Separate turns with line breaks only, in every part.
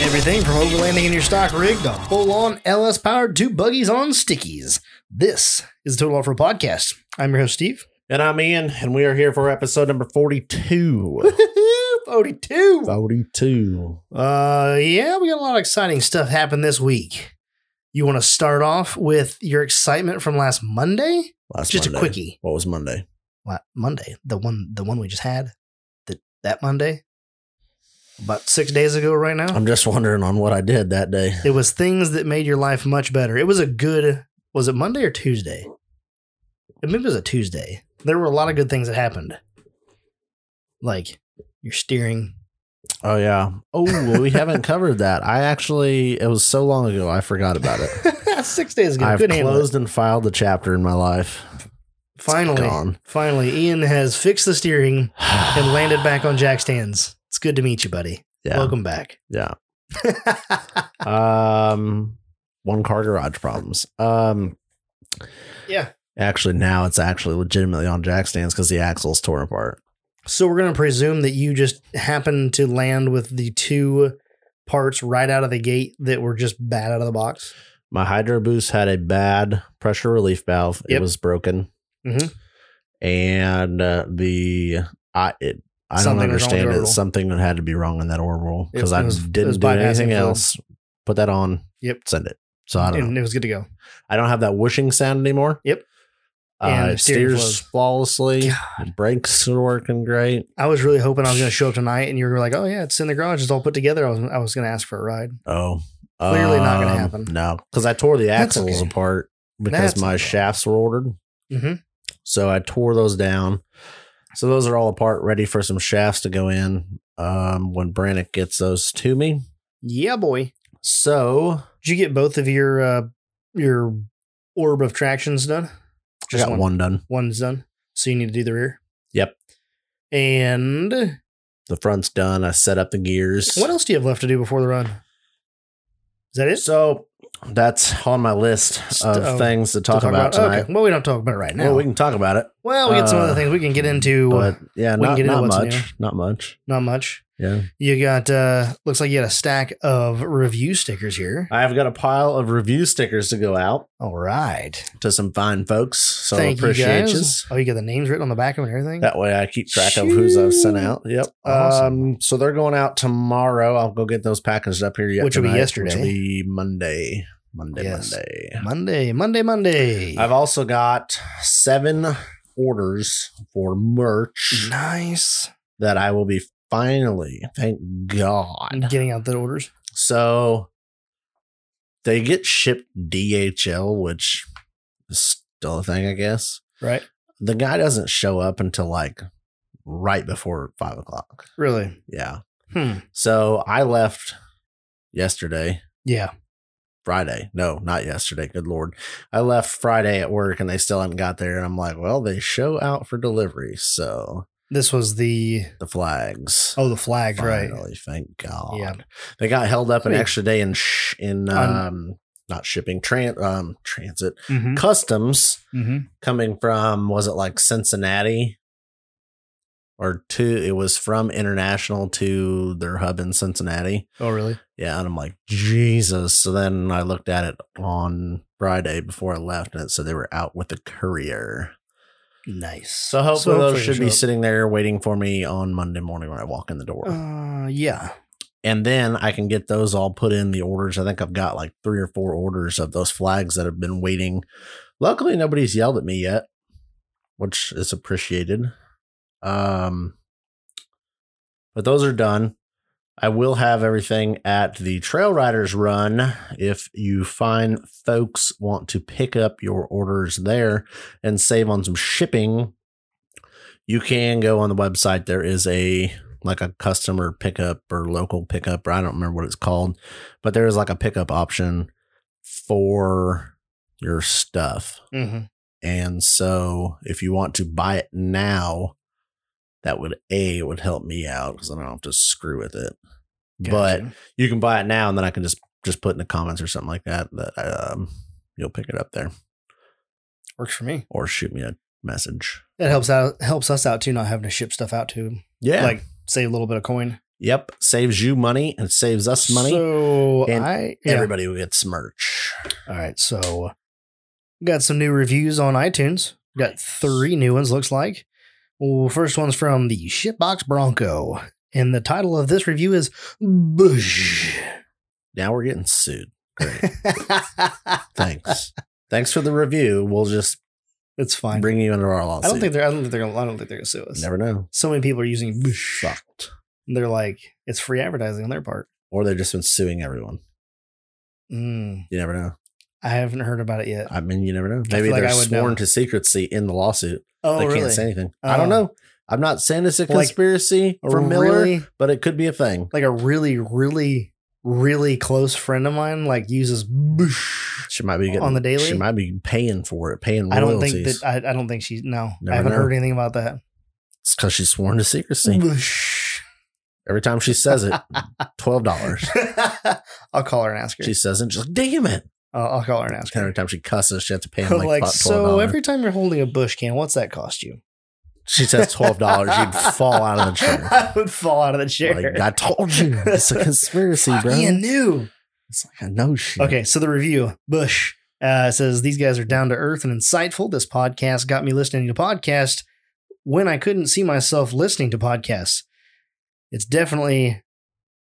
Everything from overlanding in your stock rig to full on LS powered two buggies on stickies. This is the Total Off Road Podcast. I'm your host, Steve.
And I'm Ian, and we are here for episode number 42.
42.
42.
Uh, yeah, we got a lot of exciting stuff happen this week. You want to start off with your excitement from last Monday?
Last
just
Monday.
a quickie.
What was Monday?
La- Monday, the one, the one we just had, that that Monday, about six days ago, right now.
I'm just wondering on what I did that day.
It was things that made your life much better. It was a good. Was it Monday or Tuesday? Maybe it was a Tuesday. There were a lot of good things that happened, like your steering.
Oh, yeah. Oh, well, we haven't covered that. I actually, it was so long ago, I forgot about it.
Six days ago,
I've
couldn't handle it.
closed and filed the chapter in my life. It's
Finally,
gone.
finally, Ian has fixed the steering and landed back on jack stands. It's good to meet you, buddy.
Yeah.
Welcome back.
Yeah. Um, one car garage problems. Um,
yeah.
actually, now it's actually legitimately on jack stands because the axle's torn apart.
So we're going to presume that you just happened to land with the two parts right out of the gate that were just bad out of the box.
My hydro boost had a bad pressure relief valve. It
Yep.
was broken,
Mhm.
and uh, the I it, I
Something was
don't
wrong with
understand
the
it.
orbital.
Something that had to be wrong in that orbital
It-
because
it
I
was- it
didn't
was
do
bypassing
anything
fluid.
else. Put that on.
Yep.
Send it. So I don't.
and
know.
it was good to go.
I don't have that whooshing sound anymore.
Yep.
Uh,
And
it
steering flows.
steers flawlessly. Brakes are working great.
I was really hoping I was going to show up tonight, and you were like, "Oh yeah, it's in the garage. It's all put together." I was I was going to ask for a ride.
Oh,
Clearly not gonna
Um,
happen.
No, because I tore the
That's
axles
okay.
apart because
That's
my
okay.
shafts were ordered.
Mm-hmm.
So I tore those down. So those are all apart, ready for some shafts to go in um, when Brannick gets those to me.
Yeah, boy.
So
Did you get both of your uh, your orb of tractions done?
I got one. done.
One's done. So you need to do the rear.
Yep.
And
The front's done. I set up the gears.
what else do you have left to do before the run? Is that it?
So that's on my list of
Oh,
things to talk,
To
about, tonight.
Okay. Well, we don't talk about it right now.
Well, we can talk about it,
get some
uh,
other things we can get into.
but yeah,
we can
not,
get into
not
what's
much.
new.
Not much.
not much.
Yeah,
You got uh looks like you had a stack of review stickers here.
I've got a pile of review stickers to go out
All right.
to some fine folks. So
Thank
appreciate
you
you.
guys. Oh, you got the names written on the back of it and everything?
That way I keep track of who's I've sent out. Yep.
Mm-hmm. Awesome.
Um, so they're going out tomorrow. I'll go get those packaged up here. Yet
Which will be
tonight,
yesterday.
Which will be Monday. Monday,
Yes.
Monday.
Monday, Monday, Monday.
I've also got seven orders for merch
nice.
that I will be finally, thank
I'm
God.
getting out the orders.
So they get shipped DHL, which is still a thing, I guess.
Right.
The guy doesn't show up until like right before five o'clock.
Really?
Yeah.
Hmm.
So I left yesterday,
Yeah.
Friday. No, not yesterday. Good Lord. I left Friday at work and they still hadn't got there. And I'm like, well, they show out for delivery. So
This was the
the flags.
oh the flag, right?
Finally, thank God.
Yeah.
They got held up an
Sweet.
extra day in, sh- in,
On-
um, not shipping, tran- um, transit,
Mm-hmm.
customs
Mm-hmm.
coming from, was it like Cincinnati? Or to, it was from international to their hub in Cincinnati.
Oh really?
Yeah, and I'm like, Jesus. So then I looked at it on Friday before I left, and it said they were out with the courier.
Nice.
So hopefully,
hopefully
those
they
should be
show up.
sitting there waiting for me on Monday morning when I walk in the door.
Uh yeah.
and then I can get those all put in the orders. I think I've got like three or four orders of those flags that have been waiting. Luckily, nobody's yelled at me yet, which is appreciated. Um, but those are done. I will have everything at the Trail Riders Run if you fine folks want to pick up your orders there and save on some shipping. You can go on the website. There is a like a customer pickup or local pickup, or I don't remember what it's called, but there is like a pickup option for your stuff.
Mm-hmm.
And so if you want to buy it now, that would A it would help me out because I don't have to screw with it. But you can buy it now and then I can just just put in the comments or something like that that um you'll pick it up there
works for me.
or shoot me a message.
That helps out helps us out too, not having to ship stuff out to
Yeah.
like save a little bit of coin.
Yep, saves you money and saves us money.
So
and
I yeah.
Everybody will get some merch.
All right, so uh, got some new reviews on iTunes. Got three new ones, looks like. Well, first one's from the Shitbox Bronco, and the title of this review is Bush.
Now we're getting sued. Thanks. Thanks for the review. We'll just
it's fine.
bring you under our
I
lawsuit.
don't think they're. I don't think they're. I don't think they're gonna sue us.
Never know.
So many people are using Bush.
Fucked.
They're like it's free advertising on their part.
Or they've just been suing everyone.
Mm,
You never know.
I haven't heard about it yet.
I mean, you never know. Maybe
like
they're
I would know.
sworn to secrecy in the lawsuit.
Oh,
they
really?
can't say anything. I don't
Oh.
know. I'm not saying it's a
Like,
conspiracy
A
for Miller,
really-
but it could be a thing.
like a really, really, really close friend of mine, like uses Bush.
She might be getting
On the daily?
She might be paying for it, paying royalties.
I don't think that I, I don't think she's no.
Never
I haven't
know.
heard anything about that.
it's because she's sworn to secrecy. Every time she says it, twelve dollars.
I'll call her and ask her.
She says it, she's like, "Damn it!"
I'll, I'll call her and ask her.
Every time she cusses, she has to pay him
I'm
like,
like,
about twelve
so
dollars.
every time you're holding a bush can, what's that cost you?
she says twelve dollars, you'd fall out of the chair.
I would fall out of the chair.
Like, I told you, it's a conspiracy,
Fuck,
bro.
you knew.
It's like I know shit.
Okay, so the review Bush uh, says these guys are down to earth and insightful. This podcast got me listening to podcasts when I couldn't see myself listening to podcasts. It's definitely,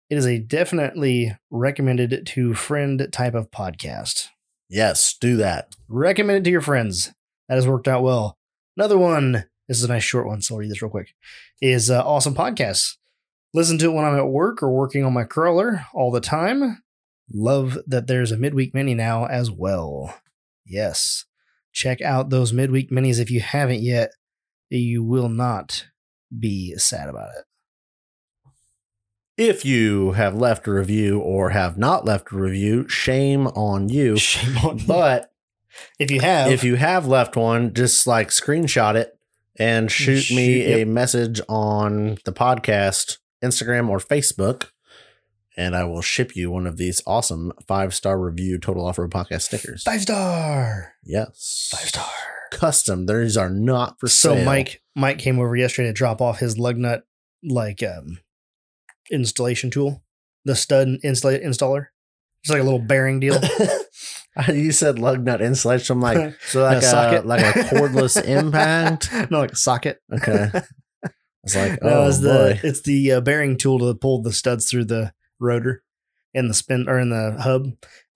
it is a definitely recommended to friend type of podcast.
Yes, do that.
Recommend it to your friends. That has worked out well. Another one. This is a nice short one, so I'll read this real quick. Is uh, awesome podcasts. Listen to it when I'm at work or working on my crawler all the time. Love that there's a midweek mini now as well. Yes, check out those midweek minis if you haven't yet. You will not be sad about it.
If you have left a review or have not left a review, shame on you.
Shame on you.
But
If you have,
if you have left one, just like screenshot it and shoot,
Shoot,
me a
yep.
message on the podcast, Instagram, or Facebook. And I will ship you one of these awesome five star review total offer podcast stickers.
five star,
Yes.
five star.
Custom. These are not for
so
sale.
Mike Mike came over yesterday to drop off his lug nut like um installation tool, the stud install installer. It's like a little bearing deal.
you said lug nut insulation. I'm like, so like
A
a,
socket.
like a cordless impact.
no, like a socket.
Okay. It's like,
No,
oh,
it's
boy.
the it's the uh, bearing tool to pull the studs through the rotor and the spin or in the hub.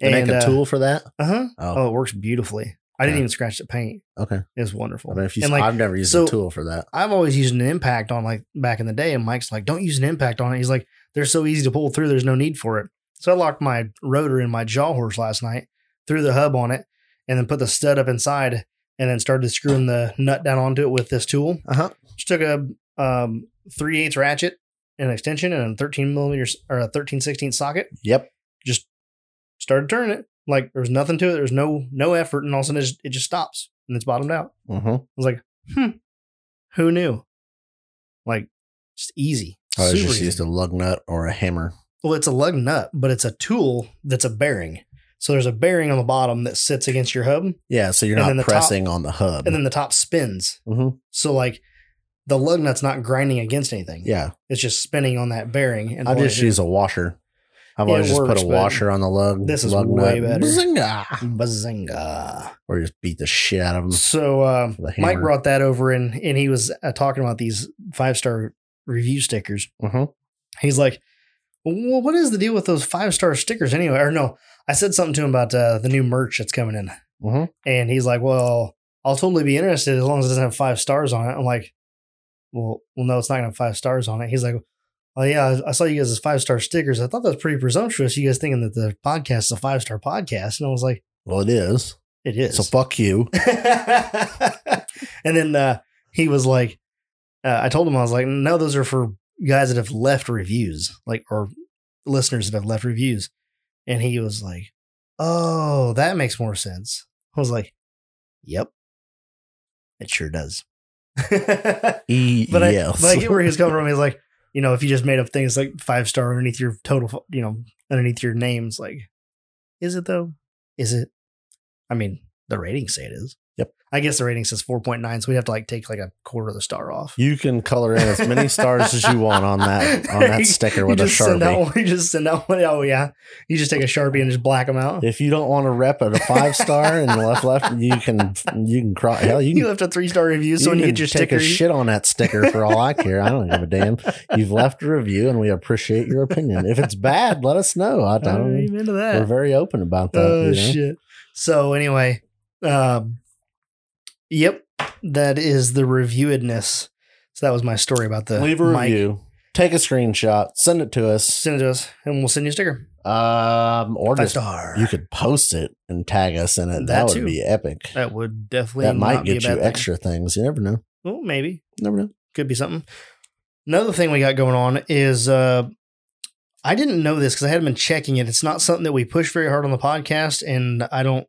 They
and
make a tool for that?
Uh huh.
Oh,
Oh, it works beautifully. I didn't
Yeah.
even scratch the paint.
okay.
It was wonderful.
I mean, if you,
oh, and like
I've never used
so-
a tool for that.
I've always used an impact on like back in the day, and Mike's like, "Don't use an impact on it." He's like, "They're so easy to pull through. There's no need for it." So I locked my rotor in my jaw horse last night, threw the hub on it, and then put the stud up inside, and then started screwing the nut down onto it with this tool.
Uh huh.
Just took a um, three eighths ratchet, an extension, and a thirteen millimeters or a thirteen sixteen socket.
Yep.
Started turning it like there was nothing to it. There was no no effort, and all of a sudden it just, it just stops and it's bottomed out.
Mm-hmm.
I was like, hmm, who knew? Like, just easy.
I was
super
Oh, just
easy.
used a lug nut or a hammer.
well, it's a lug nut, but it's a tool that's a bearing. So there's a bearing on the bottom that sits against your hub,
Yeah, so you're
And then the
not
top-
pressing on the hub.
and then the top spins.
Mhm.
So like, the lug nut's not grinding against anything.
yeah,
It's just spinning on that bearing. And
I
pulling
just
it.
use a washer. I've
Yeah,
always
it
just
works,
put a
but
washer on the lug.
this is
lug
way better.
Bazinga!
bazinga.
Or just beat the shit out of them.
So uh,
With a
Mike
Mm. hammer.
brought that over, and and he was uh, talking about these five star review stickers.
Mm-hmm.
He's like, well, what is the deal with those five star stickers anyway? Or no, I said something to him about uh, the new merch that's coming in,
Mm-hmm.
and he's like, well, I'll totally be interested as long as it doesn't have five stars on it. I'm like, well, well, no, it's not gonna have five stars on it. He's like, oh yeah, I, I saw you guys as five star stickers. I thought that was pretty presumptuous. You guys thinking that the podcast is a five star podcast, and I was like,
Well, it is.
it is.
So fuck you.
and then uh, he was like, uh, I told him, I was like, no, those are for guys that have left reviews, like, or listeners that have left reviews. And he was like, oh, that makes more sense. I was like, yep, it sure does. but
E-
I,
yes.
but I get where he's coming from. He's like, you know, if you just made up things like five star underneath your total, you know, underneath your names, like, is it though? Is it? I mean, the ratings say it is.
Yep.
I guess the rating says 4.9, so we have to like take like a quarter of the star off.
You can color in as many stars as you want on that on that sticker with a
you just send out one-
sharpie.
you just send out one. Oh yeah, you just take a sharpie and just black them out.
If you don't want to rep at a five star and left left, you can you can cry. Hell, you
You,
can
left a three star review, so
you
when you
can
get your
take
sticker,
a shit on that sticker for all I care. I don't give a damn. You've left a review, and we appreciate your opinion. If it's bad, let us know. I
I'm
don't.
into that.
We're very open about that.
oh
you know?
shit. So anyway, um, yep, that is the reviewedness. So that was my story about the
Leave a
mic.
review. Take a screenshot. Send it to us.
Send it to us, and we'll send you a sticker.
Um,
Five
or just
star.
you could post it and tag us in it. That,
That
would
too.
be epic.
that would definitely
That might
not be a
get you
bad thing.
extra things. You never know.
Well, maybe
Never know.
could be something. Another thing we got going on is uh, I didn't know this because I hadn't been checking it. It's not something that we push very hard on the podcast, and I don't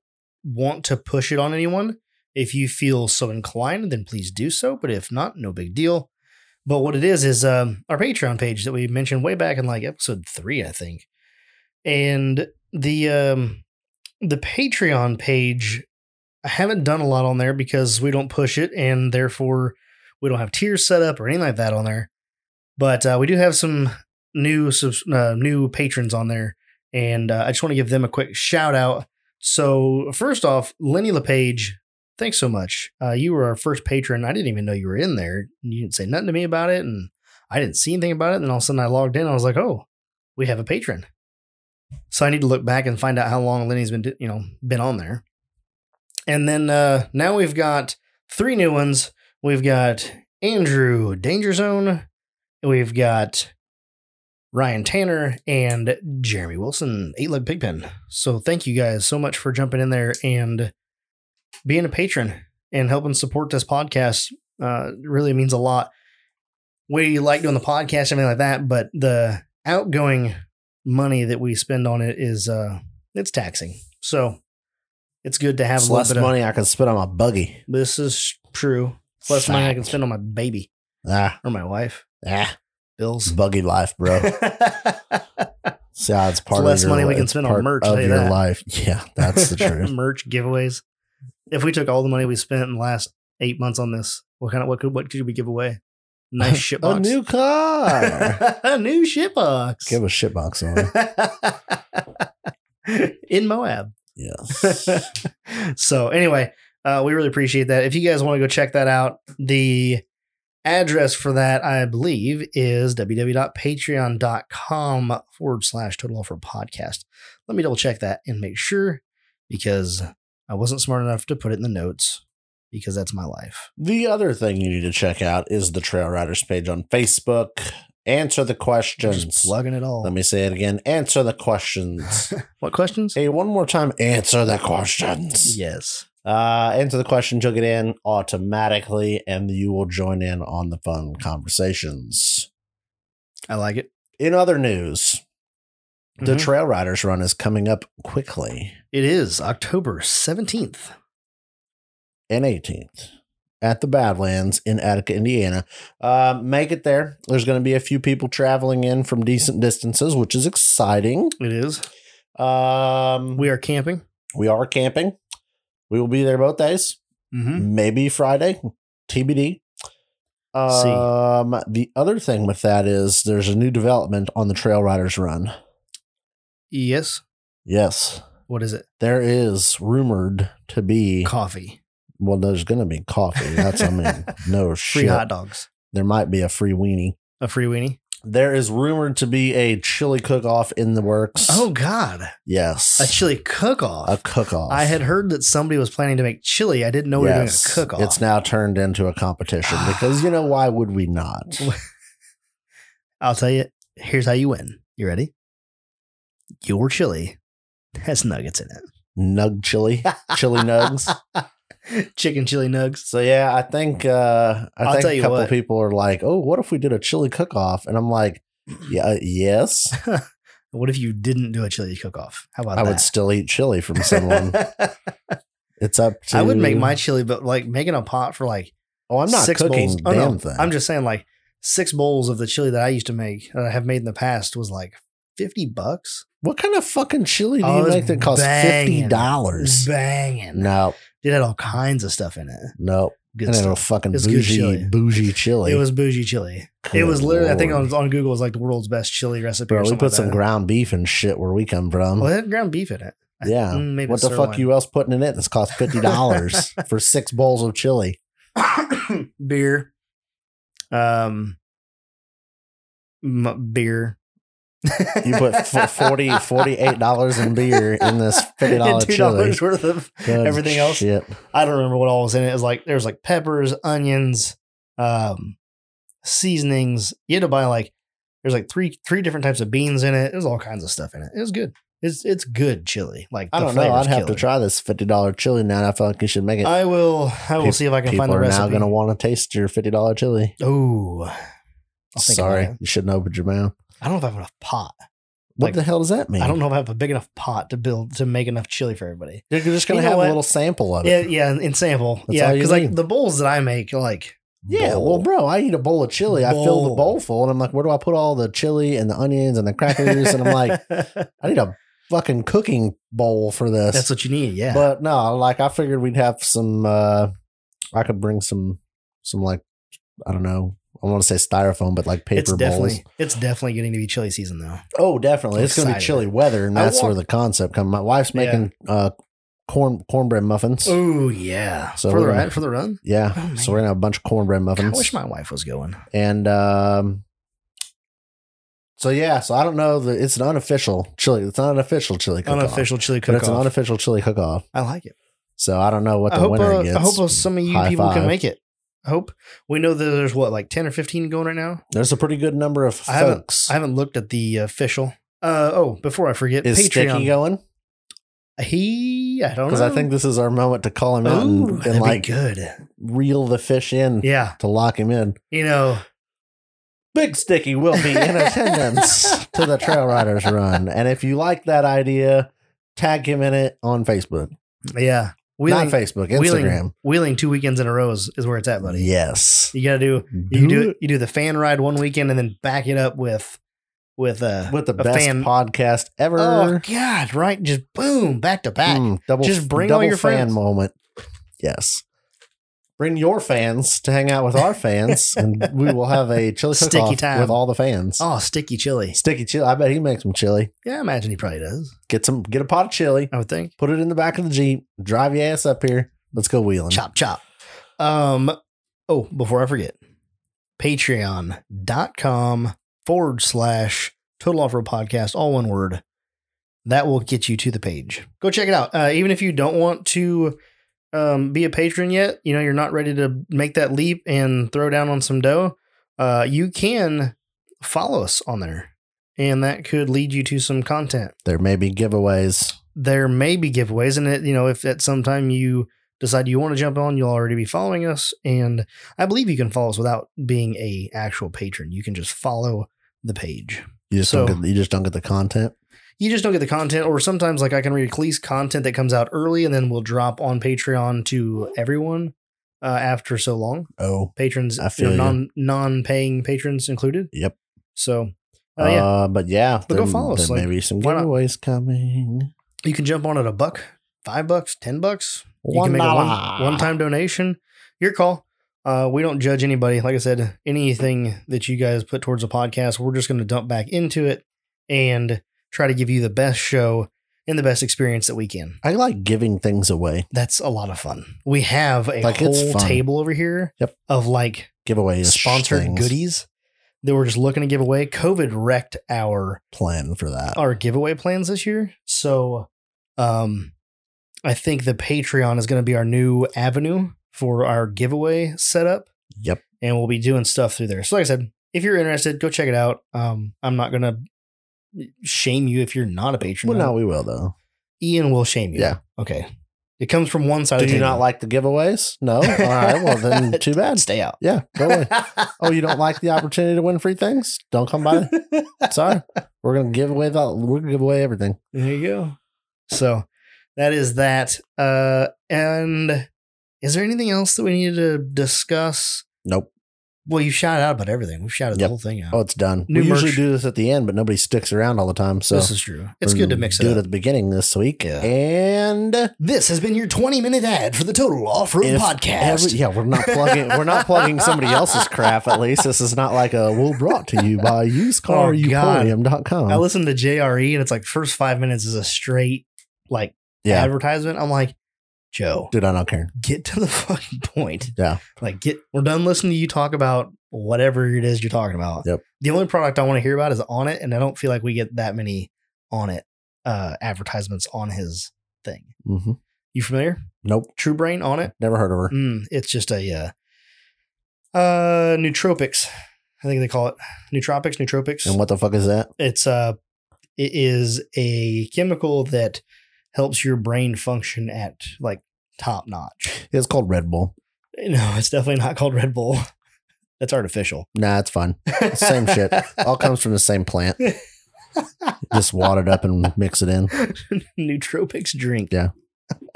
want to push it on anyone. If you feel so inclined, then please do so. But if not, no big deal. But what it is is um, our Patreon page that we mentioned way back in like episode three, I think, and the um, the Patreon page. I haven't done a lot on there because we don't push it, and therefore we don't have tiers set up or anything like that on there, but uh, we do have some new subs- uh, new patrons on there, and uh, I just want to give them a quick shout out. So first off, Lenny Lepage, thanks so much. Uh, you were our first patron. I didn't even know you were in there. You didn't say nothing to me about it, and I didn't see anything about it. And then all of a sudden, I logged in. I was like, oh, we have a patron. So I need to look back and find out how long Lenny's been, do- you know, been on there. And then uh, now we've got three new ones. We've got Andrew Danger Zone. We've got Ryan Tanner and Jeremy Wilson, Eight Leg Pigpen. So thank you guys so much for jumping in there and being a patron and helping support this podcast. Uh, it really means a lot. We like doing the podcast, everything like that, but the outgoing money that we spend on it is uh, it's taxing. So it's good to have
It's
a little
less
bit of
money I can spend on my buggy.
this is true. Plus money I can
Fact.
spend on my baby
Ah,
or my wife.
ah,
Bills.
buggy life, bro. See how it's part
less
of your,
money we can
it's
spend on
part
merch,
of
tell you
your
that.
life. Yeah, that's the truth.
Merch giveaways. If we took all the money we spent in the last eight months on this, what kind of what could what could we give away? Nice shit
A
box.
new car.
a new shit box.
Give a shit box on it.
in Moab.
Yes.
so anyway, uh, we really appreciate that. If you guys want to go check that out, the address for that, I believe, is www.patreon.com forward slash total offer podcast. Let me double check that and make sure because I wasn't smart enough to put it in the notes because that's my life.
The other thing you need to check out is the Trail Riders page on Facebook. Answer the
Just
questions.
plugging it all.
Let me say it again. Answer the questions.
what questions?
hey, one more time. Answer the questions.
Yes.
Uh, answer the questions. You'll get in automatically, and you will join in on the fun conversations.
I like it.
In other news, the
Mhm.
Trail Riders run is coming up quickly
It is October 17th.
and 18th at the Badlands in Attica, Indiana. Uh, make it there. There's going to be a few people traveling in from decent distances, which is exciting.
It is.
Um,
We are camping.
we are camping. We will be there both days.
Mm-hmm.
maybe Friday, TBD.
See.
Um, the other thing with that is there's a new development on the Trail Riders Run.
Yes.
Yes,
What is it?
there is rumored to be
Coffee.
well, there's going to be coffee. That's I mean, no
Free
shit.
hot dogs.
There might be a free weenie.
A free weenie.
There is rumored to be a chili cook-off in the works.
Oh God,
yes,
a chili cook-off.
a cook-off.
I had heard that somebody was planning to make chili. I didn't know we were doing
Yes.
a cook-off.
It's now turned into a competition because you know why would we not?
I'll tell you. Here's how you win. You ready? Your chili has nuggets in
Nug chili, chili nugs.
it. Chicken chili nugs.
So yeah, I think uh, I
I'll
think
tell
a
you
couple
what.
people are like, "Oh, what if we did a chili cook-off?" And I'm like, "Yeah, uh, yes,
What if you didn't do a chili cook-off? How about
I
that?
would still eat chili from someone. it's up to
I would make my chili, but like making a pot for like
Oh, I'm not
six
cooking
bowls.
damn
Oh, no.
thing.
I'm just saying, like six bowls of the chili that I used to make that I have made in the past was like fifty bucks.
what kind of fucking chili do
Oh,
you
it's
make that costs fifty
banging.
dollars?
Banging.
No,
It had all kinds of stuff in it.
Nope.
Good
and
stuff.
a fucking
It's good
bougie,
chili.
bougie chili.
It was bougie chili.
Good
it was literally, I think
lord.
on, on Google, it was like the world's best chili recipe.
Bro,
or
we
something
put
like
some
that.
ground beef and shit where we come from.
Well, it had ground beef in it. I-
Yeah.
mm, maybe
what the fuck
sirloin.
you else putting in it? This cost fifty dollars for six bowls of chili.
beer, um, m- beer.
You put f- 40 $48 dollars in beer in this fifty
And
dollar
two
chili.
dollars worth of
Good
everything else.
Shit.
I don't remember what all was in it. It was like there was like peppers, onions, um, seasonings. You had to buy like there's like three three different types of beans in it. There's all kinds of stuff in it. It was good. It's it's good chili. Like
I
the
don't know. I'd
flavor's
have to
killer.
try this fifty dollar chili now. I feel like you should make it.
I will. I will
Peop-
see if I can
People
find the
are now
recipe.
going to want to taste your fifty dollar chili.
oh,
Sorry, you shouldn't open your mouth.
I don't know if I have enough pot.
What
Like,
the hell does that mean?
I don't know if I have a big enough pot to build to make enough chili for everybody.
You're just going
You
to
know
have
what?
a little sample of it.
Yeah, yeah, in, in sample.
That's
yeah,
all you
because like
need.
the bowls that I make, are, like
Yeah, well,
bowl.
bro, I eat a bowl of chili. I fill the
Bowl.
bowl full, and I'm like, where do I put all the chili and the onions and the crackers? and I'm like, I need a fucking cooking bowl for this.
that's what you need. Yeah,
But no, like I figured we'd have some. uh I could bring some, some like I don't know. I want to say styrofoam, but like paper
it's
bowls.
definitely it's definitely getting to be chili season though.
Oh, definitely.
I'm
It's going to be
excited.
chilly weather, and
I
that's
want-
where the concept comes. My wife's
Yeah.
making uh corn cornbread muffins.
Oh yeah,
So
for the
we're gonna-
run, for the run.
Yeah,
Oh,
so we're gonna have a bunch of cornbread
God, I
muffins.
wish my wife was going.
And um so yeah, so I don't know that it's an unofficial chili. It's not an official chili cook-off.
Unofficial chili
but
cook
it's an unofficial chili cook-off.
I like it.
So I don't know what
I
the
hope
winner
uh,
gets.
I hope uh, some of you
High
people
five.
can make it. I hope we know that there's what like ten or fifteen going right now.
There's a pretty good number of
I haven't-
folks.
I haven't looked at the official. Uh oh! Before I forget,
Is Sticky
Patreon.
going?
He I don't know
Because I think this is our moment to call him out
Ooh,
and,
that'd
and
be
like
good.
reel the fish in
Yeah,
to lock him in.
you know,
Big Sticky will be in attendance to the Trail Riders Run. And if you like that idea, tag him in it on Facebook.
yeah. Wheeling,
Not Facebook, Instagram.
Wheeling, wheeling two weekends in a row is, is where it's at, buddy.
Yes.
You gotta do you do you do the fan ride one weekend and then back it up with with uh
with the
a
best
fan-
podcast ever.
oh god right just boom back to back
Mm, double,
Just bring
double
all your
fan
friends.
moment. Yes. Bring your fans to hang out with our fans, and we will have a chili
Sticky
cook-off
time.
with all the fans.
oh sticky chili
Sticky chili. I bet he makes some chili.
yeah I imagine he probably does
Get some. Get a pot of chili.
I would think
Put it in the back of the jeep. Drive your ass up here. Let's go wheeling.
chop chop um oh before I forget patreon.com forward slash total off road podcast all one word that will get you to the page go check it out uh, even if you don't want to um, be a patron yet, you know, you're not ready to make that leap and throw down on some dough, uh, you can follow us on there. And that could lead you to some content.
There may be giveaways.
There may be giveaways, and it, you know, if at some time you decide you want to jump on, you'll already be following us. And I believe you can follow us without being a actual patron. You can just follow the page.
You just
So-
don't get. You just don't get the content.
you just don't get the content or sometimes like i can release content that comes out early and then we'll drop on patreon to everyone uh, after so long
Oh.
patrons
I
you know,
feel you.
non non-paying patrons included
Yep.
so
Uh,
uh, yeah
but yeah,
But go follow us,
There
like,
may be some
why not?
giveaways coming.
you can jump on at a buck five bucks ten bucks you
One
can make a
dollar.
one, one-time donation your call uh, we don't judge anybody like i said anything that you guys put towards a podcast we're just going to dump back into it and try to give you the best show and the best experience that we can
I like giving things away.
That's a lot of fun. We have a
Like, it's
whole
fun.
table over here
Yep.
of like
Giveaways.
sponsored
things.
goodies that we're just looking to give away. COVID wrecked our
plan for that.
our giveaway plans this year. So um I think the Patreon is going to be our new avenue for our giveaway setup
Yep.
and we'll be doing stuff through there. So like I said, if you're interested, go check it out. Um I'm not going to shame you if you're not a patron.
Well, no, we will though.
Ian will shame you.
Yeah.
Okay. It comes from one side
Do
of the
you
table.
not like the giveaways? No. All right. Well, then too bad.
Stay out.
Yeah. Go away. Oh, you don't like the opportunity to win free things? Don't come by. Sorry. We're gonna give away the. We're gonna give away everything.
There you go. So that is that. Uh, and is there anything else that we need to discuss?
Nope.
Well, you shouted out about everything. We've shouted the
Yep.
whole thing out.
Oh, it's done.
New
we
merch.
usually do this at the end, but nobody sticks around all the time. So
this is true. It's good to mix it
do
up.
it at the beginning this week. uh,
Yeah.
And
This has been your 20 minute ad for the Total Off Road
If
Podcast.
Every- yeah, we're not plugging. We're not plugging somebody else's crap. At least this is not like a "Well, brought to you
Oh,
by
I
usedcarupolium.com.
listened to JRE and it's like first five minutes is a straight like
Yeah,
advertisement. I'm like, Joe,
dude, I don't care.
get to the fucking point.
Yeah.
Like get we're done listening to you talk about whatever it is you're talking about.
Yep.
The only product I want to hear about is on it, and I don't feel like we get that many on it uh advertisements on his thing.
hmm
You familiar?
Nope,
True Brain on it?
never heard of her.
Mm, it's just a uh uh nootropics. I think they call it nootropics, nootropics.
And what the fuck is that?
it's uh it is a chemical that helps your brain function at like top notch.
It's called Red Bull.
No, it's definitely not called Red Bull. That's artificial.
Nah, it's fun. Same shit. All comes from the same plant. Just wad it up and mix it in.
nootropics drink.
Yeah.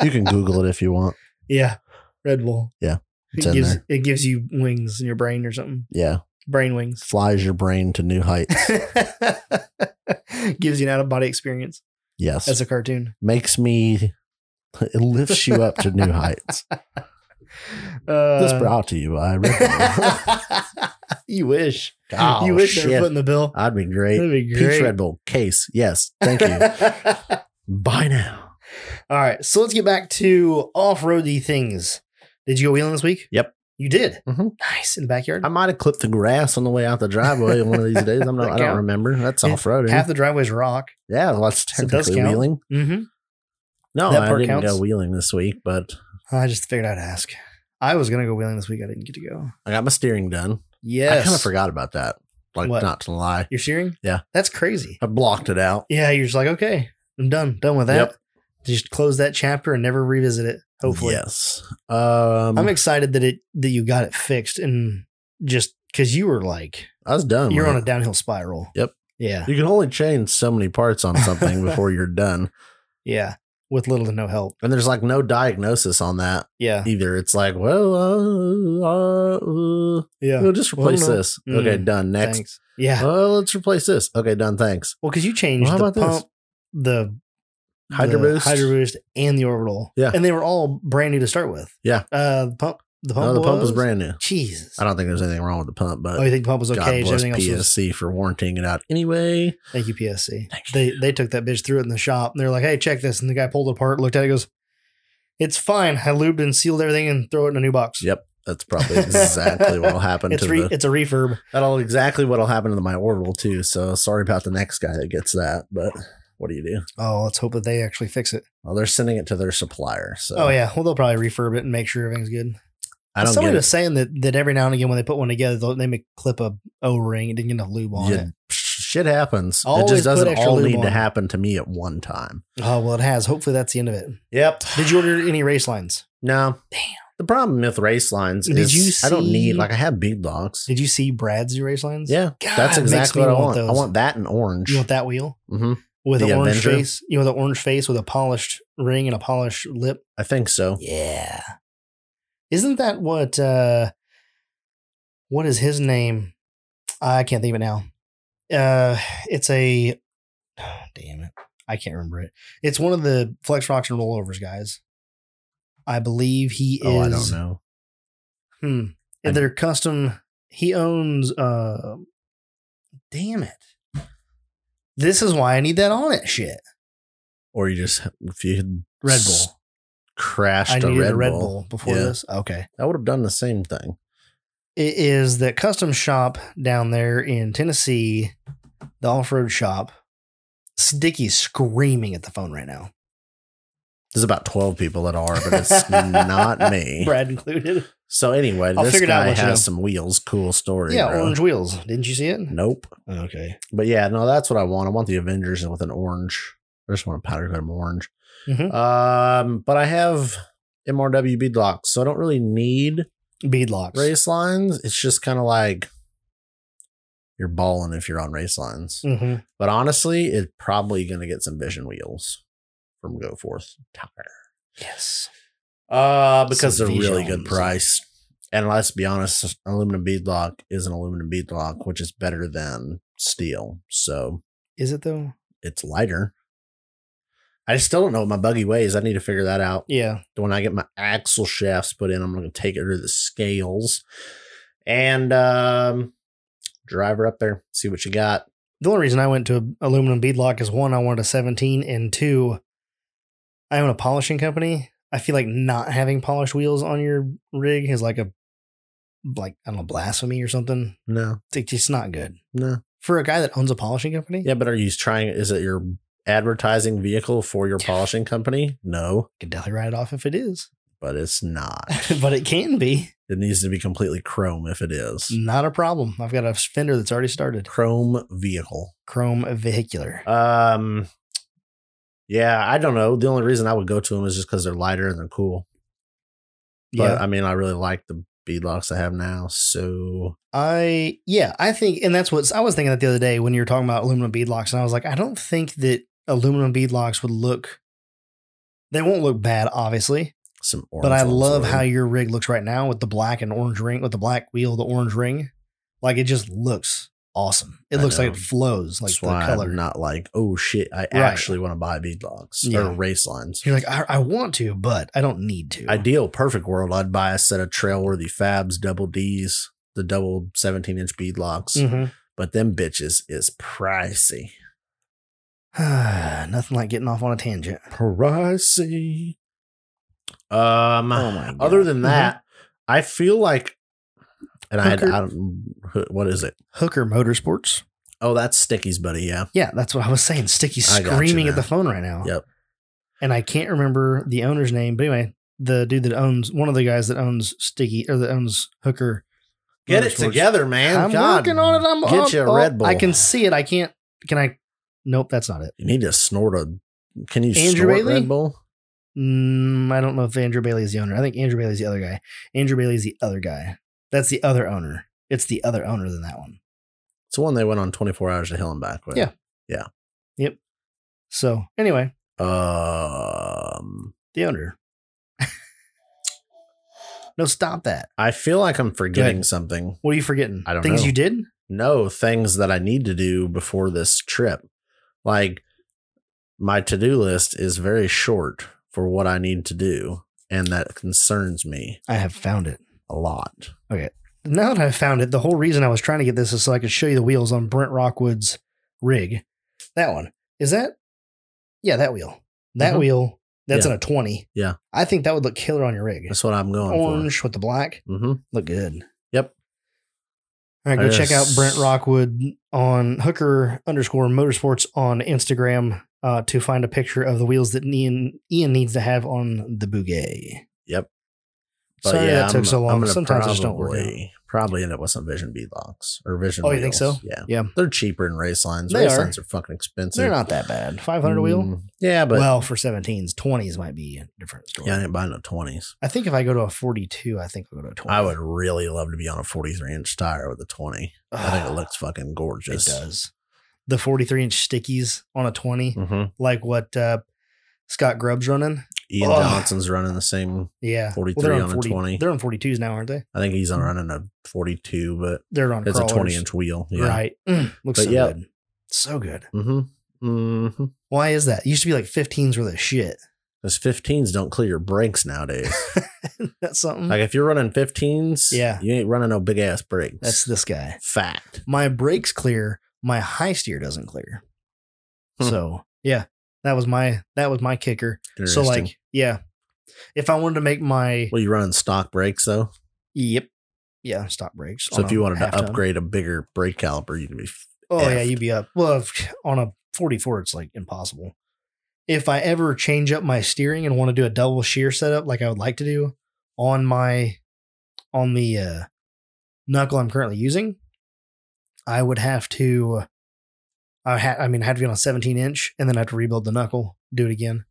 You can Google it if you want.
Yeah. Red Bull.
Yeah, it's
It
in
gives
there.
it gives you wings in your brain or something.
Yeah,
Brain wings.
flies your brain to new heights.
gives you an out of body experience
Yes,
as a cartoon.
makes me. It lifts you up to new heights.
Uh,
this brought to you by Red Bull.
you wish.
Oh,
you wish they were
shit.
putting the bill.
I'd be great.
That'd be great.
Peach Red Bull case. Yes. Thank you. Bye now.
All right, so let's get back to off-roady things. Did you go wheeling this week?
Yep.
You did.
Mhm.
Nice in the backyard.
I might have clipped the grass on the way out the driveway one of these days. I'm
That
not, I
count?
don't remember. That's off roading.
Half the driveway's rock.
Yeah, well, that's
So it does
technically
count.
wheeling.
Mm-hmm.
No,
That
I
part
didn't
counts?
go wheeling this week, but
I just figured I'd ask. I was gonna go wheeling this week. I didn't get to go.
I got my steering done.
Yes.
I kind of forgot about that. Like,
What?
not to lie,
You're steering.
Yeah.
That's crazy.
I blocked it out.
Yeah. You're just like, okay, I'm done. Done with that. Just close that chapter and never revisit it. Hopefully.
yes. Um,
I'm excited that it that you got it fixed and just because you were like
I was done.
you're
with
on a
it.
downhill spiral.
Yep.
Yeah.
You can only change so many parts on something before you're done,
Yeah. With little to no help.
and there's like no diagnosis on that
Yeah.
either. It's like, well, uh, uh, uh,
Yeah.
We'll just replace
Well, no.
this. Okay,
Mm,
done. Next.
Thanks. Yeah.
Oh, let's replace this. Okay, done. Thanks.
Well, because you changed
Well, how
the
about this?
pump, the
Hydro
the
Boost.
Hydro Boost, and the orbital.
Yeah.
and they were all brand new to start with.
Yeah.
uh, the pump. The pump.
no, the pump
was?
was brand new.
Jesus.
I don't think there's anything wrong with the pump, but
Oh, you think the pump was okay?
God bless
Everything else was.
PSC for warranting it out anyway.
Thank you, PSC.
Thank
They they took that bitch through it in the shop, and they're like, "Hey, check this." And the guy pulled it apart, looked at it, goes, "It's fine. I lubed and sealed everything, and throw it in a new box."
Yep, that's probably exactly what'll happen
It's
to
re-
the.
it's a refurb.
That'll exactly what'll happen to my orbital too. So sorry about the next guy that gets that, but what do you do?
Oh, let's hope that they actually fix it.
Well, they're sending it to their supplier. So
Oh yeah, well they'll probably refurb it and make sure everything's good.
I don't
Somebody
get
was
it.
saying that that every now and again when they put one together, they'll- they may clip a O ring. It didn't get enough lube on
You-
it.
Shit happens. it
Always put
just doesn't
extra
all
lube
need
on it.
to happen to me at one time.
Oh well, it has. Hopefully that's the end of it.
Yep.
Did you order any race lines?
No.
Damn.
The problem with race lines
Did
is
you
I don't need
see-
like I have bead locks.
Did you see Brad's new race lines?
Yeah,
God,
that's
it makes
exactly
me
what I
want
want. I
those.
want that in orange.
You want that wheel
hmm
with
The
an orange
Avenger?
face? You know the orange face with a polished ring and a polished lip.
I think so.
Yeah. Isn't that what? uh What is his name? I can't think of it now. Uh It's a. Damn it! I can't remember it. It's one of the flex rocks and rollovers guys. I believe he
Oh,
is.
I don't know.
Hmm.
I-
And they're custom. He owns. uh Damn it! This is why I need that on it. Shit.
Or you just if you had
Red
s-
Bull.
crashed
I
a
needed
Red,
a Red
Bull,
Bull before
Yeah.
this. Okay.
I would have done the same thing.
It is that custom shop down there in Tennessee, the off road shop. Sticky's screaming at the phone right now,
There's about twelve people that are, but it's not me.
Brad included.
So anyway,
I'll
this
figure it out and
guy
let you know.
has some wheels. Cool story.
yeah,
bro.
orange wheels. Didn't you see it?
Nope.
Okay.
But yeah, no, that's what I want. I want the Avengers with an orange. I just want to powder coat them orange.
Mhm.
Um, but I have MRW bead locks, so I don't really need
Bead locks.
race lines. It's just kind of like you're balling if you're on race lines.
hmm
But honestly, it's probably going to get some vision wheels from Go Forth Tire.
Yes.
Uh, because
Some
they're really
Visions.
good price. And let's be honest, aluminum beadlock is an aluminum beadlock, which is better than steel. So
Is it though?
it's lighter. I still don't know what my buggy weighs. I need to figure that out.
Yeah.
When I get my axle shafts put in, I'm going to take it to the scales and um, drive her up there, see what you got.
The only reason I went to a aluminum beadlock is one, I wanted a 17, and two, I own a polishing company. I feel like not having polished wheels on your rig is like a like I don't know blasphemy or something.
No,
It's just not good
no.
for a guy that owns a polishing company.
Yeah, but are you trying? Is it your advertising vehicle for your polishing company? No,
Could definitely write it off if it is,
but it's not.
but it can be.
It needs to be completely chrome if it is.
Not a problem. I've got a fender that's already started.
Chrome vehicle.
Chrome vehicular.
Um, yeah, I don't know. The only reason I would go to them is just because they're lighter and they're cool. But
yeah.
I mean, I really like the beadlocks I have now. So
I yeah, I think and that's what's I was thinking that the other day when you were talking about aluminum beadlocks, and I was like, I don't think that aluminum beadlocks would look they won't look bad, obviously.
some orange.
But I
ones
love
are-
how your rig looks right now with the black and orange ring, with the black wheel, the orange ring. Like it just looks awesome. It
I
looks like
know.
it flows, like
That's
the
why
color.
I'm not like, oh shit, I actually want to buy beadlocks
Yeah.
or race lines.
You're like, I, I want to, but I don't need to.
Ideal perfect world, I'd buy a set of trailworthy fabs, double D's, the double 17 inch beadlocks.
Mhm.
But them bitches is pricey.
Nothing like getting off on a tangent.
Pricey. Um other than
Mhm.
that, I feel like and I, had,
Hooker-
I don't what is it?
Mm-hmm. Hooker Motorsports.
Oh, that's Sticky's buddy, yeah.
Yeah, that's what I was saying. Sticky's
I got you
screaming at
now.
the phone right now.
Yep.
And I can't remember the owner's name, but anyway, the dude that owns one of the guys that owns Sticky or that owns Hooker.
Get it
Motorsports.
together, man.
I'm
God,
working on it. I'm
get
I'm-
you a
oh,
Red Bull.
I can see it. I can't. Can I? Nope, that's not it.
You need to snort a can you
Andrew
snort
Bailey?
Red Bull?
Mm, I don't know if Andrew Bailey is the owner. I think Andrew Bailey's the other guy. Andrew Bailey's the other guy. That's the other owner. It's the other owner than that one.
It's the one they went on 24 hours to hell and back with.
Yeah. So anyway,
Um
the owner. no, stop that.
I feel like I'm forgetting
ahead.
something.
What are you forgetting?
I don't
Things
know.
you did?
No, things that I need to do before this trip. Like my to-do list is very short for what I need to do, and that concerns me
I have found it.
a lot.
Now that I've found it, the whole reason I was trying to get this is so I could show you the wheels on Brent Rockwood's rig. That one. Is that? Yeah, that wheel. That
Mhm.
wheel. That's
Yeah.
in a 20.
Yeah.
I think that would look killer on your rig.
That's what I'm going
Orange with the black.
for. Mm-hmm.
Look good.
Yep.
All right, go
I
check out
just-
Brent Rockwood on Hooker underscore Motorsports on Instagram uh, to find a picture of the wheels that Ian Ian needs to have on the Bugay.
Yep.
Sorry that took
I'm-
so long.
I'm gonna
Sometimes it just don't work. out.
probably- Probably end up with some Vision beadlocks or Vision.
Oh, you think
wheels.
so?
Yeah,
Yeah.
They're cheaper in race lines.
They
race
are.
lines are fucking expensive.
They're not that bad. 500 a wheel?
Mm, Yeah, but
well, for 17s, 20s might be a different story.
yeah, I didn't buy no twenties.
I think if I go to a 42, I think I'll go to a 20.
I would really love to be on a 43 inch tire with a 20. I think it looks fucking
It
gorgeous.
does. The 43 inch stickies on a 20,
hmm
like what uh, Scott Grubb's running.
Ian
Ugh.
Johnson's running the same.
Yeah.
43 on a 20.
They're on 42s now, aren't they?
I think he's on running a 42, but
They're on Mm-hmm.
it's
crawlers.
a 20 inch wheel. Yeah.
Right. Mm, looks
But
so
yeah.
good. So good.
Mm-hmm. hmm
Why is that? It used to be like 15s were the shit.
Because 15s don't clear your brakes nowadays.
Mm-hmm. That's something.
like if you're running 15s,
Yeah.
you ain't running no big ass brakes.
That's this guy.
fact.
my brakes clear, my high steer doesn't clear.
Hmm.
So yeah, that was my that was my kicker. So
Interesting.
like yeah, if I wanted to make my
well, you running stock brakes though.
yep yeah stop brakes.
So
on
if
a
you wanted
half
to
ton.
upgrade a bigger brake caliper, you'd be. f-
oh yeah,
effed.
you'd be up. Well, if, on a forty four, it's like impossible. If I ever change up my steering and want to do a double shear setup like I would like to do on my on the uh, knuckle I'm currently using, I would have to. I had, I mean, I had to be on a 17 inch, and then I had to rebuild the knuckle, do it again.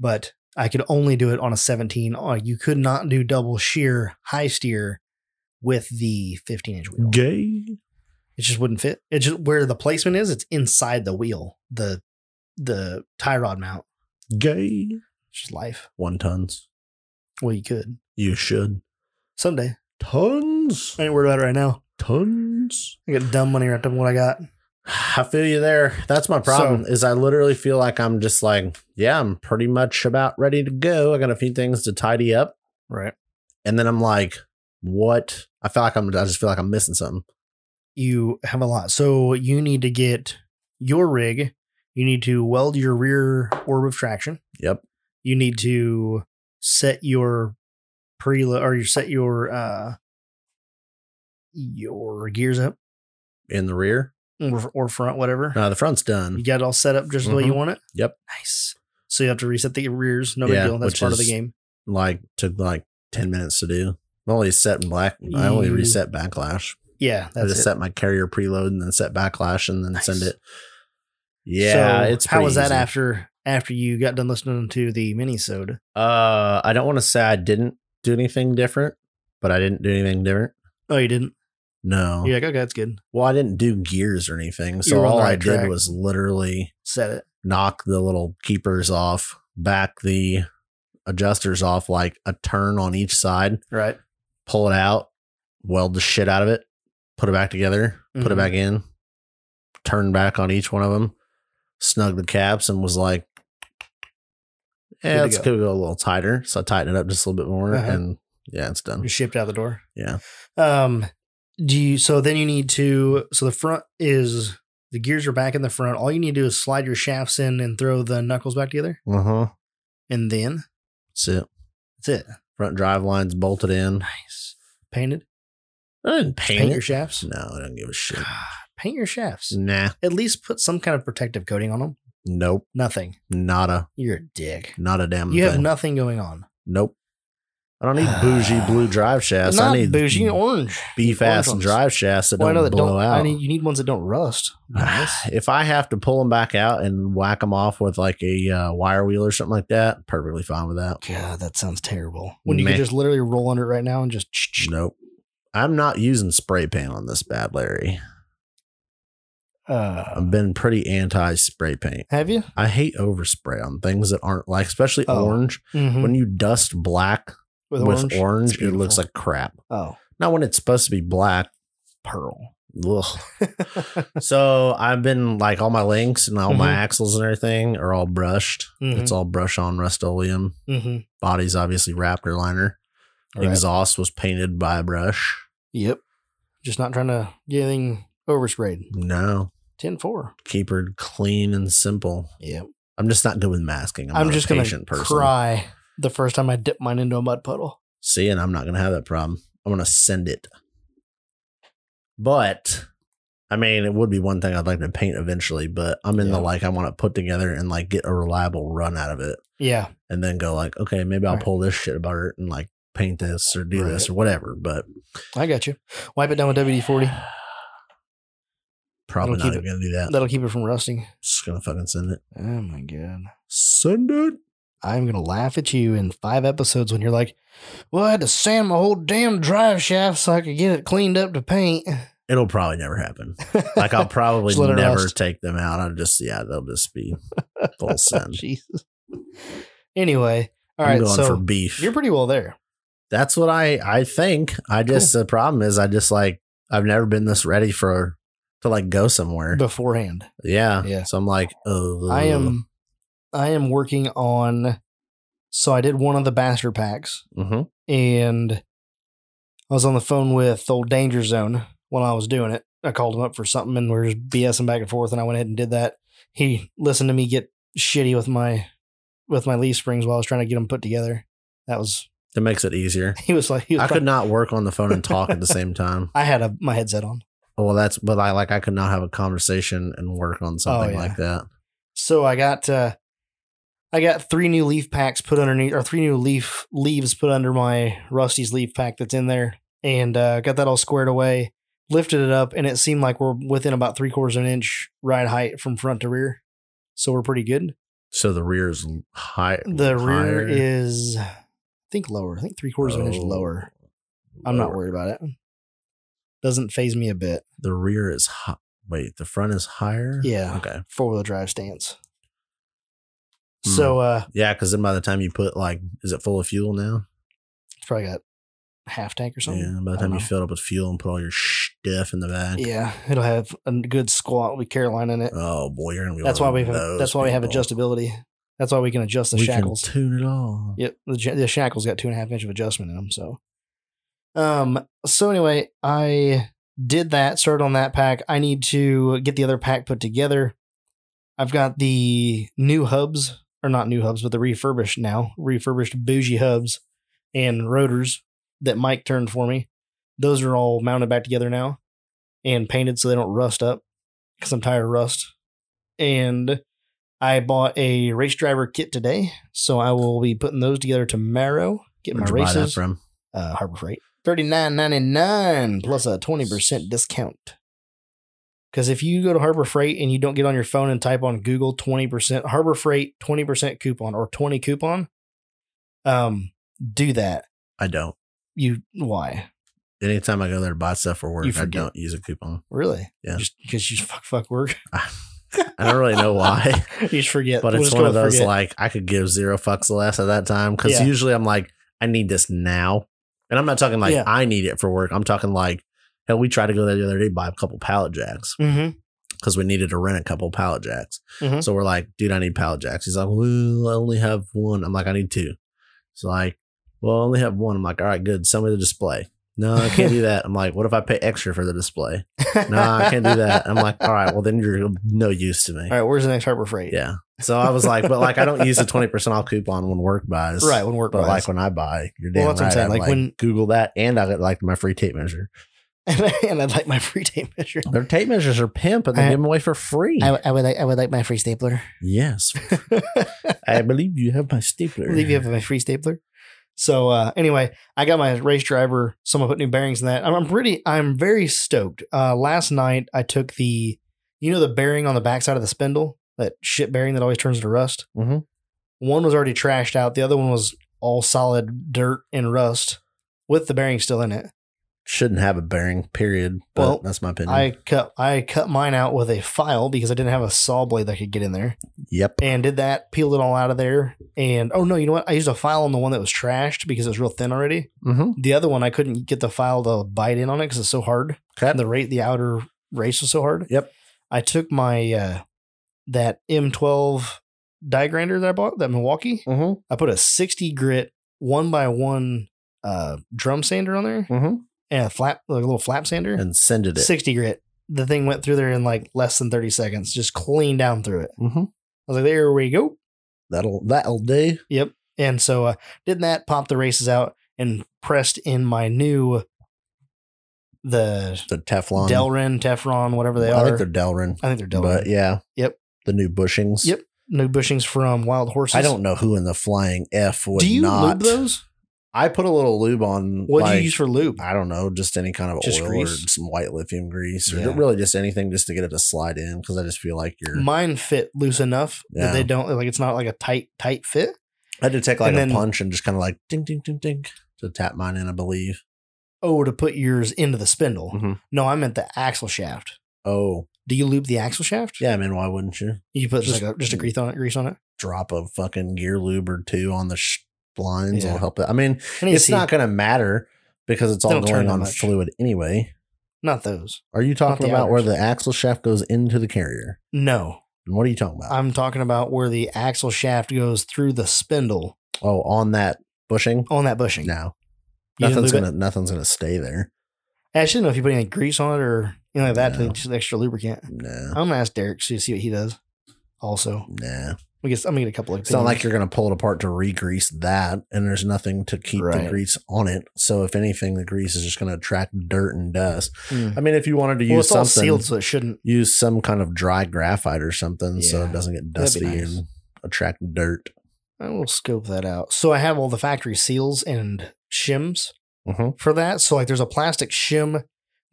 But I could only do it on a 17. Oh, You could not do double shear high steer with the 15 inch wheel.
Gay.
It just wouldn't fit. It just where the placement is, it's inside the wheel, the the tie rod mount.
Gay.
It's just life.
One tons.
Well, you could
You should.
someday.
Tons.
I ain't worried about it right now.
Tons.
I got dumb money wrapped up in what I got.
I feel you there. That's my problem. is I literally feel like I'm just like, yeah, I'm pretty much about ready to go. I got a few things to tidy up,
Right.
and then I'm like, what? I feel like I'm. I just feel like I'm missing something.
You have a lot. So you need to get your rig. You need to weld your rear orb of traction.
Yep.
You need to set your preload or you set your uh your gears up
In the rear.
or, or front, whatever.
No, the front's done.
You got it all set up just the way you
Mhm.
want it.
Mm-hmm. Yep.
Nice. So you have to reset the rears. No big
Yeah,
deal. That's
which
part of the
is-
game.
Like took like ten minutes to do. I only set in black. I only
You-
reset backlash.
Yeah,
I just
that's it.
set my carrier preload and then set backlash and then send
Nice.
it. Yeah,
So
it's
how
pretty
was that
easy.
after after you got done listening to the minisode?
Uh, I don't want to say I didn't do anything different, but I didn't do anything different.
Oh, you didn't.
No.
You're like, okay, that's good.
Well, I didn't do gears or anything. So
were on the
all I
right
did
track.
was literally
Set it.
knock the little keepers off, back the adjusters off like a turn on each side,
Right.
pull it out, weld the shit out of it, put it back together, put it
Mhm.
back in, turn back on each one of them, snug the caps, and was like,
to
yeah, it's
go."
going to go a little tighter. So I tightened it up just a little bit more
Uh-huh.
and yeah, it's done.
You shipped out the door.
Yeah.
Um do you so then you need to so the front is the gears are back in the front. All you need to do is slide your shafts in and throw the knuckles back together.
Uh huh.
And then
That's it.
that's it.
Front drive lines bolted in.
Nice. Painted?
I didn't
Paint,
paint it.
your shafts?
No, I don't give a shit.
Paint your shafts.
Nah,
At least put some kind of protective coating on them.
nope,
Nothing.
not a,
You're a dick.
not a damn
You
thing.
have nothing going on.
nope. I don't need bougie blue drive shafts.
Not
I need
bougie orange.
beef ass
orange ones.
drive shafts that
Well, I
don't
know that
blow
don't.
out.
I need, you need ones that don't rust. Nice.
if I have to pull them back out and whack them off with like a uh, wire wheel or something like that, perfectly fine with that.
God, that sounds terrible. When you could
Meh.
just literally roll under it right now and just. ch- ch-
Nope. I'm not using spray paint on this bad, Larry.
Uh,
I've been pretty anti spray paint.
have you?
I hate overspray on things that aren't like, especially
Oh.
orange.
Mhm.
When you dust black
With,
with
orange.
orange,
It's
it looks
beautiful.
like crap.
Oh,
Not when it's supposed to be black.
pearl.
Ugh.
Mm-hmm.
so I've been like all my links and all my
Mhm.
axles and everything are all brushed.
Mhm.
It's all brush on rust oleum.
mm-hmm.
Body's obviously Raptor liner. Exhaust was painted by brush.
Yep. Just not trying to get anything oversprayed.
No,
10 4.
keep her clean and simple.
Yep.
I'm just not good with masking. I'm,
I'm,
not
just
a
going to
patient person.
cry the first time I dip mine into a mud puddle.
See, and I'm not going to have that problem. I'm going to send it. But I mean, it would be one thing I'd like to paint eventually, but I'm in
Yeah.
the like, I want to put together and like get a reliable run out of it
Yeah.
and then go like, okay, maybe I'll
Right.
pull this shit apart and like paint this or do this or whatever. But
I got you. Wipe it down with WD 40.
probably
That'll
not
keep
even going to do that.
That'll keep it from rusting.
Just going to fucking send it.
Oh, my God.
Send it.
I'm gonna laugh at you in five episodes when you're like, "Well, I had to sand my whole damn drive shaft so I could get it cleaned up to paint."
It'll probably never happen. Like I'll probably
Just let it
never
rust.
take them out. I'll just yeah, they'll just be full send.
Jesus. Anyway, all
I'm
right,
going for
so
beef.
you're pretty well there.
That's what I I think. I just the problem is I just like I've never been this ready for to like go somewhere.
Beforehand,
yeah.
Yeah.
So I'm like, oh,
I am, I am working on. So I did one of the bastard packs,
hmm
and I was on the phone with old Danger Zone when I was doing it. I called him up for something, and we were just BSing back and forth. And I went ahead and did that. He listened to me get shitty with my with my leaf springs while I was trying to get them put together. That was
That makes it easier.
he was like he was.
I
like-
could not work on the phone and talk at the same time.
I had a my headset on,
Well, that's but I like I could not have a conversation and work on something
Oh, yeah.
like that.
so I got uh I got three new leaf packs put underneath, or three new leaf leaves put under my Rusty's leaf pack that's in there, and uh, got that all squared away. Lifted it up, and it seemed like we're within about three quarters of an inch ride height from front to rear, so we're pretty good.
So the rear is high.
The
higher.
rear is, I think, lower. I think three quarters of an inch
Oh,
lower. I'm not
lower.
worried about it. Doesn't phase me a bit.
The rear is high. Wait, the front is higher.
Yeah.
Okay.
Four wheel drive stance.
Hmm.
So uh,
Yeah, because then by the time you put like, is it full of fuel now?
it's probably got half tank or something.
Yeah, by the
I
time
don't
you fill it up with fuel and put all your stuff in the back.
know. yeah, it'll have a good squat with Carolina in it.
Oh boy, you're gonna be.
that's why
one
we
of
have
those
that's why we have
people.
adjustability. That's why we can adjust the
we
shackles.
Can tune it all.
Yep, the, j- the shackles got two and a half inch of adjustment in them. So, um, so anyway, I did that. Started on that pack. I need to get the other pack put together. I've got the new hubs, or not new hubs, but the refurbished now refurbished bougie hubs and rotors that Mike turned for me. Those are all mounted back together now and painted so they don't rust up because I'm tired of rust. And I bought a race driver kit today, so I will be putting those together tomorrow. Get my
Where'd you buy that
races
from?
uh, Harbor Freight. Thirty nine ninety nine plus a twenty percent discount. Because if you go to Harbor Freight and you don't get on your phone and type on Google twenty percent Harbor Freight twenty percent coupon or twenty coupon, um, do that.
I don't.
You why
Anytime I go there to buy stuff for work,
You
I
forget.
don't use a coupon.
really?
Yeah.
just because you fuck fuck work,
I don't really know why.
you just forget.
but
We'll
it's
just
one
go
of
with
those
forget.
like I could give zero fucks less at that time because
Yeah.
usually I'm like I need this now, and I'm not talking like
Yeah.
I need it for work. I'm talking like hell, we tried to go there the other day buy a couple pallet jacks
Mhm.
because we needed to rent a couple pallet jacks.
Mhm.
So we're like, dude, I need pallet jacks. He's like, well, I only have one. I'm like, I need two. So like, well, I only have one. I'm like, all right, good. Sell me the display. No, I can't do that. I'm like, what if I pay extra for the display? No, I can't do that. I'm like, all right, well, then you're no use to me.
All right, where's the next Harbor Freight?
Yeah. So I was like, but like I don't use the twenty percent off coupon when work buys.
right when work.
But
buys.
like when I buy, you're damn
Well, that's what I'm
right.
saying,
I'm
like,
like,
when-
Google that, and I get like my free tape measure.
and I'd like my free tape measure.
Their tape measures are pimp, and they
Oh. I-
give 'em give them away for free.
I, I would like I would like my free stapler.
yes, I believe you have my stapler.
believe you have my free stapler. So uh, anyway, I got my race driver. Someone put new bearings in that. I'm, I'm pretty. I'm very stoked. Uh, last night I took the, you know, the bearing on the backside of the spindle, that shit bearing that always turns to rust.
Mhm.
One was already trashed out. The other one was all solid dirt and rust, with the bearing still in it.
shouldn't have a bearing. Period. But
Well,
that's my opinion.
I cut I cut mine out with a file because I didn't have a saw blade that could get in there.
yep.
and did that, peeled it all out of there. And oh no, you know what? I used a file on the one that was trashed because it was real thin already.
Mm-hmm.
The other one I couldn't get the file to bite in on it because it's so hard.
Okay.
The rate, the outer race was so hard.
Yep.
I took my uh that M12 die grinder that I bought, that Milwaukee.
Mm-hmm.
I put a 60 grit one by one uh drum sander on there
Mm-hmm.
and a flap, like a little flap sander.
And send it.
60 grit. The thing went through there in like less than 30 seconds, just clean down through it.
Mm-hmm.
I was like, there we go.
That'll that'll do.
And so uh, did that, popped the races out, and pressed in my new the
The Teflon.
Delrin, Tefron, whatever they
I
are.
think they're Delrin.
I think they're Delrin.
But yeah.
Yep.
The new bushings.
Yep. New bushings from Wild Horses.
I don't know who in the flying F would
Do you
not.
lube those?
I put a little lube on.
What do
like,
you use for lube?
I don't know, just any kind of
Just
oil
grease?
or some white lithium grease or
Yeah.
really just anything just to get it to slide in because I just feel like you're.
Mine fit loose enough that
Yeah.
they don't like it's not like a tight tight fit.
I had to take like
and
a
then-
punch and just kind of like ding ding ding ding to tap mine in, I believe.
Oh, to put yours into the spindle.
Mhm.
No, I meant the axle shaft.
Oh
Do you lube the axle shaft?
yeah, I mean, why wouldn't you
You put just,
Just- mm.
like a, just a grease on it, grease on it.
drop a fucking gear lube or two on the sh- blinds?
Yeah.
Will help it. I mean,
I need to
it's
see-
not going to matter because it's
They
all
don't turn
going
that
on
much.
fluid anyway.
not those.
Are you talking
the
about where
outers.
the axle shaft goes into the carrier?
No.
And what are you talking about?
I'm talking about where the axle shaft goes through the spindle
oh, on that bushing?
on that bushing.
No,
You didn't
nothing's
lube it?
gonna nothing's gonna stay there.
I should know if you put any grease on it or anything like that
No.
to just extra lubricant.
No,
I'm gonna ask Derek to see what he does. Also,
nah.
we guess I'm gonna get a couple of.
It's not like
opinions.
you're going to pull it apart to re-grease that, and there's nothing to keep
Right.
the grease on it. So if anything, the grease is just going to attract dirt and dust.
Mm.
I mean, if you wanted to
well,
use
it's all
something,
sealed, so it shouldn't.
use some kind of dry graphite or something, so
Yeah.
it doesn't get
That'd
dusty
be nice.
and attract dirt.
I will scope that out. So I have all the factory seals and shims
Mm-hmm.
for that. So like, there's a plastic shim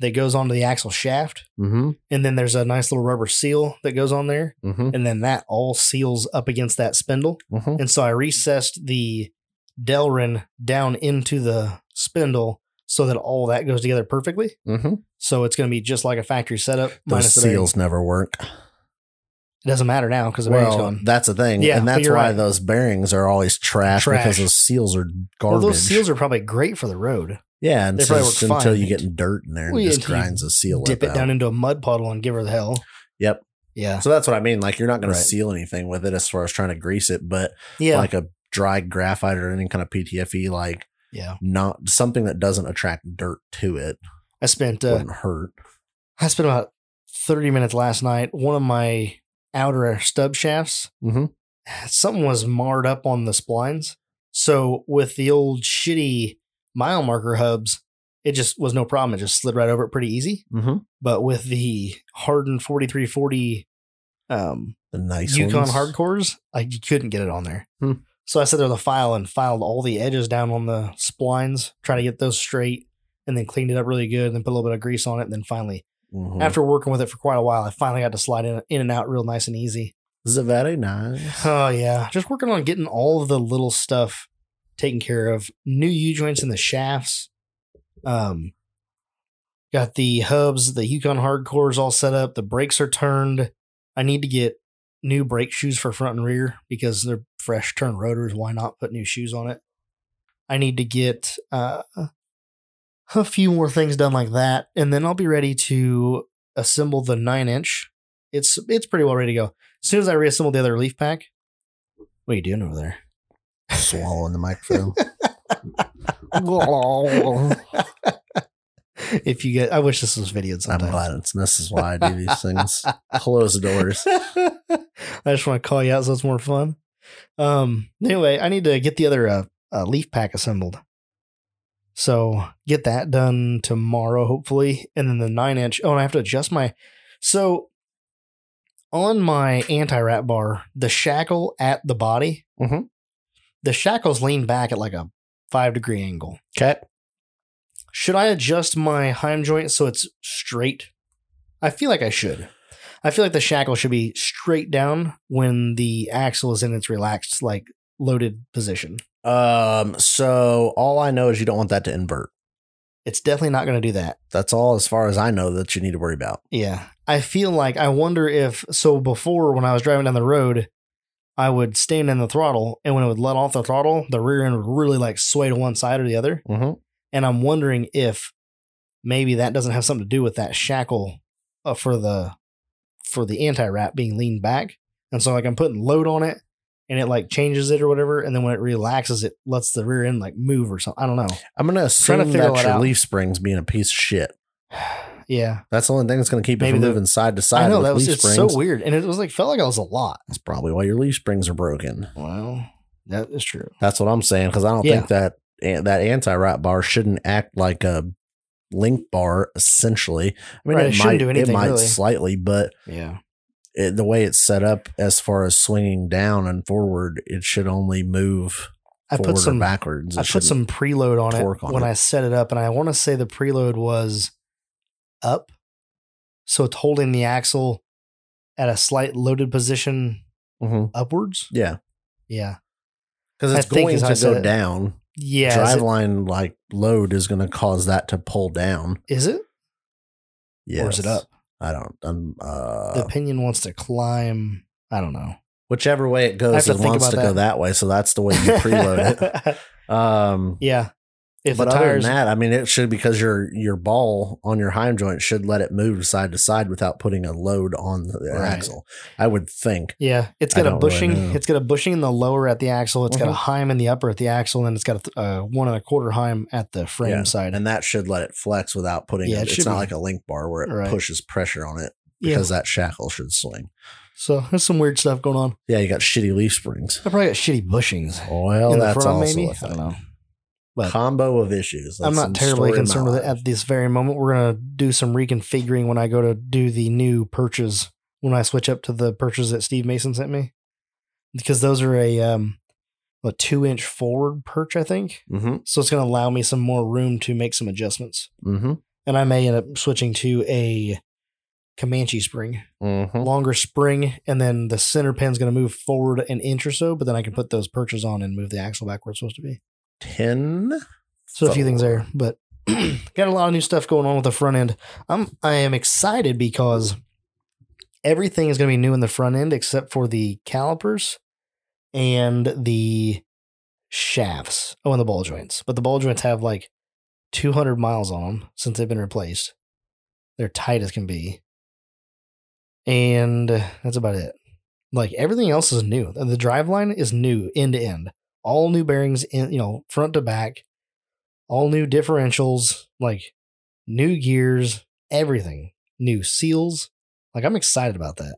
that goes onto the axle shaft,
Mm-hmm.
and then there's a nice little rubber seal that goes on there,
Mm-hmm.
and then that all seals up against that spindle.
Mm-hmm.
And so I recessed the Delrin down into the spindle so that all that goes together perfectly.
Mm-hmm.
So it's going to be just like a factory setup.
Those
the bearing.
seals never work.
It doesn't matter now because the bearing's
Well,
gone.
that's the thing,
Yeah,
and
but
that's
you're
why
right.
those bearings are always trash,
Trash.
because those seals are
Well,
garbage.
those seals are probably great for the road.
Yeah, and
They
so
probably
it's
work
until
fine.
you get dirt in there and
Well, yeah,
just
until you
grinds the seal
Dip
lip
it down
out.
into a mud puddle and give her the hell.
Yep.
Yeah.
So that's what I mean. Like you're not going
Right.
to seal anything with it as far as trying to grease it, but
Yeah.
like a dry graphite or any kind of PTFE, E, like
yeah.
not something that doesn't attract dirt to it
I spent uh,
wouldn't hurt.
I spent about 30 minutes last night. One of my outer stub shafts,
Mm-hmm.
something was marred up on the splines. So with the old shitty mile marker hubs, it just was no problem. It just slid right over it pretty easy.
Mm-hmm.
But with the hardened 4340 um,
The nice
Yukon
ones.
hardcores, I couldn't get it on there.
Hmm.
So I sat there with a file and filed all the edges down on the splines, trying to get those straight, and then cleaned it up really good, and then put a little bit of grease on it, and then finally
Mhm.
after working with it for quite a while, I finally got to slide in, in and out real nice and easy.
Is it very nice?
Oh yeah, just working on getting all of the little stuff taken care of. New U joints in the shafts. Um, got the hubs, the Yukon hardcores all set up. The brakes are turned. I need to get new brake shoes for front and rear because they're fresh turn rotors. Why not put new shoes on it? I need to get uh, a few more things done like that, and then I'll be ready to assemble the nine inch. It's it's pretty well ready to go. As soon as I reassemble the other leaf pack, what are you doing over there?
Swallowing the microphone.
if you get, I wish this was videoed
I'm
sometime.
glad it's this is why I do these things. Close the doors.
I just want to call you out so it's more fun. Um. Anyway, I need to get the other uh, uh, leaf pack assembled. So get that done tomorrow, hopefully, and then the nine inch. Oh, and I have to adjust my. So on my anti rat bar, the shackle at the body,
Mhm.
the shackles lean back at like a five degree angle.
Okay.
Should I adjust my Heim joint so it's straight? I feel like I should. I feel like the shackle should be straight down when the axle is in its relaxed, like loaded position.
Um, so all I know is you don't want that to invert.
It's definitely not going to do that.
That's all as far as I know that you need to worry about.
Yeah. I feel like I wonder if so before when I was driving down the road, I would stand in the throttle and when it would let off the throttle, the rear end would really like sway to one side or the other.
Mm-hmm.
And I'm wondering if maybe that doesn't have something to do with that shackle uh, for the for the anti wrap being leaned back. And so like I'm putting load on it and it like changes it or whatever. And then when it relaxes, it lets the rear end like move or something. I don't know.
I'm gonna assume
to figure
that
that
your
out.
leaf springs being a piece of shit.
yeah.
That's the only thing that's gonna keep
Maybe
it from
the-
moving side to side.
I know
with
that was
leaf
it's so
springs.
weird. And it was like felt like I was a lot.
That's probably why your leaf springs are broken.
Well, that is true.
That's what I'm saying because I don't
Yeah.
think that an- that anti rot bar shouldn't act like a link bar. Essentially, I mean
Right,
it,
it
might
shouldn't do anything,
it might
really.
slightly, but
Yeah.
it, the way it's set up as far as swinging down and forward, it should only move
I
forward
put
or
some I
backwards. It
put
shouldn't-
some preload on
torque
it
on
when
it.
I set it up and I want to say the preload was up. So it's holding the axle at a slight loaded position
Mhm.
upwards.
yeah,
Yeah.
because
I
it's
think
going
is how I
to
said
go
it.
down.
Yeah. is it-
Driveline like load is going to cause that to pull down.
Is it?
Yes.
Or is it up?
I don't. I'm.
The
Uh,
pinion wants to climb. I don't know.
whichever way it
I have
goes,
to
it
think
wants
about
to go
that.
that way. So that's the way you preload it. Um,
yeah. If
but
the
other
tires
than that, I mean, it should because your your ball on your Heim joint should let it move side to side without putting a load on the
Right.
axle. I would think.
Yeah, it's
I
got a
don't really
bushing.
know.
it's got a bushing in the lower at the axle. It's got
Mhm.
a heim in the upper at the axle, and then it's got a th- uh, one and a quarter heim at the frame
Yeah.
side.
And that should let it flex without putting
Yeah,
it,
it
it's
should
not
be.
like a link bar where it
Right.
pushes pressure on it
yeah,
because that shackle should swing.
so there's some weird stuff going on.
Yeah, you got shitty leaf springs.
I probably got shitty bushings
Well,
in the
that's
front,
also
maybe.
a
I
thing.
don't know. But
Combo of issues.
I'm
That's
not
the
terribly
story of my
concerned with it
life.
at this very moment. We're gonna do some reconfiguring when I go to do the new purchase when I switch up to the purchase that Steve Mason sent me because those are a um a two inch forward perch, I think.
Mhm,
So it's gonna allow me some more room to make some adjustments.
mhm,
and I may end up switching to a Comanche spring,
mhm.
longer spring, and then the center pin's going to move forward an inch or so. But then I can put those perches on and move the axle back where it's supposed to be.
Ten.
So a few things there, but got a lot of new stuff going on with the front end. I'm I am excited because everything is going to be new in the front end except for the calipers and the shafts. Oh, and the ball joints. But the ball joints have like 200 miles on them since they've been replaced. They're tight as can be. And that's about it. Like everything else is new. The drive line is new end to end. All new bearings in, you know, front to back, all new differentials, like new gears, everything. New seals. Like I'm excited about that.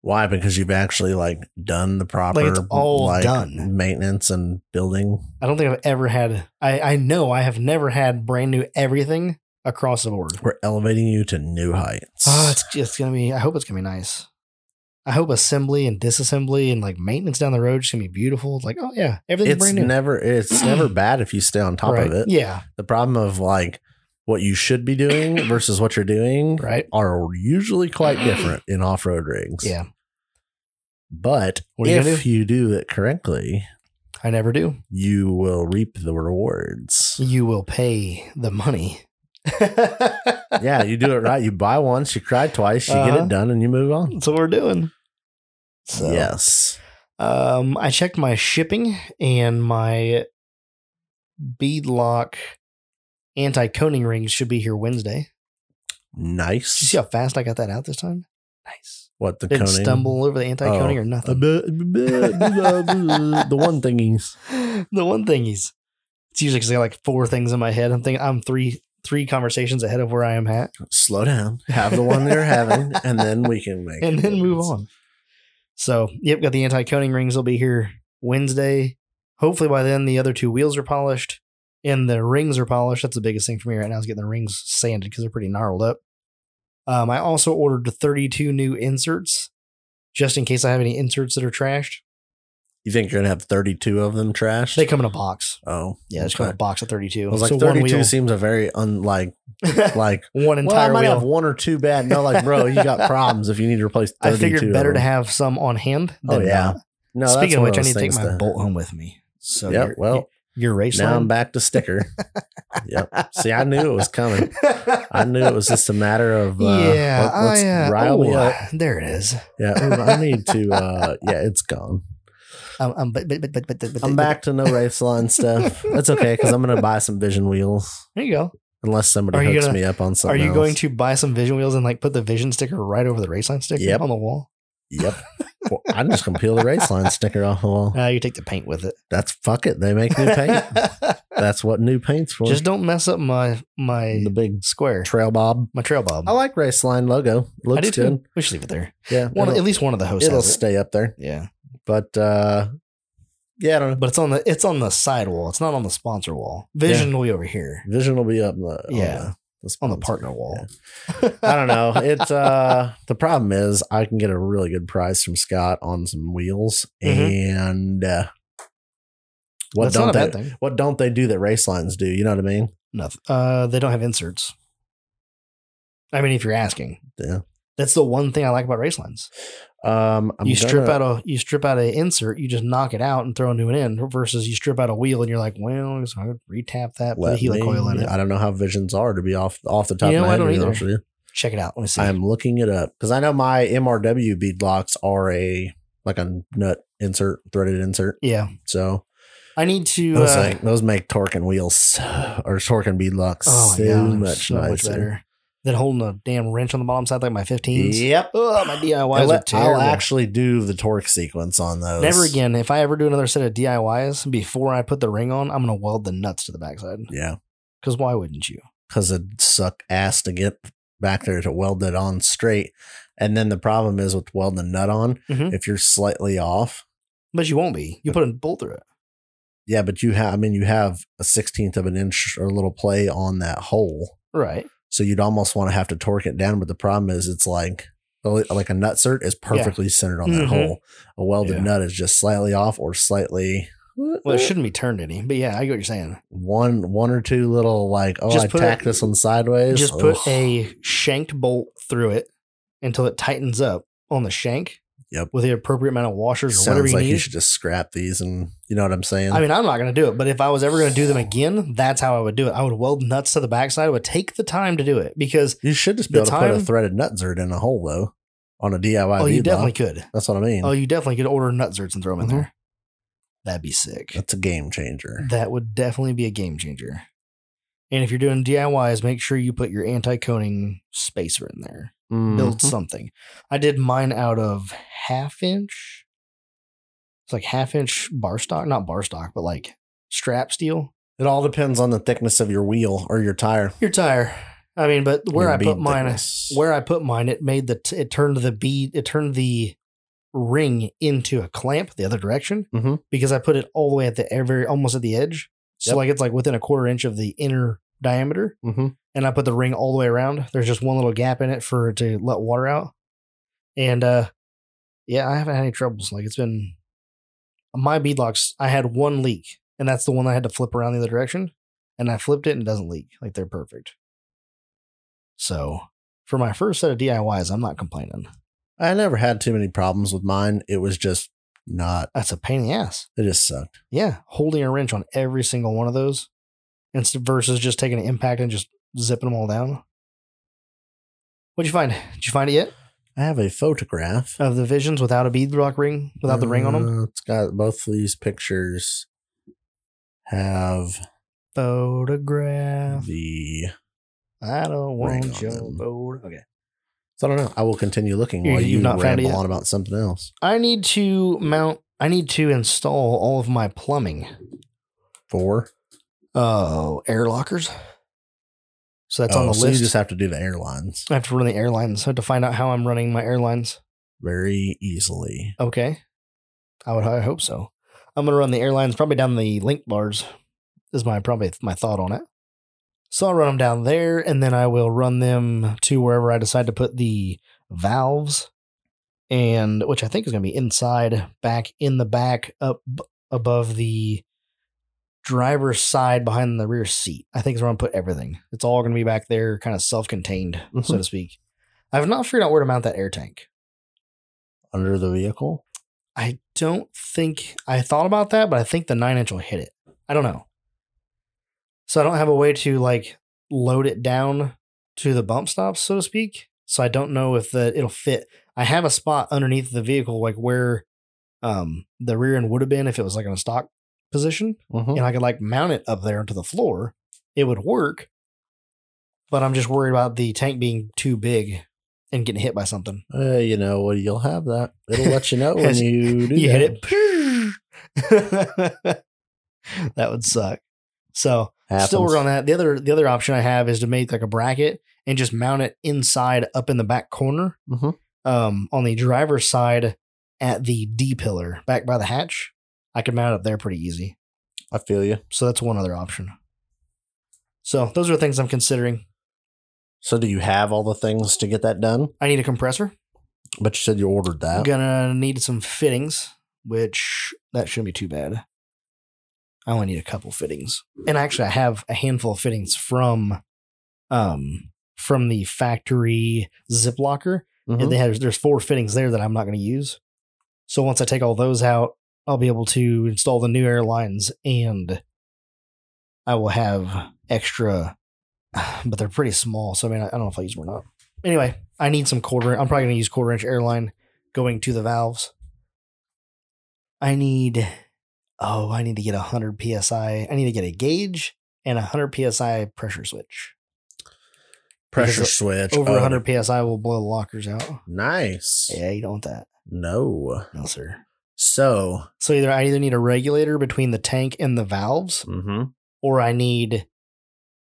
Why? Because you've actually like done the proper
it's all done.
maintenance and building.
I don't think I've ever had I, I know I have never had brand new everything across the board.
We're elevating you to new heights.
Oh, it's just gonna be. I hope it's gonna be nice. I hope assembly and disassembly and like maintenance down the road is gonna be beautiful. It's like, oh yeah, everything's
it's
brand new.
never it's never bad if you stay on top
Right.
of it.
Yeah.
The problem of like what you should be doing versus what you're doing
Right.
are usually quite different in off-road rigs.
Yeah.
But
What are you
if
gonna
you do it correctly,
I never do.
you will reap the rewards.
You will pay the money.
yeah, you do it right. You buy once, you cry twice, you get
Uh-huh.
it done, and you move on.
That's what we're doing. So
Yes.
um I checked my shipping and my beadlock anti-coning rings should be here Wednesday. Did you
Nice.
see how fast I got that out this time? Nice.
What the
Didn't
coning?
stumble over the anti-coning
Oh.
or
Uh,
nothing.
buh, buh, buh, buh, buh, the one thingies.
the one thing he's it's usually because I got like four things in my head. I'm thinking I'm three three conversations ahead of where I am at,
Slow down. Have the one you're having, and then we can make
and then move
amends.
on. So, yep, got the anti coning rings. They'll be here Wednesday. Hopefully by then the other two wheels are polished and the rings are polished. That's the biggest thing for me right now is getting the rings sanded because they're pretty gnarled up. Um, I also ordered 32 new inserts just in case I have any inserts that are trashed.
You think you're gonna have 32 of them trashed?
They come in a box.
oh,
Yeah, it's
okay.
called a box of 32.
I was like,
So one
32
wheel,
seems a very unlike like.
one
Well, I
entire
might
wheel.
have one or two bad. No, like, bro, you got problems if you need to replace. 32
I figured better
of
to
them.
have some on hand.
Oh,
Than
yeah.
not.
No, that's
Speaking of
one
which, I
those
need to take
things
my bolt home with me. So
Yep,
your-
well,
your race
Now I'm
line.
back to sticker. yep. See, I knew it was coming. I knew it was just a matter of uh,
yeah,
let- let's
I, uh,
rile me
oh,
up.
there it is.
Yeah, ooh, I need to. Uh, yeah, it's gone.
Um, um, but, but, but, but, but, but-
I'm back to no race line stuff. That's okay because I'm gonna buy some Vision wheels
There you go.
unless somebody
Are you
hooks
gonna-
me up on
Are
something.
you going
else.
to buy some vision wheels and like put the vision sticker right over the race line sticker
Yep.
on the wall?
Yep. Well, I'm just gonna peel the race line sticker off the wall.
Uh, you take the paint with it.
That's fuck it. They make new paint. That's what new paint's for.
Just don't mess up my my
the big
square,
trail bob.
my trail bob.
I like race line logo.
I do
Looks good.
too. We should leave it there.
Yeah,
One,
it'll,
at least one of the hosts
it'll
has it.
stay up there.
Yeah.
But uh, yeah, I don't know.
but it's on the it's on the side wall. It's not on the sponsor wall. Vision will be over here
Vision will be up. In the, oh, on
Yeah.
the-
on the
sponsor.
partner wall.
I don't know. It's uh the problem is I can get a really good price from Scott on some wheels
Mhm.
and uh, what
That's
don't
not a
they
bad thing.
what don't they do that race lines do? You know what I mean?
Nothing. Uh, they don't have inserts. I mean, if you're asking,
Yeah.
that's the one thing I like about race lines.
Um, I'm
you strip
gonna-
out a you strip out an insert, you just knock it out and throw a new one in. Versus you strip out a wheel and you're like, well, I guess I would retap that, put a
let
helicoil
me-
in it.
I don't know how visions are to be off off the top
You know,
of
I
my head. to
don't
be
either.
honest with you.
Check it out. Let me see.
I'm looking it up because I know my MRW beadlocks are a like a nut insert, threaded insert.
yeah,
So
I need to.
those,
uh,
make, those make torque and wheels so- or torque and beadlocks
oh
so
my god, they're
much
so
nicer.
much better than holding a damn wrench on the bottom side like my 15s.
Yep.
Oh, my DIYs
I'll,
are
let- I'll
terrible.
actually do the torque sequence on those.
Never again. If I ever do another set of DIYs before I put the ring on, I'm gonna weld the nuts to the backside.
Yeah,
Because why wouldn't you?
because it'd suck ass to get back there to weld it on straight. And then the problem is with welding a nut on,
Mhm.
if you're slightly off.
But you won't be. You put a bolt through it.
Yeah, but you have, I mean, you have a sixteenth of an inch or a little play on that hole.
Right.
So you'd almost want to have to torque it down. But the problem is it's like, oh, like a nut cert is perfectly centered on that
Mhm.
hole. A welded
Yeah.
nut is just slightly off or slightly.
Well, it shouldn't be turned any. But yeah, I get what you're saying.
one one or two little like oh
Just
I
put
tack
it-
this one sideways.
Just put
Ugh.
a shanked bolt through it until it tightens up on the shank.
Yep.
With the appropriate amount of washers or whatever
sounds
you
like
need.
you should just scrap these and you know what I'm saying.
I mean, I'm not gonna do it, but if I was ever gonna do them again, that's how I would do it. I would weld nuts to the backside. I would take the time to do it because
you should just be
the
able to put a
time-
threaded nut zerd in a hole though on a DIY.
oh, you
beadlock.
definitely could.
That's what I mean.
Oh, you definitely could order nutzerts and throw them
Mhm.
in there. That'd be sick.
That's a game changer.
That would definitely be a game changer. And if you're doing DIYs, make sure you put your anti coning spacer in there. Build
Mhm.
something. I did mine out of half inch. It's like half inch bar stock, not bar stock, but like strap steel.
It all depends on the thickness of your wheel or your tire.
Your tire. I mean, but where
Your
I put
bead
mine,
thickness.
where I put mine, it made the t- it turned the bead, it turned the ring into a clamp the other direction
Mhm.
because I put it all the way at the every almost at the edge. So
Yep.
like it's like within a quarter inch of the inner diameter,
Mhm.
and I put the ring all the way around. There's just one little gap in it for to let water out, and uh yeah, I haven't had any troubles. Like it's been my beadlocks. I had one leak, and that's the one I had to flip around the other direction, and I flipped it and it doesn't leak. Like they're perfect. So for my first set of DIYs, I'm not complaining.
I never had too many problems with mine. It was just not.
That's a pain in the ass.
It just sucked.
Yeah, holding a wrench on every single one of those, inst- versus just taking an impact and just zipping them all down. What'd you find? Did you find it yet
I have a photograph
of the visions without a beadlock ring, without the ring on them?
Uh, It's got both of these pictures have
Photograph.
the.
I don't
Ring
want
on
your
them.
photo. Okay.
So I don't know. I will continue looking
You-
while
you've
you
not found it
ramble
yet?
on about something else.
I need to mount. I need to install all of my plumbing.
Four.
Oh, air lockers. So that's on
Oh,
the
so
list.
You just have to do the airlines
I have to run the airlines. I have to find out how I'm running my airlines.
very easily.
Okay. I would I hope so. I'm gonna run the airlines probably down the link bars is my probably my thought on it. So I'll run them down there and then I will run them to wherever I decide to put the valves and which I think is gonna be inside, back in the back, up b- above the driver's side behind the rear seat. I think is where I'm gonna put everything. It's all gonna be back there, kind of self-contained, so
Mhm.
to speak. I've not figured out where to mount that air tank.
Under the vehicle?
I don't think I thought about that, but I think the nine inch will hit it. I don't know. So I don't have a way to like load it down to the bump stops, so to speak. So I don't know if the it'll fit. I have a spot underneath the vehicle, like where um the rear end would have been if it was like in a stock position,
Mhm.
and I could like mount it up there onto the floor. It would work. But I'm just worried about the tank being too big and getting hit by something.
Uh, you know, well, you'll have that. It'll let you know when
Yes.
you do
you
that.
hit it. that would suck. So still work on that. The other the other option I have is to make like a bracket and just mount it inside up in the back corner
Mhm.
um, on the driver's side at the D pillar back by the hatch. I could mount it up there pretty easy.
I feel you.
So that's one other option. So those are things I'm considering.
So do you have all the things to get that done?
I need a compressor.
But you said you ordered
I'm
that.
gonna need some fittings, which that shouldn't be too bad. I only need a couple fittings, and actually, I have a handful of fittings from, um, from the factory zip locker.
Mhm.
And they have there's four fittings there that I'm not going to use. So once I take all those out, I'll be able to install the new airlines, and I will have extra, but they're pretty small. So I mean, I, I don't know if I use them or not. Anyway, I need some quarter. I'm probably going to use quarter inch airline going to the valves. I need, oh, I need to get a 100 psi. I need to get a gauge and a 100 psi pressure switch.
Pressure
because
switch.
Over
Oh,
100 psi will blow the lockers out.
Nice.
Yeah, you don't want that.
No.
No, sir.
So,
So either I either need a regulator between the tank and the valves,
mhm.
or I need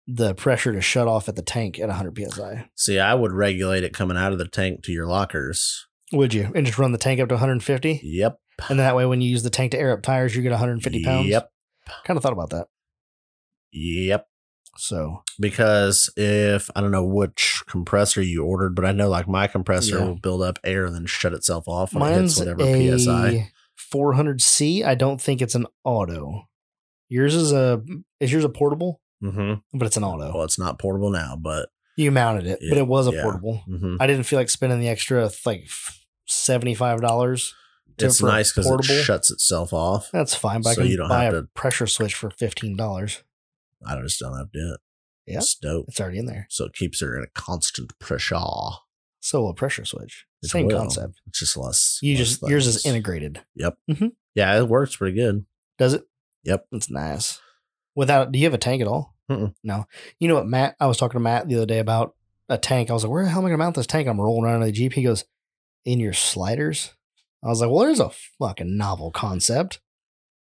the pressure to shut off at the tank at 100 psi.
see, I would regulate it coming out of the tank to your lockers.
Would you? And just run the tank up to 150,
Yep.
and that way when you use the tank to air up tires, you get 150 pounds.
Yep.
Kind of thought about that.
Yep.
So
because if I don't know which compressor you ordered, but I know like my compressor
Yeah.
will build up air and then shut itself off when
mine's
it hits
a
whatever psi.
400C. I don't think it's an auto. Yours is a is yours a portable,
Mm-hmm.
but it's an auto.
Well, it's not portable now, but
You mounted it, but
Yeah,
it was a
yeah.
portable.
mhm.
I didn't feel like spending the extra like seventy five dollars.
it's nice because it
portable?
shuts itself off.
That's fine, but
So
I can
you don't
buy
have
a
to-
pressure switch for fifteen dollars.
I just don't have to do it.
Yeah.
It's dope.
It's already in there.
So it keeps her in a constant pressure.
So a pressure switch,
It
same
will.
concept.
It's just less.
You
less
just yours is
things.
integrated.
Yeah, it works pretty good.
Does it?
Yep.
That's nice. Without, do you have a tank at all?
Mm-mm.
No. You know what, Matt? I was talking to Matt the other day about a tank. I was like, where the hell am I going to mount this tank? I'm rolling around in the Jeep. He goes, in your sliders? I was like, well, there's a fucking novel concept.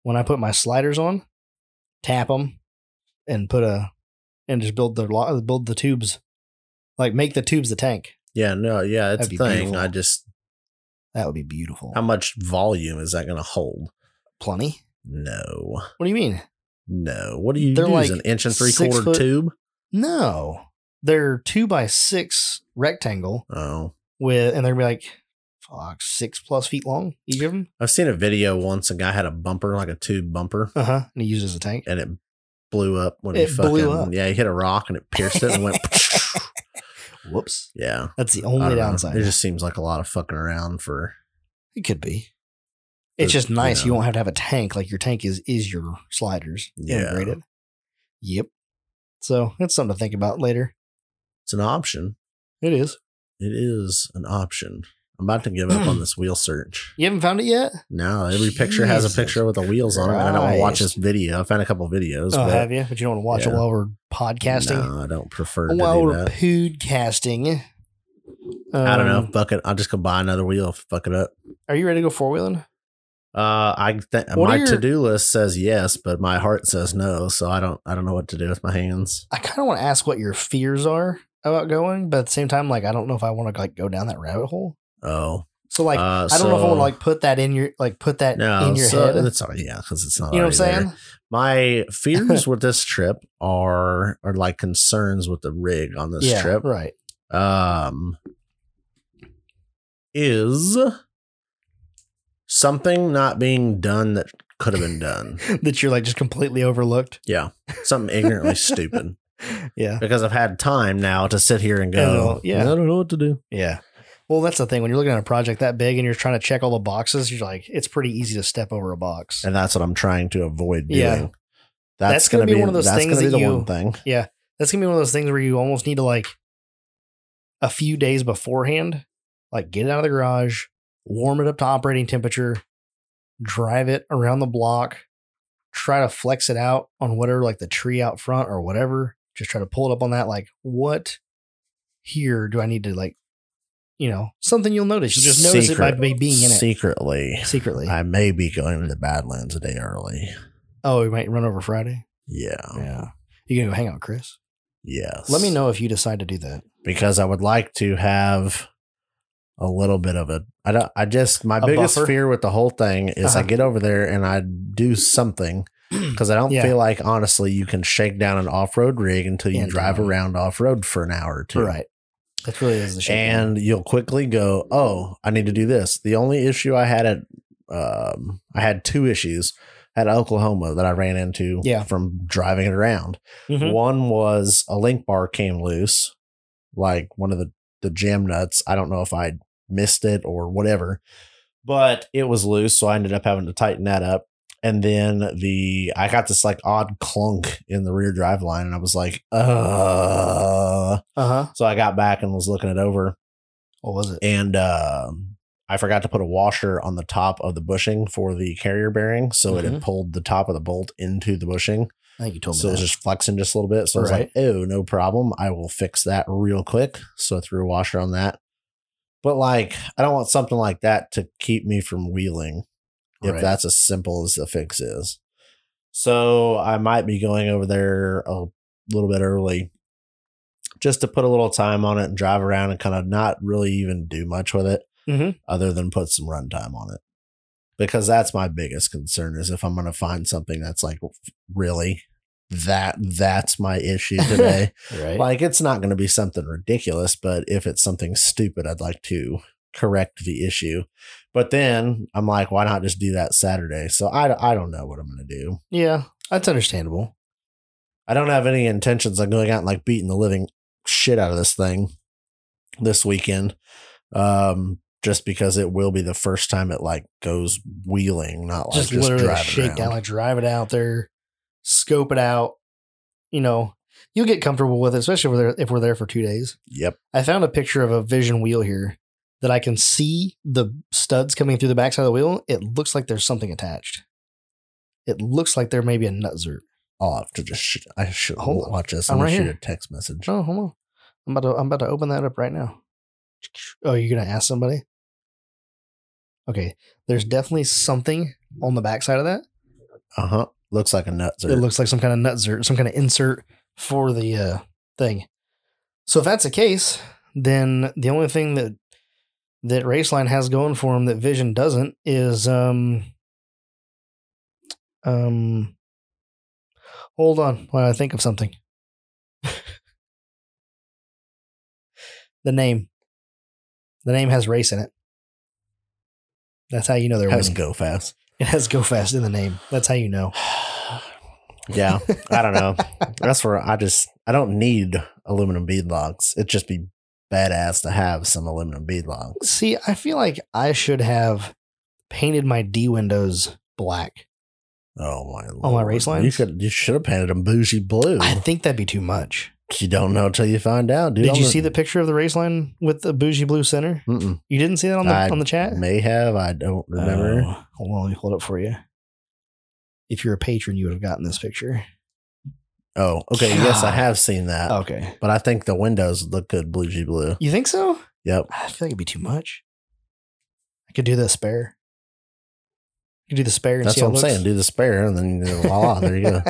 When I put my sliders on, tap them and put a, and just build the, lo- build the tubes, like make the tubes the tank.
Yeah, no, yeah, it's
That'd
a
be
thing.
beautiful.
I just
That would be beautiful.
how much volume is that going to hold?
Plenty.
No,
What do you mean?
no. What do you
They're
use?
like
an inch and three
six
quarter
foot-
tube?
No. They're two by six rectangle
Oh,
with, and they're gonna be like, fuck, six plus feet long. Each of them.
I've seen a video once. A guy had a bumper, like a tube bumper,
Uh huh. And he uses a tank.
and it blew up when he
It
fucking
blew up.
yeah, he hit a rock and it pierced it and went.
Whoops.
yeah,
That's the
I
only
don't know.
downside.
It just seems like a lot of fucking around for.
it could be. It's
But,
just nice.
you
You
know.
won't have to have a tank. Like your tank is is your sliders
Yeah.
integrated. Yep. So it's something to think about later.
It's an option.
It is.
It is an option. I'm about to give up on this wheel search.
You haven't found it yet?
No, every picture has a
Jesus
picture with the wheels on it. and I don't want to watch this
Christ.
video. I found a couple videos.
Oh,
but
have you? But you don't want to watch
Yeah.
it while we're podcasting.
No, I don't prefer to
while
do
we're
that.
podcasting.
I don't know.
Um,
Fuck it. I'll just go buy another wheel. if Fuck it up.
Are you ready to go four wheeling?
Uh, I th-
What
my
are your-
to do list says yes, but my heart says no. So I don't. I don't know what to do with my hands.
I kind of want to ask what your fears are about going, but at the same time, like I don't know if I want to like go down that rabbit hole.
Oh,
So like
uh,
I don't know if I
so-
want to like put that in your like put that
no.
in your
so
head. You know
that's all right, yeah, because it's not.
what I'm
already there.
saying?
My fears with this trip are are like concerns with the rig on this
yeah,
trip.
right.
um, is something not being done that could have been done.
that you're like just completely overlooked.
Yeah, something ignorantly stupid.
Yeah,
Because I've had time now to sit here and
Yeah,
go,
well, yeah.
I don't know what to do.
yeah. Well, that's the thing when you're looking at a project that big and you're trying to check all the boxes, you're like it's pretty easy to step over a box.
And that's what I'm trying to avoid doing.
Yeah.
That's,
That's
gonna,
gonna
be one of those that's
things
gonna
that
be the
you-
one thing.
that's gonna be one of those things where you almost need to like a few days beforehand, like get it out of the garage, warm it up to operating temperature, drive it around the block, try to flex it out on whatever, like the tree out front or whatever. Just try to pull it up on that. Like, what here do I need to like, you know, something you'll notice. You'll just notice it by
Secret-
me being in it
Secretly,
secretly.
I may be going to the Badlands a day early.
oh, we might run over Friday.
Yeah.
Yeah. You gonna go hang out, with Chris?
Yes.
Let me know if you decide to do that.
because I would like to have a little bit of it. I don't. I just my
A
biggest
buffer?
fear with the whole thing is I
Uh-huh.
get over there and I do something because I don't
Yeah.
feel like honestly you can shake down an off road rig until you
And
drive
down.
around off road for an hour or two.
Right. That really is the shit.
And you'll quickly go, oh, I need to do this. The only issue I had at, um, I had two issues at Oklahoma that I ran into
Yeah.
from driving it around.
Mhm.
One was a link bar came loose, like one of the the jam nuts. I don't know if I missed it or whatever, but it was loose, so I ended up having to tighten that up. And then the I got this like odd clunk in the rear drive line, and I was like, uh.
Uh huh.
So I got back and was looking it over,
What was it?
and um I forgot to put a washer on the top of the bushing for the carrier bearing, so it had
Mhm.
pulled the top of the bolt into the bushing.
I think you told me.
So it
that.
was just flexing just a little bit. So I was like, oh, no problem. I will fix that real quick. So I threw a washer on that. But like, I don't want something like that to keep me from wheeling if
Right.
that's as simple as the fix is. So I might be going over there a little bit early just to put a little time on it and drive around and kind of not really even do much with it
Mhm.
other than put some runtime on it. Because that's my biggest concern is if I'm going to find something that's like really that that's my issue today.
right.
like it's not going to be something ridiculous, but if it's something stupid, I'd like to correct the issue. But then I'm like, why not just do that Saturday? So I, I don't know what I'm going to do.
yeah, that's understandable.
I don't have any intentions of going out and like beating the living shit out of this thing this weekend. Um, just because it will be the first time it like goes wheeling, not like
just,
just,
literally
driving
shake
around.
down, like drive it out there, scope it out. You know, you'll get comfortable with it, especially if we're there, if we're there for two days.
Yep.
I found a picture of a vision wheel here that I can see the studs coming through the backside of the wheel. It looks like there's something attached. It looks like there may be a nut zert.
I'll have to just sh- I should hold
Hold on.
watch this.
I'm
I'm gonna
right
shoot
here.
a text message.
Oh, hold on. I'm about to I'm about to open that up right now. Oh, you're gonna ask somebody? Okay. There's definitely something on the backside of that.
Uh huh. Looks like a nut.
It looks like some kind of nut zert, some kind of insert for the uh, thing. So if that's the case, then the only thing that that Raceline has going for him that Vision doesn't is um um hold on while I think of something. the name. The name has race in it. That's how you know they're
has
winning.
go fast.
It has go fast in the name. That's how you know.
yeah, I don't know. That's where I just I don't need aluminum bead locks. It'd just be badass to have some aluminum bead locks.
See, I feel like I should have painted my D windows black.
Oh my!
my
lord.
race
You
lines?
should you should have painted them bougie blue.
I think that'd be too much.
you don't know till you find out, dude.
Did you see the picture of the race line with the bougie blue center?
Mm-mm.
You didn't see that on the
I
on the chat?
May have. I don't remember.
Oh, hold on, let me hold it for you. If you're a patron, you would have gotten this picture.
Oh, okay. Yes,
God.
I
Oh.
have seen that.
Okay.
But I think the windows look good, blue G blue.
You think so?
Yep.
I feel like it'd be too much. I could do the spare. You could do the spare and
That's
see how
what I'm
it looks.
saying. Do the spare, and then you know, voila, there you go.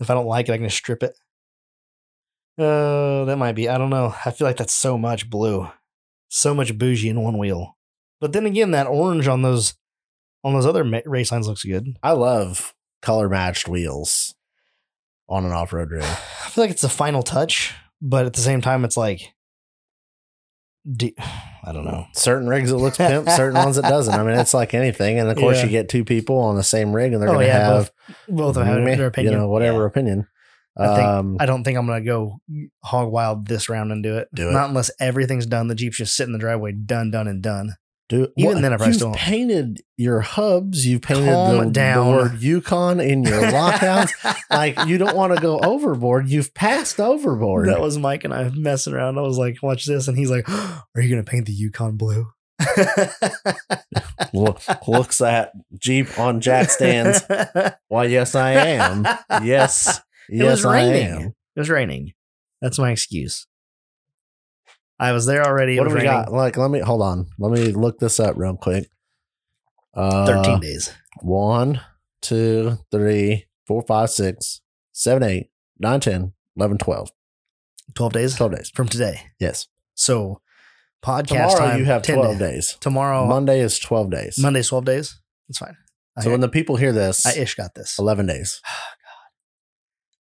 if I don't like it, I can just strip it. Uh, that might be. I don't know. I feel like that's so much blue, so much bougie in one wheel. But then again, that orange on those on those other ma- race lines looks good.
I love color matched wheels on an off road rig.
I feel like it's the final touch, but at the same time, it's like, do, I don't know.
Certain rigs it looks pimp, certain ones it doesn't. I mean, it's like anything. And of course,
Yeah.
you get two people on the same rig, and they're
Oh,
going to
yeah,
have
Both of them have
meh,
their opinion.
you know, whatever opinion.
I think-
Um,
I don't think I'm gonna go hog wild this round and do it.
Do it.
Not unless everything's done. The jeep's just sitting in the driveway, done, done, and done.
do
even
what-
then, I probably
you've
still won't.
painted your hubs, you've painted
Calm
the,
down.
the word Yukon in your lockouts. like you don't want to go overboard. You've passed overboard.
That was Mike and I messing around. I was like, watch this. And he's like, are you going to paint the Yukon blue?
Look, looks at Jeep on jack stands. Why, yes, I am. Yes,
It
yes,
was
I
raining.
am.
It was raining. That's my excuse. I was there already. It
What do
was
we
raining.
got? Like, let me hold on. Let me look this up real quick. Uh,
13 days.
One, two, three, four, five, six, seven, eight, nine, ten, eleven, twelve.
12 days
Twelve days.
from today.
Yes.
So podcast
Tomorrow
time. Oh.
you have
10
twelve
days.
days.
Tomorrow,
Monday is twelve days.
Monday's 12 days. That's fine. I,
So when the people hear this,
I ish got this.
eleven days.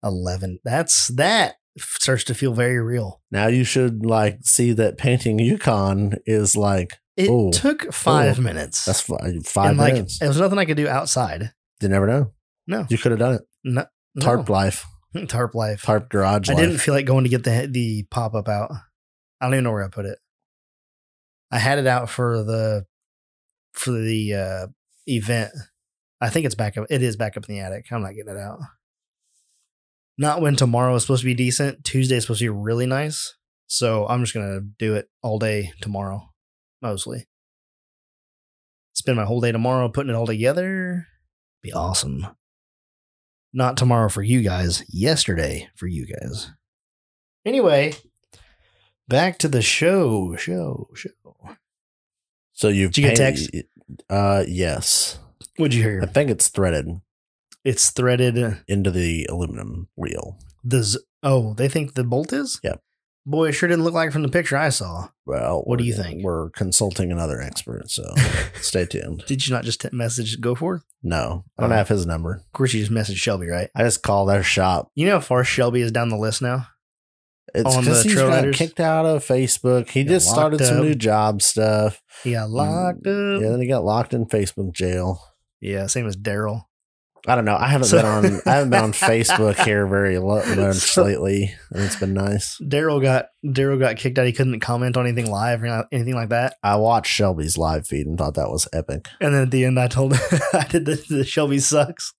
11. That's that starts to feel very real.
Now you should like see that painting Yukon is like
It
Oh.
took five
Oh.
minutes.
that's fi- five
and like
minutes.
there was nothing I could do outside.
you never know.
No,
You could have done it.
no, no.
Tarp life,
tarp life.
tarp garage.
I
life.
didn't feel like going to get the the pop up out. I don't even know where I put it. I had it out for the for the uh, event. I think it's back up. It is back up in the attic. I'm not getting it out. Not when tomorrow is supposed to be decent. Tuesday is supposed to be really nice. So I'm just gonna do it all day tomorrow, mostly. Spend my whole day tomorrow putting it all together. Be awesome not tomorrow for you guys, yesterday for you guys. Anyway, back to the show, show, show.
So you've
Did you get
painted- Uh, yes.
What'd you
I
hear?
think it's threaded
It's threaded. uh,
into the aluminum wheel.
The z- oh, they think the bolt is.
Yep.
Boy, it sure didn't look like it from the picture I saw.
Well,
What do you
we're-
think?
We're consulting another expert, so stay tuned.
Did you not just t- message go forth?
No, I don't
Oh.
have his number.
Of course, you just messaged Shelby, right?
I just call their shop.
You know how far Shelby is down the list now.
It's
On the
because he's
Trail
got
Riders?
kicked out of Facebook. He
Got
just started
locked
some
up.
new job stuff.
He got locked up.
Yeah,
Yeah,
then he got locked in Facebook jail.
same as Daryl.
I don't know. I haven't
So-
been on. I haven't been on Facebook here very lo- much
So-
lately, and it's been nice.
Daryl got Daryl got kicked out. He couldn't comment on anything live or anything like that.
I watched Shelby's live feed and thought that was epic.
And then at the end, I told I did the, the Shelby sucks.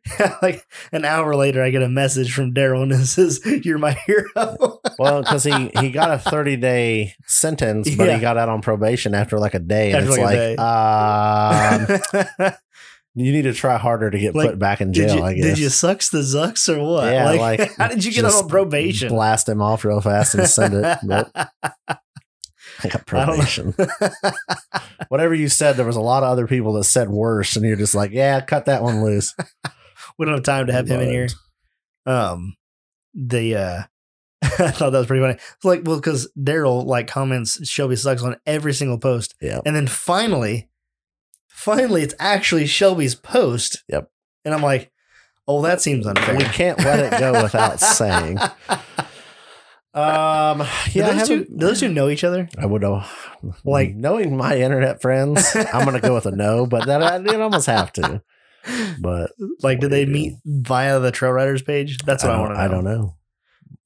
like an hour later, I get a message from Daryl and it says, "You're my hero."
Well, because he he got a thirty day sentence, but
Yeah.
he got out on probation after like a day, and
After
it's
like a
like, um, You need to try harder to get
Like,
put back in jail.
did you
I guess.
did you sucks the zucks or what?
Yeah,
like,
like,
how did you get
just
on probation?
Blast him off real fast and send it. Nope, I got
I don't know.
probation. Whatever you said, there was a lot of other people that said worse, and you're just like, yeah, cut that one loose.
we don't have time to have him in
But-
here. Um, the uh, I thought that was pretty funny. It's like, well, because Daryl like comments Shelby sucks on every single post,
Yeah.
and then finally, finally, it's actually Shelby's post.
Yep.
And I'm like, oh, that seems unfair.
We can't let it go without saying. Um,
Do
yeah, I
those, two,
haven't-
do those two know each other?
I would know,
Like-
like knowing my internet friends. I'm gonna go with a no, but that I would almost have to. But
Like, did
What do
they
you do?
meet via the Trail Riders page? That's what I,
don't-
want to know.
I don't know.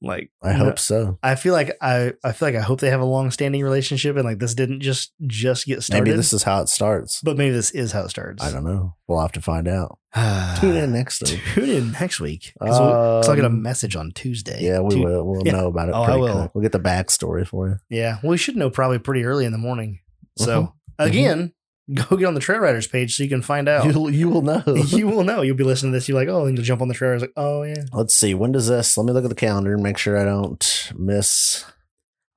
Like,
I
no-
hope so.
I feel like I, I feel like I hope they have a long standing relationship and like this didn't just just get started.
Maybe this is how it starts.
but maybe this is how it starts.
I don't know. We'll have to find out.
know.
Tune in next time.
Tune in next week. Because we'll, Ah. 'cause I'll get a
Um,
message on Tuesday.
Yeah, we
Tu-
will. We'll
yeah.
know about it.
Oh, I
pretty
will.
quick. We'll get the backstory for you.
Yeah, we should know probably pretty early in the morning. So
Mhm.
again, go get on the Trail Riders page so you can find out.
You'll, you will know.
you will know. You'll be listening to this. You're like, oh, and you'll jump on the Trail Riders. Like, oh yeah.
Let's see. When does this? Let me look at the calendar and make sure I don't miss.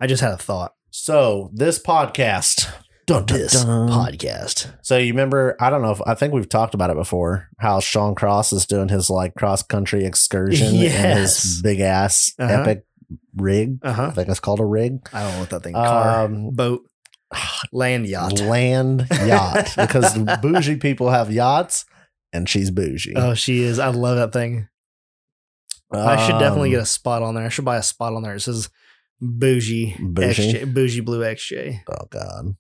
I just had a thought.
So this podcast. Dun, dun,
This
dun.
podcast.
So you remember? I don't know if I think we've talked about it before. How Sean Cross is doing his like cross country excursion in
Yes.
his big ass
Uh-huh.
epic rig.
Uh
I
huh.
think it's called a rig.
I don't know what that thing. Car,
Um,
boat, land yacht.
Land yacht because bougie people have yachts, and she's bougie.
Oh, she is. I love that thing. I should definitely
Um,
get a spot on there. I should buy a spot on there. It says bougie,
Bougie?
XJ, bougie blue XJ.
Oh God.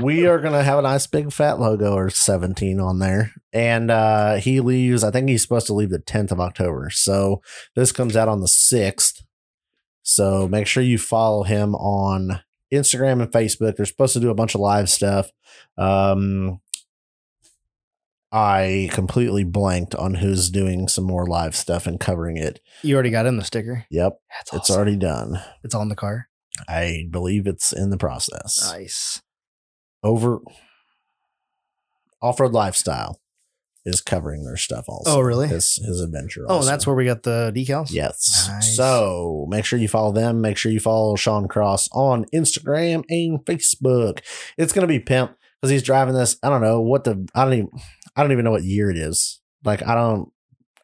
we are gonna have a nice big fat logo or seventeen on there, and uh, he leaves. I think he's supposed to leave the tenth of October. So this comes out on the sixth. So make sure you follow him on Instagram and Facebook. They're supposed to do a bunch of live stuff. Um, I completely blanked on who's doing some more live stuff and covering it.
You already got in the sticker.
Yep,
That's
it's
awesome.
already done.
It's on the car.
I believe it's in the process.
Nice.
over off-road lifestyle is covering their stuff also.
Oh, really?
His his adventure.
Oh,
also.
that's where we got the decals.
Yes.
Nice.
So make sure you follow them. Make sure you follow Sean Cross on Instagram and Facebook. It's gonna be pimp because he's driving this. I don't know what the I don't even I don't even know what year it is. Like I don't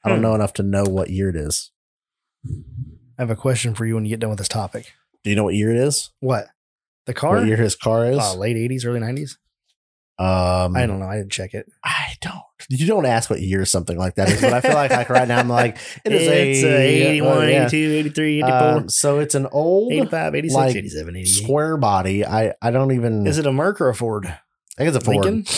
I don't
Hmm.
know enough to know what year it is.
I have a question for you when you get done with this topic.
Do you know what year it is?
What? The car?
What year his car is?
Uh, late 80s, early 90s?
um,
I don't know. I didn't check it.
I don't. You don't ask what year something like that is, but I feel like like right now I'm like it is
it's
a,
uh, 81,
oh, yeah.
82, 83, 84,
Um, so it's an old
85, 86,
like,
87, 88.
square body. I I don't even.
Is it a Merc or a Ford?
I think it's a Ford.
Lincoln?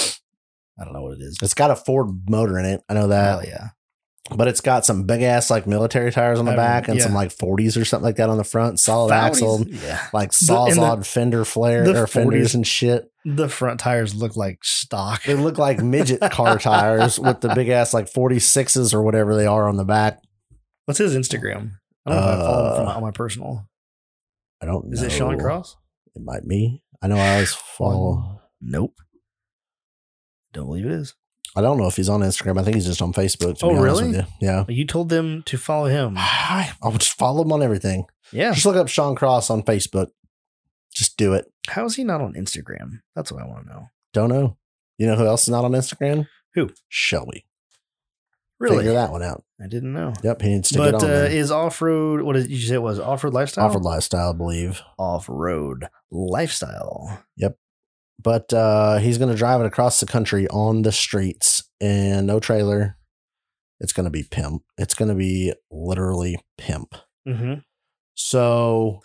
I don't know what it is.
It's got a Ford motor in it. I know that,
Hell Oh, yeah.
but it's got some big ass like military tires on the
I mean,
back and some
yeah.
like 40s or something like that on the front. Solid axle,
Yeah.
like
and the-
sawzawed fender flare
the
or fenders
40s.
and shit.
The front tires look like stock.
They look like midget car tires with the big ass like 46s or whatever they are on the back.
What's his Instagram? I don't know if I follow him
Uh,
from my, on my personal.
I don't.
Is
know.
it Sean Cross?
It might be. I know I always follow.
Nope. Don't believe it is.
I don't know if he's on Instagram. I think he's just on Facebook. To
Oh,
be honest
really?
With you. Yeah.
You told them to follow him.
I will just follow him on everything.
Yeah.
Just look up Sean Cross on Facebook. Just do it.
How is he not on Instagram? That's what I want to know.
Don't know. You know who else is not on Instagram?
Who?
Shelby. Figure
Really?
that one out.
I didn't know.
Yep, he needs to
But
get
uh,
on there.
is off road, what did you say it was? Off road lifestyle?
Offered lifestyle, I believe.
Off road lifestyle.
But uh, he's going to drive it across the country on the streets and no trailer. It's going to be pimp. It's going to be literally pimp.
Mm-hmm.
So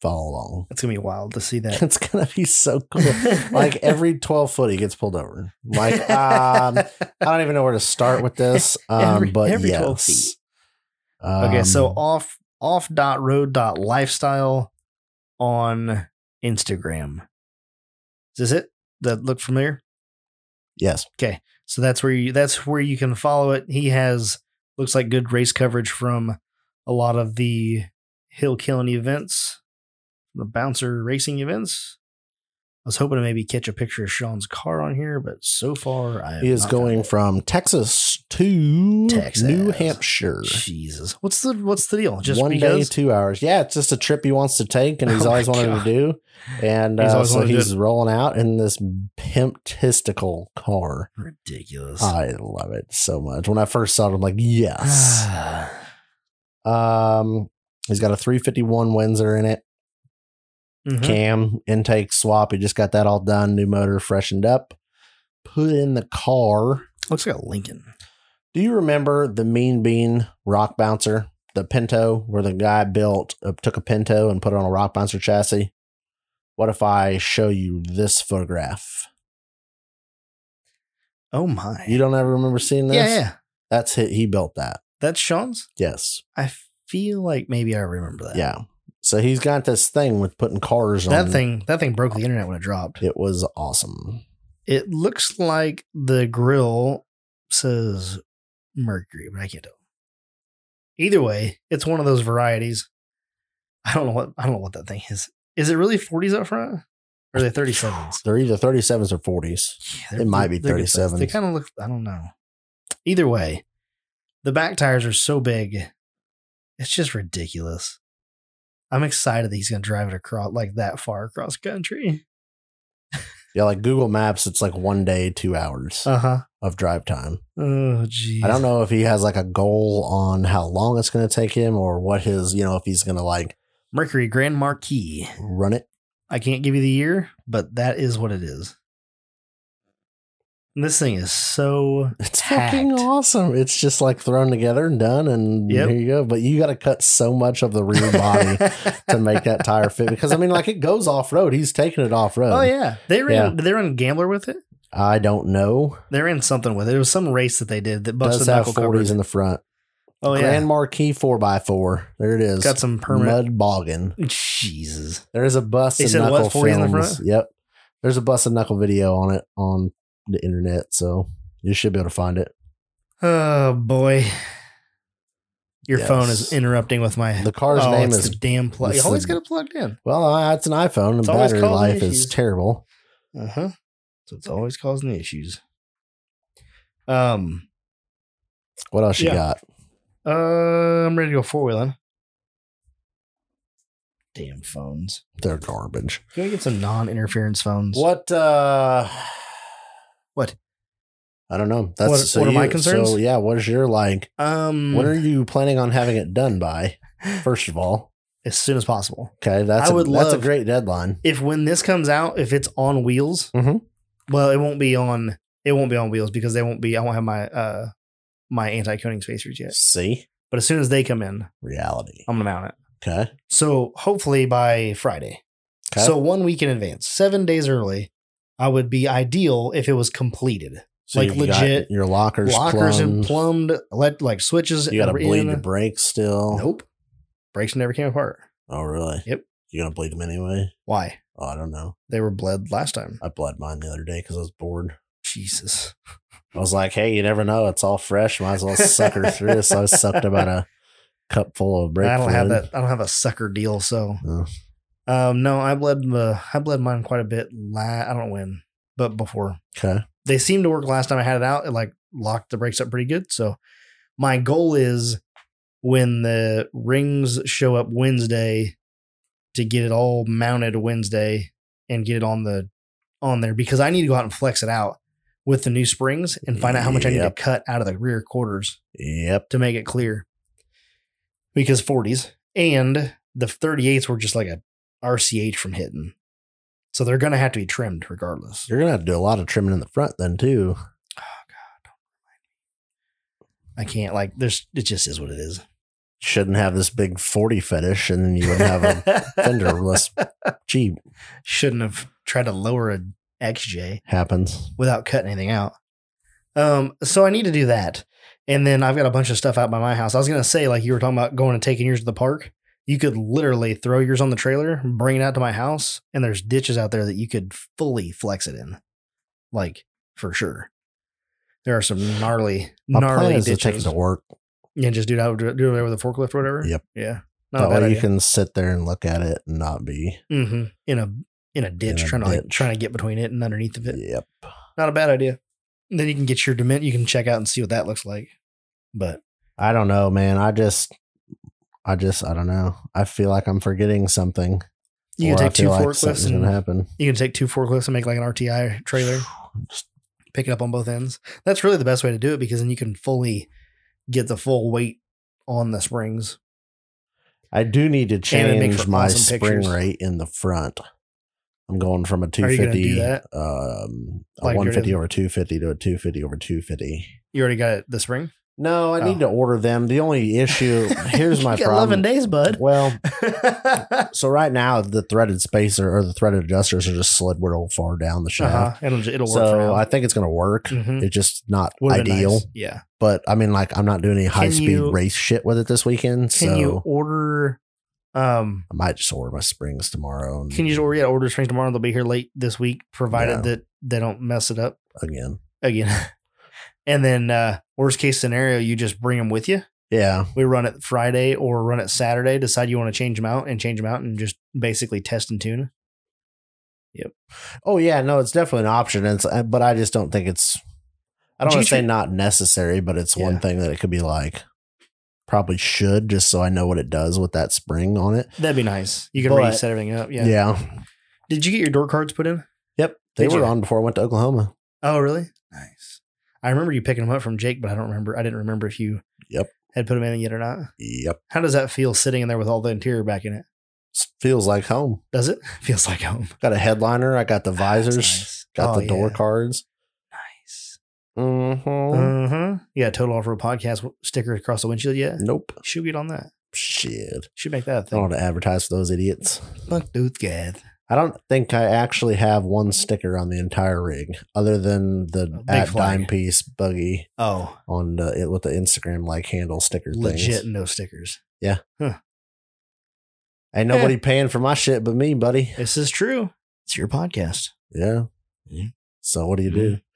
follow along.
It's going to be wild to see that.
It's going to be so cool. like every 12 foot he gets pulled over like um i don't even know where to start with this um
Every-
but
every
yes
12 feet. Okay, so
Um,
off off dot road dot lifestyle on Instagram. Is this it? That look familiar?
yes
So that's where you that's where you can follow it. He has looks like good race coverage from a lot of the hill killing events, the bouncer racing events. I was hoping to maybe catch a picture of Sean's car on here, but so far I have
He is
not found
going
it.
from Texas to
Texas.
New Hampshire.
Jesus, what's the what's the deal? Just
One
because
day, two hours. Yeah, it's just a trip he wants to take, and he's
Oh my
always wanted
God.
to do. And
He's
uh,
always
so
wanted to do
he's rolling out in this pimp tistical car.
ridiculous.
I love it so much. When I first saw it, I'm like, yes. um, he's got a 351 Windsor in it.
Mhm.
Cam intake swap. He just got that all done. New motor, freshened up. Put in the car.
Looks like a Lincoln.
Do you remember the Mean Bean rock bouncer, the Pinto, where the guy built uh, took a Pinto and put it on a rock bouncer chassis? What if I show you this photograph?
Oh my!
You don't ever remember seeing this?
yeah, yeah,
That's it. He built that.
that's Sean's.
Yes.
I feel like maybe I remember that.
Yeah. So he's got this thing with putting cars on.
that thing that thing broke the internet when it dropped.
It was awesome.
It looks like the grill says Mercury, but I can't tell. Either way, it's one of those varieties. I don't know what I don't know what that thing is. Is it really 40s up front? Or are they 37s?
They're either 37s or 40s.
they're-
It might be
they're good size. They
37s.
kind of look. I don't know. Either way, the back tires are so big, it's just ridiculous. I'm excited that he's going to drive it across like that far across country.
Yeah, like Google Maps, it's like one day, two hours
Uh huh.
of drive time.
Oh, geez.
I don't know if he has like a goal on how long it's going to take him or what his, you know, if he's going to like
Mercury Grand Marquis.
run it.
I can't give you the year, but that is what it is. And this thing is so
It's
Hacked.
fucking awesome. It's just like thrown together and done, and
Yep.
here you go. But you got to cut so much of the rear body to make that tire fit because I mean, like it goes off road. He's taking it off road.
Oh yeah, they ran.
Yeah.
Did they run Gambler with it?
I don't know.
They ran something with it. It was some race that they did that busted
Does have
knuckle covers.
40s in the front.
Oh yeah,
Grand Marquis 4x4. There it is.
got some permanent.
Mud bogging.
Jesus,
There is a bus
They
and
said what,
knuckle
40s in the
films.
front?
Yep. There's a bus and knuckle video on it on the internet, so you should be able to find it.
oh boy, your
Yes.
phone is interrupting with my.
The car's
oh,
name
it's
is
the damn plug. You
it's
always
the-
got it plugged in.
well, uh, it's an iPhone, and
It's always
battery
causing
life is
issues.
terrible.
Uh huh.
Uh-huh.
So it's always causing issues. Um.
What else
Yeah.
you got?
Uh, I'm ready to go four wheeling. Damn phones.
They're garbage.
Can we get some non-interference phones?
What? uh
What?
I don't know. That's
What-
so
what are my
you-
concerns?
So yeah, what is your like?
Um.
When are you planning on having it done by? First of all,
as soon as possible.
okay, that's
I would
a, that's a
love-
great deadline.
If when this comes out, if it's on wheels,
Mhm.
well, it won't be on. It won't be on wheels because they won't be. I won't have my uh my anti coating spacers yet.
See
But as soon as they come in,
reality.
I'm gonna mount it.
Okay.
So hopefully by Friday.
Okay.
So one week in advance, seven days early, I would be ideal if it was completed.
So
like
you've got
legit
your lockers,
Lockers and
plumbed.
plumbed, let like switches.
You gotta
were
bleed
in.
your brakes still.
Nope, brakes never came apart.
Oh really?
Yep.
You gonna bleed them anyway?
Why?
Oh, I don't know.
They were bled last time.
I bled mine the other day because I was bored.
Jesus.
I was like, hey, you never know. It's all fresh. Might as well suck her through. So I sucked about a cup full of brake
I don't
fluid.
have that. I don't have a sucker deal. So,
Oh.
um, no, I bled the I bled mine quite a bit. La- I don't win, but before
Okay.
they seemed to work last time I had it out. It like locked the brakes up pretty good. So, my goal is when the rings show up Wednesday to get it all mounted Wednesday and get it on the on there because I need to go out and flex it out with the new springs and find out how much I need to
Yep.
cut out of the rear quarters
Yep.
to make it clear because 40s and the 38s were just like a RCH from hitting. So they're going to have to be trimmed regardless.
You're gonna have to do a lot of trimming in the front then too.
I can't like there's it just is what it is.
Shouldn't have this big 40 fetish and then you would have a fenderless Jeep.
Shouldn't have tried to lower a XJ
Happens.
without cutting anything out. Um so I need to do that. And then I've got a bunch of stuff out by my house. I was going to say like you were talking about going and taking yours to the park. You could literally throw yours on the trailer, bring it out to my house, and there's ditches out there that you could fully flex it in. like for sure. There are some gnarly,
My plan
gnarly
is to take it
ditches.
to work.
Yeah, just do it out, do it over the forklift or whatever.
Yep.
Yeah. Not a
That
bad
way you
idea.
can sit there and look at it and not be
hmm In a in a ditch,
a
trying to like,
ditch.
trying to get between it and underneath of it.
Yep.
Not a bad idea. Then you can get your dement. You can check out and see what that looks like. But
I don't know, man. I just, I just, I don't know. I feel like I'm forgetting something.
you
or
can
I
take two
feel like
forklifts
something's gonna
and
happen.
you can take two forklifts and make like an RTI trailer,
Just-
pick it up on both ends. That's really the best way to do it because then you can fully get the full weight on the springs.
I do need to
And it makes
change
for
my
awesome
spring
pictures.
rate in the front. I'm going from a
gonna do
250,
that?
um, a
Like you're
150
gonna-
over 250 to a 250 over 250.
You already got the spring.
No, I
Oh.
need to order them. The only issue here's
You
my
got
problem.
Eleven days, bud.
Well, so right now the threaded spacer or the threaded adjusters are just slid real far down the
Uh-huh.
shaft.
It'll, it'll work. for
So
now.
I think it's going to work.
Mhm.
It's just not
Would've been
ideal.
nice. Yeah.
But I mean, like, I'm not doing any high speed
you-
race shit with it this weekend.
Can
so
you order? Um,
I might just order my springs tomorrow. And
can you just order? Yeah, order springs tomorrow. They'll be here late this week, provided
Yeah.
that they don't mess it up
again?
again. and then uh, worst case scenario, you just bring them with you.
Yeah.
We run it Friday or run it Saturday. Decide you want to change them out and change them out and just basically test and tune.
Oh yeah, no, it's definitely an option. It's uh, but I just don't think it's. I don't
Do you
want to say
think-
not necessary, but it's one
Yeah.
thing that it could be like. Probably should just so I know what it does with that spring on it.
That'd be nice. You can
But-
reset everything up. Yeah.
Yeah.
Did you get your door cards put in?
Yep. They
Did
were
you?
on before I went to Oklahoma.
Oh, really? Nice. I remember you picking them up from Jake, but I don't remember. I didn't remember if you
Yep.
had put them in yet or not.
Yep.
How does that feel sitting in there with all the interior back in it?
S- Feels like home.
Does it? Feels like home.
Got a headliner. I got the visors.
Nice.
Got
Oh,
the door
yeah.
cards.
Nice.
Mm-hmm.
Uh huh. You got a total off road podcast w- sticker across the windshield yet?
nope.
Should get on that.
Shit.
Should make that a
I don't
thing.
want to advertise for those idiots.
Fuck Duthgath.
I don't think I actually have one sticker on the entire rig, other than the
big
at
flag.
dime piece buggy
Oh,
on the it with the Instagram like handle sticker
legit
things.
no stickers.
Ain't nobody paying for my shit but me, buddy.
This is true. It's your podcast.
Yeah.
Mhm.
So what do you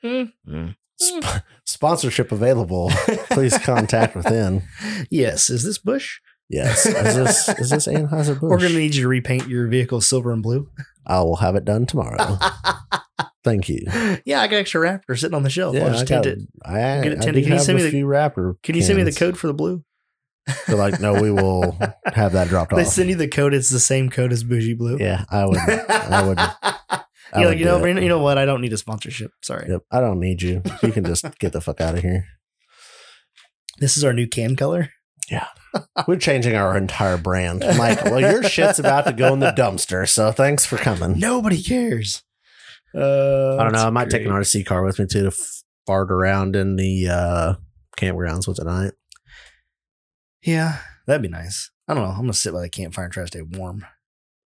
do?
Mm.
Sp- sponsorship available. Please contact within.
Yes. Is this Bush?
Yes. Is this is this Anheuser
We're going to
Busch?
need you to repaint your vehicle silver and blue.
I will have it done tomorrow. Thank you.
yeah, I got extra wrappers sitting on the shelf.
Yeah,
I'll
I
just
got.
tint it.
I,
Get it
I
tinted.
do
Can you
have
send
a
me the-
few wrapper.
Can you send me the
cans.
code for the blue?
They're like, no, we will have that dropped
They
off.
send you the code. It's the same code as Bougie Blue.
yeah, I would. I would.
You're
I would
like, you
do
know,
it.
Brandon, you know what? I don't need a sponsorship. Sorry.
Yep, I don't need you. You can just get the fuck out of here.
This is our new can color.
We're changing our entire brand. I'm like, well, your shit's about to go in the dumpster, so thanks for coming.
Nobody cares. Uh,
I don't know. I might take an
great.
RC car with me too to f- fart around in the uh, campgrounds with tonight.
Yeah, that'd be nice. I don't know. I'm gonna sit by the campfire and try to stay warm.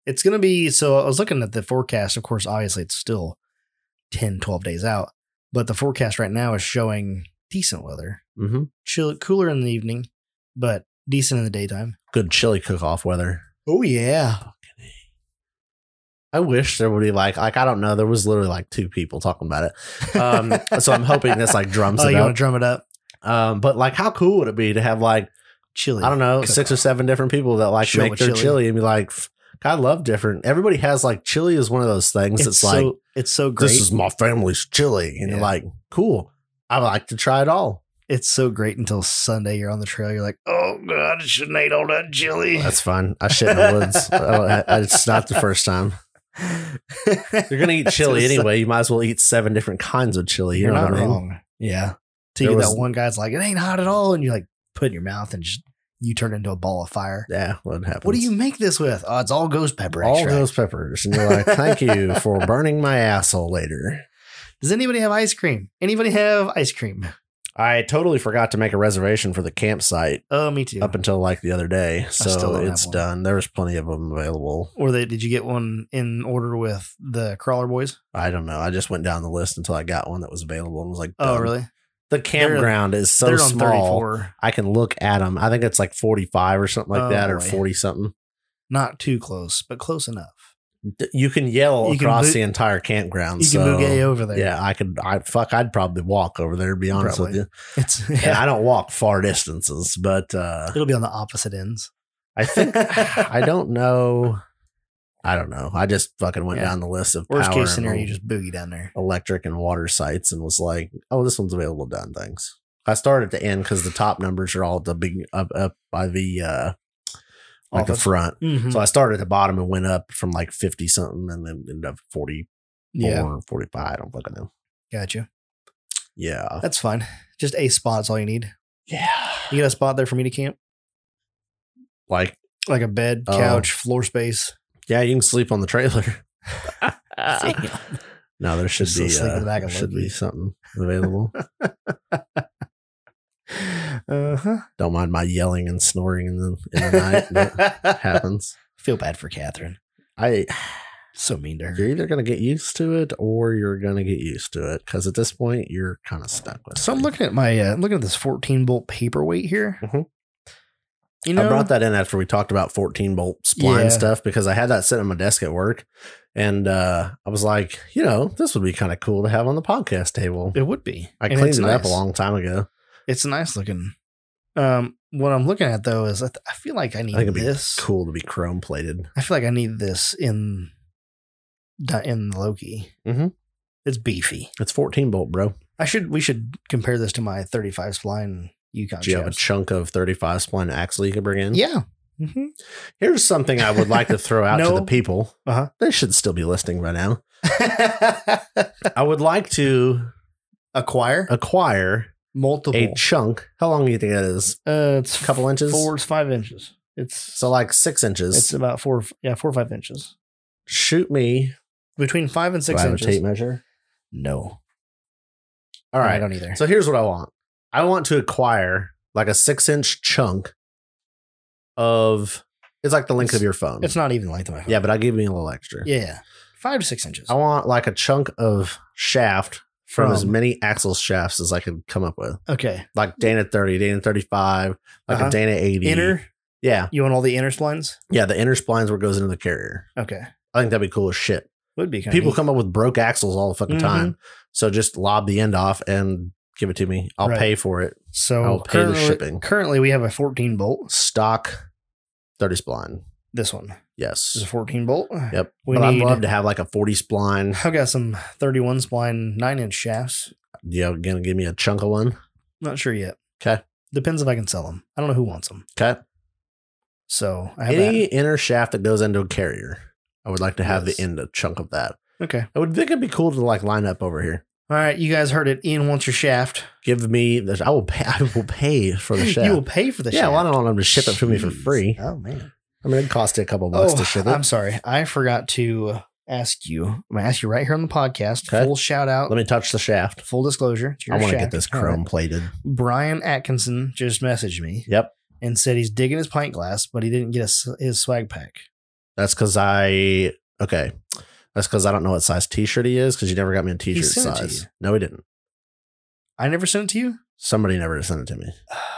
It's gonna be so. I was looking at the forecast. Of course, obviously, it's still 10, 12 days out, but the forecast right now is showing decent weather.
Mm-hmm.
Chill, cooler in the evening, but decent in the daytime.
Good chili cook-off weather.
Oh yeah.
I wish there would be like like I don't know. There was literally like two people talking about it. Um, so I'm hoping this like drums
Oh,
it
you
up.
want to drum it up?
Um, but like, how cool would it be to have like
Chili.
I don't know
cook
six or seven different people that like
Show
make
with
their
chili.
chili. and be like, "F- I love different. Everybody has like chili is one of those things.
It's,
that's
so
like
it's so great.
this is my family's chili, and you're
Yeah.
like, cool. I like to try it all.
it's so great until Sunday. You're on the trail. You're like, oh god, I shouldn't ate all that chili.
That's fine. I shit in the woods. I don't- I- I- it's not the first time. You're gonna eat
That's
chili
what's up.
anyway. You might as well eat seven different kinds of chili. You
You're
know
not
what I mean?
wrong. Yeah. Till you
There
get that
was-
one guy's like, it ain't hot at all, and you like put it in your mouth and just you turn into a ball of fire.
Yeah, what happens?
What do you make this with? Oh, it's all ghost pepper
All
extract.
those peppers, and you're like, "Thank you for burning my asshole later."
Does anybody have ice cream? Anybody have ice cream?
I totally forgot to make a reservation for the campsite
Oh, me too.
up until like the other day.
still
So
don't have
it's
one.
done. There was plenty of them available.
or they, did you get one in order with the crawler boys?
I don't know. I just went down the list until I got one that was available and was like,
Oh,
done.
really?
The campground is Um, so
They're on
small.
34.
I can look at them. I think it's like 45 or something like
Oh,
that or
boy.
40 something.
Not too close, but close enough.
D- You can yell
You can
across
boo-
the entire campground.
You
Um, so
can bouquet over there.
Yeah, I could. I fuck. I'd probably walk over there. To be honest
Probably.
with you,
It's
and I don't walk far distances, but uh,
it'll be on the opposite ends.
I think I don't know. I don't know. I just fucking went
Yeah.
down the list of
Worst
power
case scenario,
and
you just boogie down there.
electric and water sites and was like, oh, this one's available done. Thanks. I started at the end because the top numbers are all at the big up up by the uh like the
Office.
front.
Mhm.
So I started at the bottom and went up from like fifty something and then ended up forty four
yeah,
or forty five. I don't fucking know.
gotcha.
Yeah.
That's fine. Just a spot's all you need.
Yeah.
You got a spot there for me to camp,
Like,
like a bed,
Oh.
couch, floor space.
yeah, you can sleep on the trailer. No, there should
Just
be
sleep in
uh,
the back of
there should
Loki.
be something available.
Uh huh.
don't mind my yelling and snoring in the in the night. That happens.
Feel bad for Catherine.
I
So mean to her.
you're either gonna get used to it or you're gonna get used to it because at this point you're kind of stuck with.
So I'm
it.
looking at my uh, looking at this 14 bolt paperweight here.
Mhm.
You know,
I brought that in after we talked about 14 bolt spline
Yeah.
stuff because I had that sitting on my desk at work. And uh, I was like, you know, this would be kind of cool to have on the podcast table.
it would be.
I
And
cleaned
it's
it up a
nice.
long time ago.
It's nice looking. Um, what I'm looking at though is I, th- I feel like I need
I think it'd be
this.
cool to be chrome plated.
I feel like I need this in di- in Loki.
Mhm.
It's beefy.
It's 14 bolt, bro.
I should we should compare this to my 35 spline Yukon.
Do you have a
shafts.
chunk of 35 spline axle you can bring in?
yeah. hmm
Here's something I would like to throw out to
No.
the people.
Uh-huh.
They should still be listening by now. I would like to
Acquire
acquire
multiple.
a chunk. How long do you think that is?
uh, it's
A couple inches?
Four to five inches. It's
So like six inches.
it's about four yeah four or five inches
Shoot me.
between five and
Do
six
I have a
inches.
tape measure.
No, I
All right.
don't either.
So here's what I want. I want to acquire like a six inch chunk of it's like the length of your phone.
it's not even the length of my phone.
yeah, but I give me a little extra.
yeah, five to six inches.
I want like a chunk of shaft from, as
From-
many axle shafts as I could come up with.
Okay,
Like Dana 30, Dana 35, like
Uh-huh.
a Dana 80.
inner.
Yeah.
You want all the inner splines?
Yeah. The inner spline's what goes into the carrier.
Okay,
I think that'd be cool as shit.
would be kind
People come up with broke axles all the fucking
Mhm.
time. So just lob the end off and give it to me. I'll
Right.
pay for it.
So
I'll pay the
currently-
shipping.
Currently, we have a 14 bolt.
stock 30 spline.
This one is a
Yes.
14 bolt.
Yep.
We
but
need-
I'd love to have like a 40 spline.
I've got some 31 spline nine inch shafts.
You're going to give me a chunk of one.
Not sure yet.
'Kay.
Depends if I can sell them. I don't know who wants them.
Okay.
So I have
Any inner shaft that goes into a carrier, I would like to have
Yes.
the end a chunk of that.
that. Okay.
I would think it'd be cool to like line up over here.
All right. You guys heard it. Ian wants your shaft.
Give me the. I will pay. I will pay for the shaft.
You will pay for the
yeah,
shaft.
well, I don't want them to ship it to me for
Jeez.
free.
Oh, man.
I mean, it cost you a couple bucks to ship it.
Oh, I'm sorry. I forgot to ask you. I'm going to ask you right here on the podcast.
'Kay.
Full shout out.
Let me touch the shaft.
full disclosure. It's your
I want to
shaft.
get this
All right.
chrome plated.
Brian Atkinson just messaged me.
Yep,
and said he's digging his pint glass, but he didn't get his, his swag pack.
that's because I okay. That's because I don't know what size T-shirt he is because you never got me a T-shirt
sent it to
size.
you.
No, he didn't.
I never sent it to you.
Somebody never sent it to me,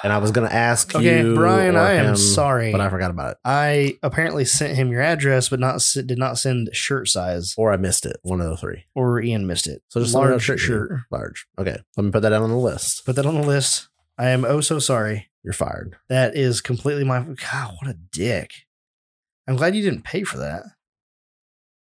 and I was gonna ask
Okay,
you.
Brian,
or
I am
him,
sorry.
but I
I,
forgot about it,
apparently sent him your address, but not s- did not send shirt size,
or I missed it. One of the three.
or Ian missed it.
So just let me know
large
if you-
shirt.
Large. Okay, let me put that down on the list.
Put that on the list. I am oh so sorry.
You're fired.
That is completely my. God, what a dick. I'm glad you didn't pay for that.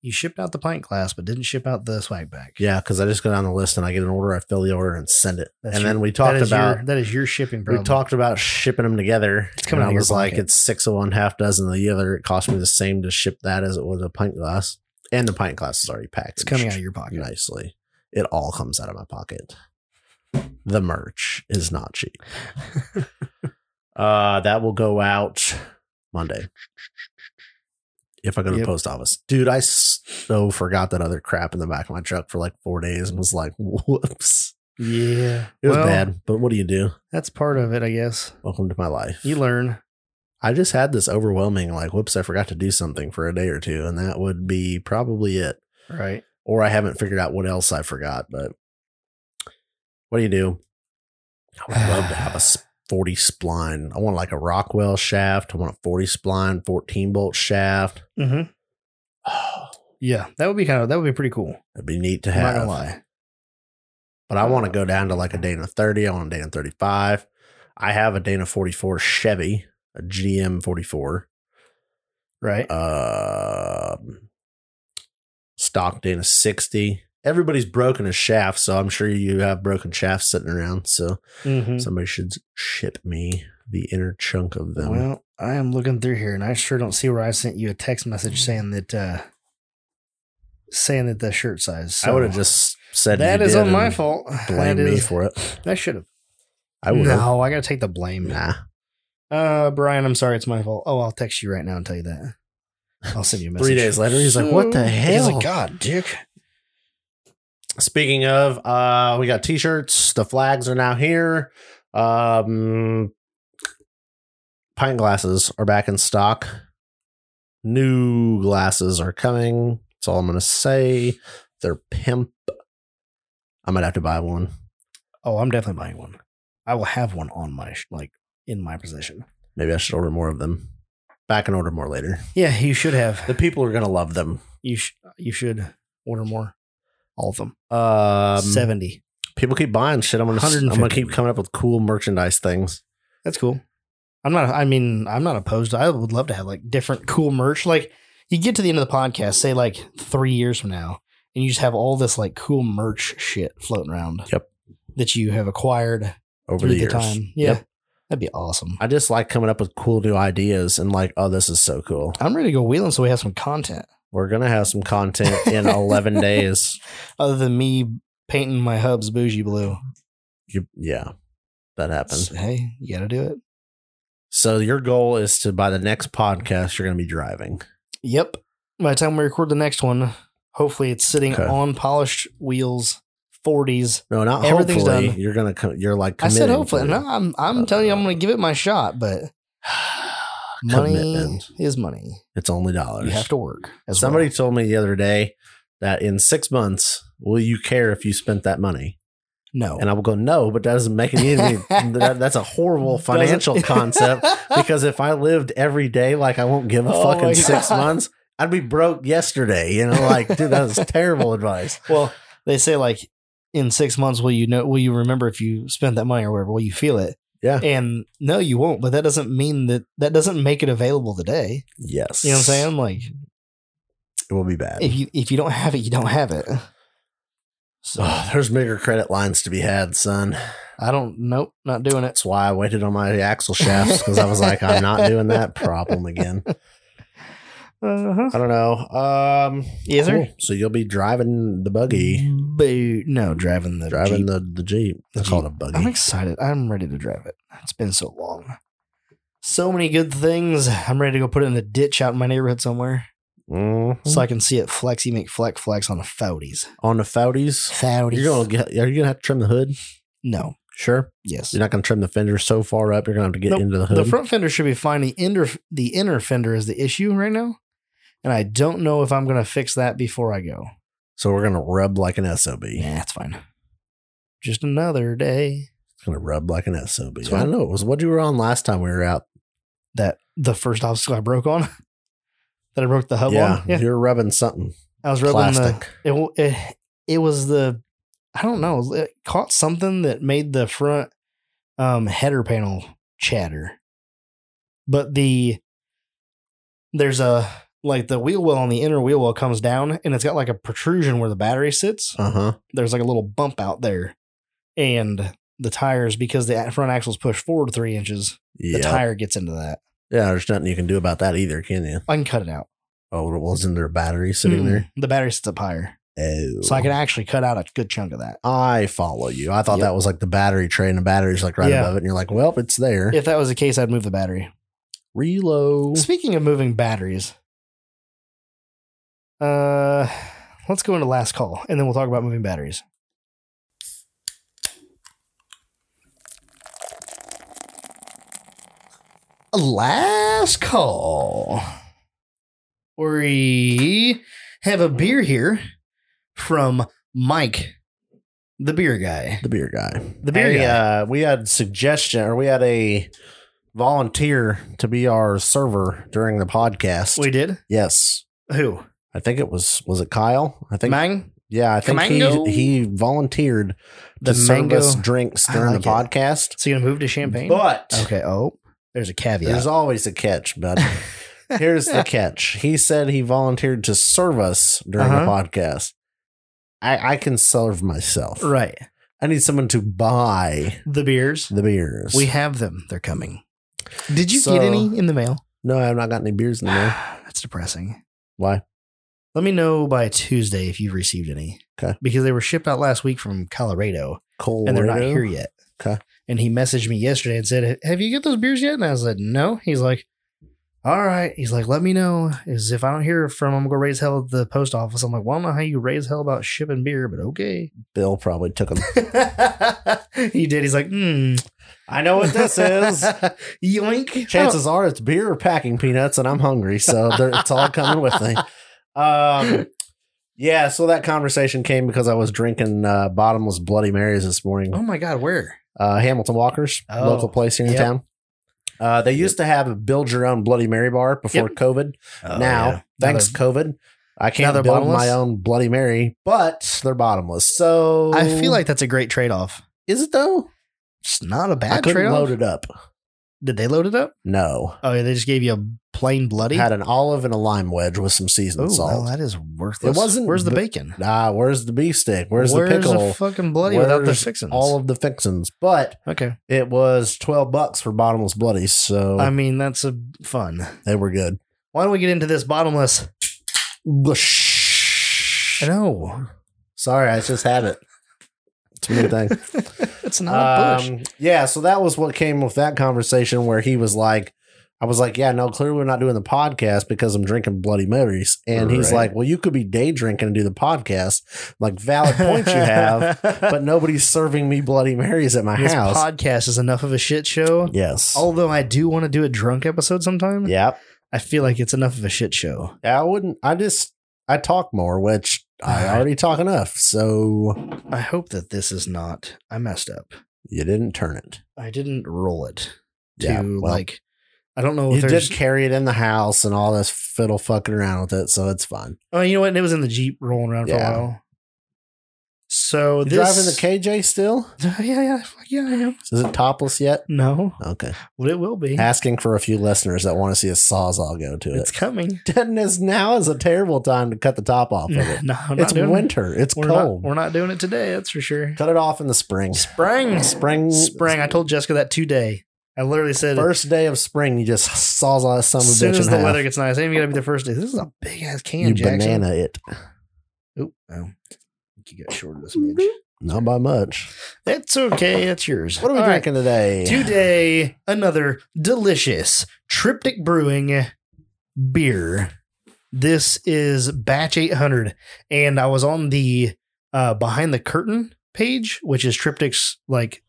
You shipped out the pint glass, but didn't ship out the swag pack.
Yeah, because I just go down the list and I get an order, I fill the order and send it.
That's
and
your-
then we
That
talked
is
about
your, that is your shipping problem.
we talked about shipping them together.
It's coming out
and I
of your
was like,
pocket.
it's six of one, half dozen of the other. It cost me the same to ship that as it was a pint glass, and the pint glass is already packaged.
It's coming out of your pocket.
nicely. It all comes out of my pocket. The merch is not cheap. uh, that will go out Monday. If I go to
Yep.
the post office, dude, I so forgot that other crap in the back of my truck for like four days and was like, whoops.
Yeah,
It was
Well,
bad, but what do you do?
That's part of it, I guess.
Welcome to my life.
You learn.
I just had this overwhelming, like, whoops, I forgot to do something for a day or two, and that would be probably it.
Right.
Or I haven't figured out what else I forgot, but what do you do? I would love to have a s- 40 spline. I want like a Rockwell shaft. I want a 40 spline, 14 bolt shaft.
Mm-hmm.
Oh,
Yeah, that would be kind of that would be pretty cool.
it'd be neat to
I'm not gonna
have.
lie. Uh-huh.
But I want to go down to like a Dana 30. I want a Dana 35. I have a Dana 44 Chevy, a GM 44. Uh,
Right.
Um, stock Dana 60. Everybody's broken a shaft, so I'm sure you have broken shafts sitting around. So
Mhm.
somebody should ship me the inner chunk of them.
Well, I am looking through here, and I sure don't see where I sent you a text
Mm.
message saying that, uh saying that the shirt size.
I would
so
have just said
that
you
is
did
on my
and
fault.
Blame
that
me
is-
for it.
I should have.
I would. have.
No, I gotta take the blame.
Nah.
Uh, Brian, I'm sorry, it's my fault. Oh, I'll text you right now and tell you that. I'll send you a message.
Three days later, he's like, "What the
He's
hell?"
like, God, Dick.
Speaking of, uh, we got t-shirts. The flags are now here. Um, pint glasses are back in stock. New glasses are coming. That's all I'm gonna say. They're pimp. I might have to buy one.
Oh, I'm definitely buying one. I will have one on my sh- like in my possession.
Maybe I should order more of them. Back and order more later.
Yeah, you should have.
The people are gonna love them.
You sh- you should order more. All of them.
Um,
Seventy.
People keep buying shit. I'm gonna. I'm gonna
150.
keep coming up with cool merchandise things.
That's cool. I'm not. I mean, I'm not opposed. I would love to have like different cool merch. Like you get to the end of the podcast, say like three years from now, and you just have all this like cool merch shit floating around.
Yep.
That you have acquired
over
through
the
the,
years.
time. Yeah.
Yep.
That'd be awesome.
I just like coming up with cool new ideas and like, oh, this is so cool.
I'm ready to go wheeling, so we have some content.
We're gonna have some content in eleven days.
Other than me painting my hubs bougie blue.
You, yeah, that happened.
Hey, you got to do it.
So your goal is to by the next podcast, you're gonna be driving.
Yep. By the time we record the next one, hopefully it's sitting
Okay.
on polished wheels, 40s.
No, not
Everything's
hopefully.
done.
You're gonna. Co- you're like.
I said
committing
hopefully.
to
No, I'm
Uh,
I'm telling you, I'm going to give it my shot, but
it.
money
Commitment.
is money.
It's only dollars.
You have to work. as
Somebody
well.
told me the other day that in six months, will you care if you spent that money?
no.
And I will go, no, but that doesn't make it any. that, that's a horrible
Doesn't-
financial concept because if I lived every day like I won't give a
Oh
fucking
my
six
God.
months, I'd be broke yesterday. You know, like, dude, that is terrible advice.
well, they say like in six months will you know will you remember if you spent that money or whatever? Will you feel it?
Yeah.
And no, you won't. But that doesn't mean that that doesn't make it available today.
Yes.
You know what I'm saying? Like
It will be bad.
if you if you don't have it, you don't have it. So
Oh, there's bigger credit lines to be had, son.
I don't. Nope, not doing it.
That's why I waited on my axle shafts because I was like, I'm not doing that problem again.
Uh-huh.
I don't know. Um,
Yes, sir.
cool. So you'll be driving the buggy,
Boo- no, driving the
driving
Jeep.
the the jeep.
The
I call it a
Jeep. Oh
buggy.
I'm excited. I'm ready to drive it. It's been so long. So many good things. I'm ready to go put it in a ditch out in my neighborhood somewhere.
Mhm.
so I can see it flexy make flex flex on the Fouties.
on the Fouties.
Fouties.
You're gonna get. Are you gonna have to trim the hood?
no.
Sure.
Yes.
You're not gonna trim the fender so far up. You're gonna have to get
Nope.
into the hood.
The front fender should be fine. The inner the inner fender is the issue right now, and I don't know if I'm gonna fix that before I go.
so we're gonna rub like an sob.
Yeah, that's fine. Just another day
It's gonna rub like an sob.
That's
I
fine.
know it was what you were on last time we were out.
that the first obstacle I broke on that I broke the hub
yeah,
on. Yeah,
you're rubbing something
I was rubbing
plastic.
the it, w- it. It was the I don't know. It caught something that made the front um, header panel chatter, but the there's a like the wheel well on the inner wheel well comes down and it's got like a protrusion where the battery sits.
Uh huh.
There's like a little bump out there, and the tires because the a- front axle's pushed forward three inches, the
Yeah.
tire gets into that.
Yeah. There's nothing you can do about that either, can you?
I can cut it out.
Oh, it wasn't there a battery sitting
Mm,
there?
The battery sits up higher.
Oh.
So I can actually cut out a good chunk of that.
I follow you. I thought
Yep.
that was like the battery tray, and the battery's like right
Yeah.
above it, and you're like, "Well, it's there."
If that was the case, I'd move the battery.
Reload.
Speaking of moving batteries, uh, let's go into last call and then we'll talk about moving batteries. Last call. We have a beer here from Mike, the beer guy.
The beer guy.
The beer
Hey,
guy.
Uh, we had suggestion, or we had a volunteer to be our server during the podcast.
We did?
yes,
Who?
I think it was was it Kyle? I think
Mang?
yeah, I think
Mango?
he he volunteered to
The
serve
mango-
us drinks
I
during
like
the
it.
podcast.
So you gonna move to Champagne?
But
okay. Oh, there's a caveat.
there's always a catch, bud. Here's the catch. He said he volunteered to serve us during
Uh-huh.
the podcast. I, I can serve myself.
right.
I need someone to buy
The beers.
the beers.
We have them. They're coming. Did you get
So-
any in the mail?
no, I've not gotten any beers in the mail.
That's depressing.
Why?
Let me know by Tuesday if you've received any.
'Kay.
Because they were shipped out last week from Colorado
Cold.
and they're not here yet.
'Kay.
And he messaged me yesterday and said, Have you got those beers yet? And I was like, No. He's like, All right. He's like, Let me know. Is if I don't hear from him, I'm gonna raise hell at the post office. I'm like, Well, I don't know how you raise hell about shipping beer, but okay.
Bill probably took them.
he did. He's like, Hmm.
I know what this is.
Yoink.
Chances are it's beer or packing peanuts, and I'm hungry, so they're- it's all coming with me. Um, yeah, so that conversation came because I was drinking uh, bottomless Bloody Marys this morning.
Oh my God, where?
uh, Hamilton Walkers,
Oh,
local place here in
yep.
town. Uh, they used to have a build your own Bloody Mary bar before
Yep.
COVID. now, thanks COVID, I can't
they're
build
bottomless?
my own Bloody Mary, but they're bottomless. So
I feel like that's a great trade off.
is it though?
It's not a
I
bad
couldn't
trade
load
off.
it up.
Did they load it up?
No,
Oh yeah, they just gave you a plain bloody.
had an olive and a lime wedge with some
Oh,
seasoned
well,
salt.
that is worthless.
wasn't
Where's the
b-
bacon?
Nah, where's the beef stick? Where's, the pickle?
fucking bloody without the
Where's
fixins?
All of the fixins, but
okay.
it was twelve bucks for bottomless bloodies, so
I mean, that's a fun.
they were good.
Why don't we get into this bottomless? I know
Sorry, I just had it. It's a new thing.
it's not a bush.
Um, yeah, so that was what came with that conversation where he was like, I was like, yeah, no, clearly we're not doing the podcast because I'm drinking Bloody Marys. And he's
Right.
like, well, you could be day drinking and do the podcast. Like, valid point you have, but nobody's serving me Bloody Marys at my
this Oh.
house.
podcast is enough of a shit show.
yes.
Although I do want to do a drunk episode sometime.
Yep.
I feel like it's enough of a shit show.
I wouldn't, I just, I talk more, which I already talk enough. So
I hope that this is not. I messed up.
you didn't turn it.
I didn't roll it to
Yeah, well.
like. I don't know if
you
there's.
did carry it in the house and all this fiddle fucking around with it, so it's fine.
Oh, you know what? It was in the jeep rolling around
Yeah.
for a while. So
You
this
driving the KJ still?
Yeah, yeah, fuck yeah, I am.
Is it topless yet?
No,
Okay.
well, it will be.
Asking for a few listeners that want to see a sawzall go to
It's
it.
coming.
Dennis, now is a terrible time to cut the top off of
No,
it.
I'm not
It's
doing
winter. It's
It. We're
cold.
not. We're not doing it today. That's for sure.
cut it off in the spring.
Spring,
Spring.
spring. I told Jessica that today. I literally said,
First day of spring, you just sawzall that son of a
as soon
bitch
as
in
the
half.
weather gets nice, I ain't even gotta be the first day. This is a big ass can,
you
Jackson.
banana it.
Oop, oh, you got short of this bitch.
Not by much.
That's okay. That's yours.
What are we
All right.
drinking today?
Today, another delicious Triptych Brewing beer. This is batch 800, and I was on the uh, behind the curtain page, which is Triptych's like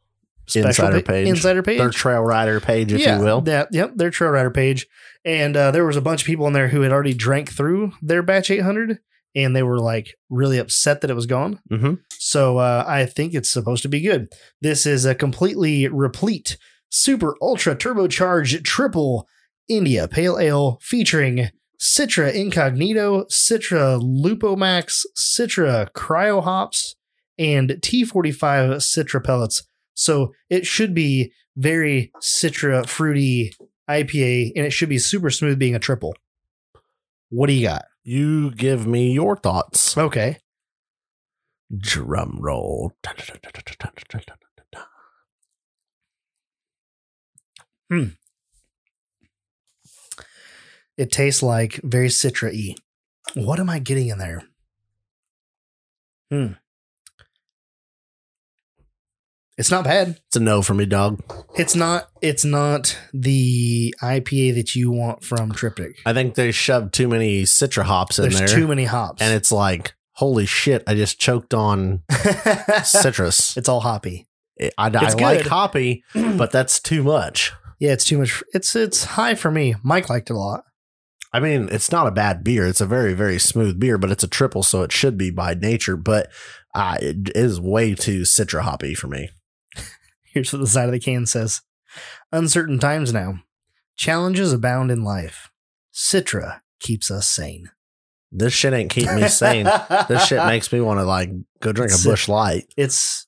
Insider
pa-
page.
insider page,
Their trail rider page, if
yeah,
you will.
that- yep, their trail rider page, and uh, there was a bunch of people in there who had already drank through their batch 800, and they were like really upset that it was gone.
Mm-hmm.
So uh, I think it's supposed to be good. This is a completely replete, super ultra turbocharged triple India Pale Ale featuring Citra Incognito, Citra Lupo Max, Citra Cryo Hops, and T45 Citra Pellets. So it should be very Citra fruity IPA, and it should be super smooth being a triple. What do you got?
You give me your thoughts.
Okay.
Drum roll.
It tastes like very citra y. What am I getting in there? Hmm. It's not bad.
It's a no for me, dog.
It's not. It's not the IPA that you want from Triptych.
I think they shoved too many Citra hops in
There's
there,
too many hops,
and it's like, holy shit! I just choked on
it's
citrus.
it's all hoppy.
I, I like
good.
hoppy, but that's too much.
Yeah, it's too much. It's it's high for me. Mike liked it a lot.
I mean, it's not a bad beer. It's a very, very smooth beer, but it's a triple, so it should be by nature. But uh, it is way too Citra hoppy for me.
Here's what the side of the can says Uncertain times now. Challenges abound in life. Citra keeps us sane.
This shit ain't keeping me sane. this shit makes me want to like go drink
It's
a bush light.
It's,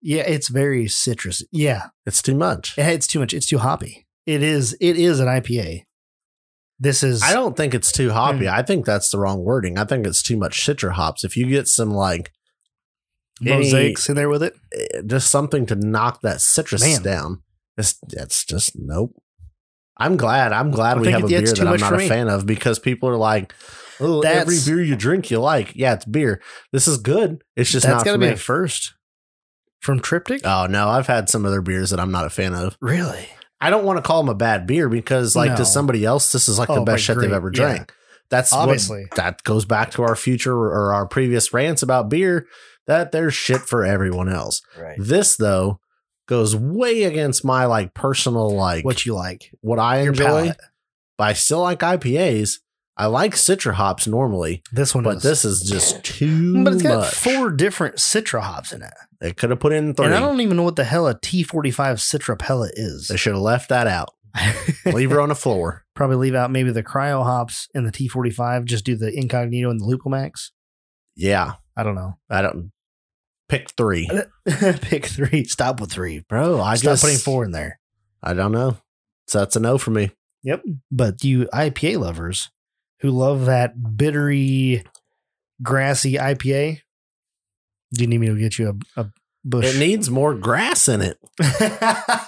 yeah, it's very citrus. Yeah,
It's too much.
it's Hmm. too much. It's too hoppy. It is, it is an IPA. This is
I don't think it's too hoppy. I think that's the wrong wording. I think it's too much citra hops. If you get some like any-
mosaics in there with it.
eh, just something to knock that citrus
Man.
down, it's that's just nope. I'm glad. I'm glad
I
we
think
have a
it- yeah,
beer
it's
that
too
I'm
much
not
for
a
me.
fan of because people are like, "Oh, every
That's-
beer you drink, you like." Yeah, it's beer. This is good. It's just
That's
not for
gotta be
me.
a first from Triptych.
oh no, I've had some other beers that I'm not a fan of.
really?
I don't want to call them a bad beer because, like,
No.
to somebody else, this is like
Oh,
the best
like
shit they've
great.
ever
Yeah.
drank. That's what-
Obviously.
that goes back to our future or our previous rants about beer. That there's shit for everyone else.
Right.
This though goes way against my like personal like
What you like?
what I
your
enjoy.
palate.
But I still like IPAs. I like citra hops normally,
This one
but
is.
this is just too
but it's got
much.
four different Citra hops in it.
They could have put in three.
And I don't even know what the hell a T45 Citra pellet is.
They should have left that out. Leave her on the floor.
Probably leave out maybe the cryo hops and the T45, just do the incognito and the Lupomax.
Yeah,
I don't know.
I don't pick three,
Pick three. Stop with three.
bro. I
Stop
just
putting four in there.
I don't know. So that's a no for me.
But you IPA lovers who love that bittery, grassy IPA, do you need me to get you a, a bush?
It needs more grass in it.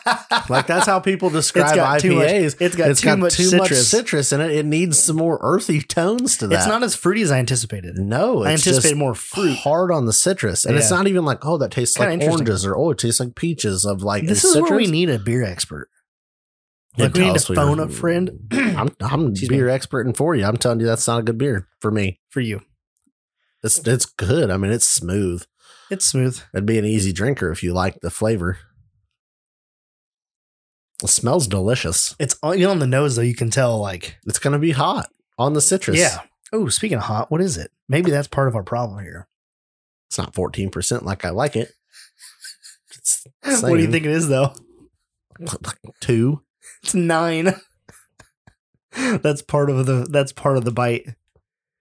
Like that's how people describe
got too much-
IPAs.
it's got
it's
too,
got
much,
too
citrus.
much citrus in it. It needs some more earthy tones to that.
It's not as fruity as I anticipated.
No,
I
it's
anticipated
just
more fruit.
hard on the citrus, and it's
Yeah.
not even like oh that tastes
Kinda
like
interesting.
oranges or oh it tastes like peaches of like a
This is
citrus.
where we need a beer expert.
It
Like we need
tells
to
we were-
phone a friend.
I'm I'm
Excuse
beer expert and for you. I'm telling you that's not a good beer for me.
for you.
It's it's good. I mean it's smooth.
It's smooth.
It'd be an easy drinker if you like the flavor. It smells delicious.
It's on, you know, on the nose though. You can tell like
It's gonna be hot on the citrus.
yeah. Oh, speaking of hot, what is it? Maybe that's part of our problem here.
it's not fourteen percent like I like it. It's
What do you
same.
think it is though?
two.
It's nine. that's part of the. That's part of the bite.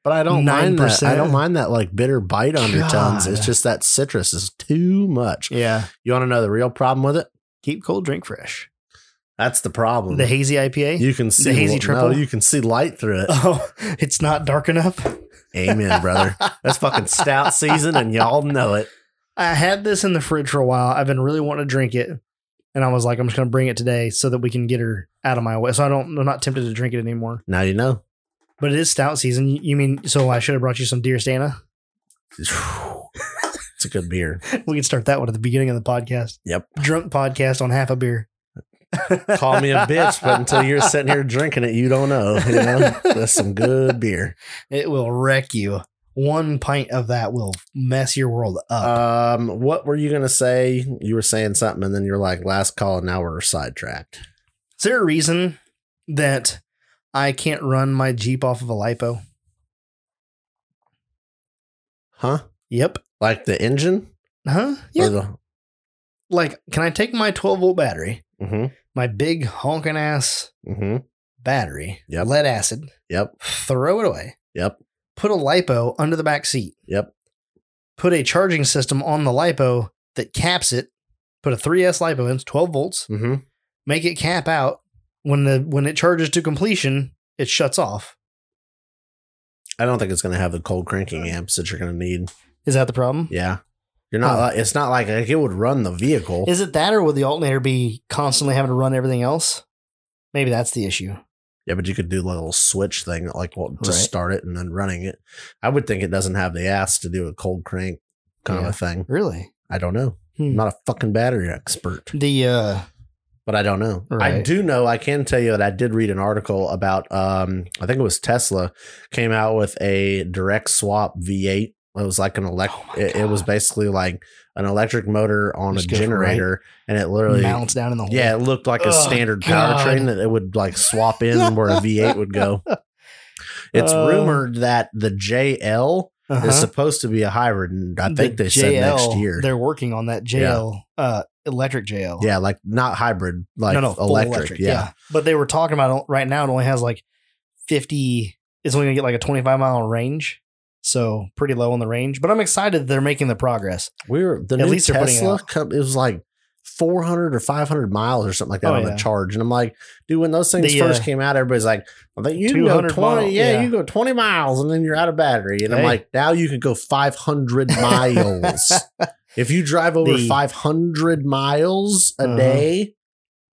But I don't mind that.
9%.
I don't mind that like bitter bite on your tongues.
God.
It's just that citrus is too much.
Yeah.
You want to know the real problem with it?
Keep cold, drink fresh.
That's the problem.
The hazy IPA.
you can see
hazy
no,
triple?
you can see light through it.
oh, it's not dark enough.
Amen, brother. That's fucking stout season, and y'all know it.
I had this in the fridge for a while. I've been really wanting to drink it, and I was like, I'm just gonna bring it today so that we can get her out of my way. So I don't. I'm not tempted to drink it anymore.
Now you know.
But it is stout season. You you mean so? I should have brought you some Deer Stana.
It's a good beer.
We can start that one at the beginning of the podcast.
Yep.
Drunk podcast on half a beer.
Call me a bitch, but until you're sitting here drinking it, you don't know. You know? That's some good beer.
it will wreck you. One pint of that will mess your world up.
Um, what were you gonna say? You were saying something, and then you're like, "Last call," and now we're sidetracked.
is there a reason that I can't run my Jeep off of a lipo?
Huh?
Yep.
Like the engine?
Huh?
Or
Yeah.
the-
Like, can I take my 12 volt battery,
Mhm,
my big honking ass
mhm.
battery,
Yep.
lead acid,
Yep.
throw it away,
Yep.
put a lipo under the back seat,
Yep.
put a charging system on the lipo that caps it, put a 3S lipo in, it's 12 volts,
hmm
make it cap out. When the when it charges to completion, it shuts off.
I don't think it's gonna have the cold
Uh.
cranking amps that you're gonna need.
Is that the problem?
Yeah. You're not.
Huh.
like- It's not like, like it would run the vehicle.
Is it that or would the alternator be constantly having to run everything else? Maybe that's the issue.
yeah, but you could do a little switch thing, like well, just
Right.
start it and then running it. I would think it doesn't have the ass to do a cold crank kind
Yeah.
of a thing.
Really?
I don't know.
Hmm.
I'm not a fucking battery expert.
The uh
but I don't know. I
Right.
do know. I can tell you that I did read an article about. Um, I think it was Tesla came out with a direct swap V8. It was like an elect.
Oh my
it, it was
God.
basically like an electric motor on
Just
a
goes right-
generator, and it literally.
mounts down in the hole.
yeah, it looked like a
Oh,
standard
God.
powertrain that it would like swap in where a V8 would go. It's
Uh,
rumored that the JL
Uh-huh.
is supposed to be a hybrid, and I think
The
they said next
JL,
year.
They're working on that JL uh electric JL.
Yeah, like not hybrid, like
full
electric. yeah,
But they were talking about it right now. It only has like 50, it's only going to get like a 25 mile range. So pretty low on the range. But I'm excited they're making the progress.
We were the
At
new
least they're putting it
Tesla.
out.
Com- it was like 400 or 500 miles or something like that
Oh,
on
yeah.
the charge. And I'm like, dude, when those things
The,
first
uh,
came out, everybody's like, well, that- you can go
200
20,
mile-
yeah,
yeah.
you go 20 miles and then you're out of battery. And I'm
Hey.
like, now you can go 500 miles. if you drive over
The-
500 miles a
Uh-huh.
day,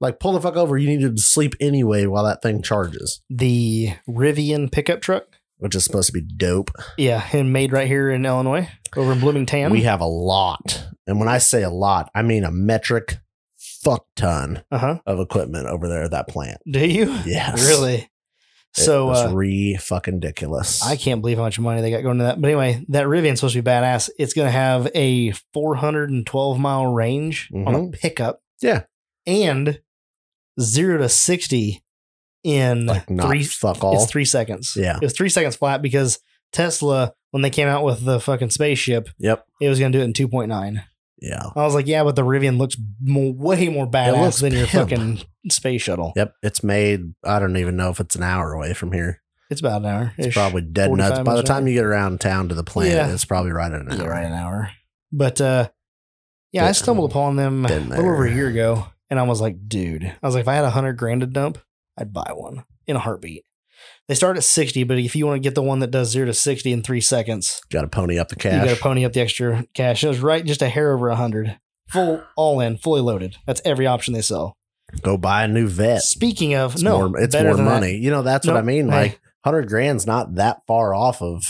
like pull the fuck over. You need to sleep anyway while that thing charges,
the Rivian pickup truck.
which is supposed to be dope.
Yeah, and made right here in Illinois, over in Bloomington.
we have a lot. And when I say a lot, I mean a metric fuck ton
uh huh.
of equipment over there at that plant.
Do you
Yes.
really?
It
So
was
uh,
re fucking ridiculous.
I can't believe how much money they got going to that. But anyway, that Rivian's supposed to be badass. It's going to have a 412 mile range on a
Mhm.
pickup.
Yeah.
and zero to sixty in
like not
three
fuck all.
It's three seconds.
Yeah.
It was three seconds flat because Tesla, when they came out with the fucking spaceship,
Yep.
it was going to do it in 2.9.
Yeah.
I was like, yeah, but the Rivian looks mo way more badass
looks
than your
pimp.
fucking space shuttle.
Yep. It's made I don't even know if it's an hour away from here.
It's about an hour.
It's probably dead
45
nuts. By the
minutes
time
away.
you get around town to the plant,
Yeah.
it's probably right at an hour.
right, an hour. But uh, yeah, I
Been-
stumbled upon them a
been
little over a
there.
year ago, and I was like, dude, I was like, if I had a hundred grand to dump, I'd buy one in a heartbeat. They start at sixty, but if you want to get the one that does zero to sixty in three seconds,
Gotta pony up the
you got
cash.
to pony up the extra cash. It was right just a hair over a hundred, full all in, fully loaded. That's every option they sell.
Go buy a new vet.
Speaking of,
It's
no,
more it's
better
more
than that.
money. You know, that's what
Nope.
I mean.
Hey.
Like hundred grand's not that far off of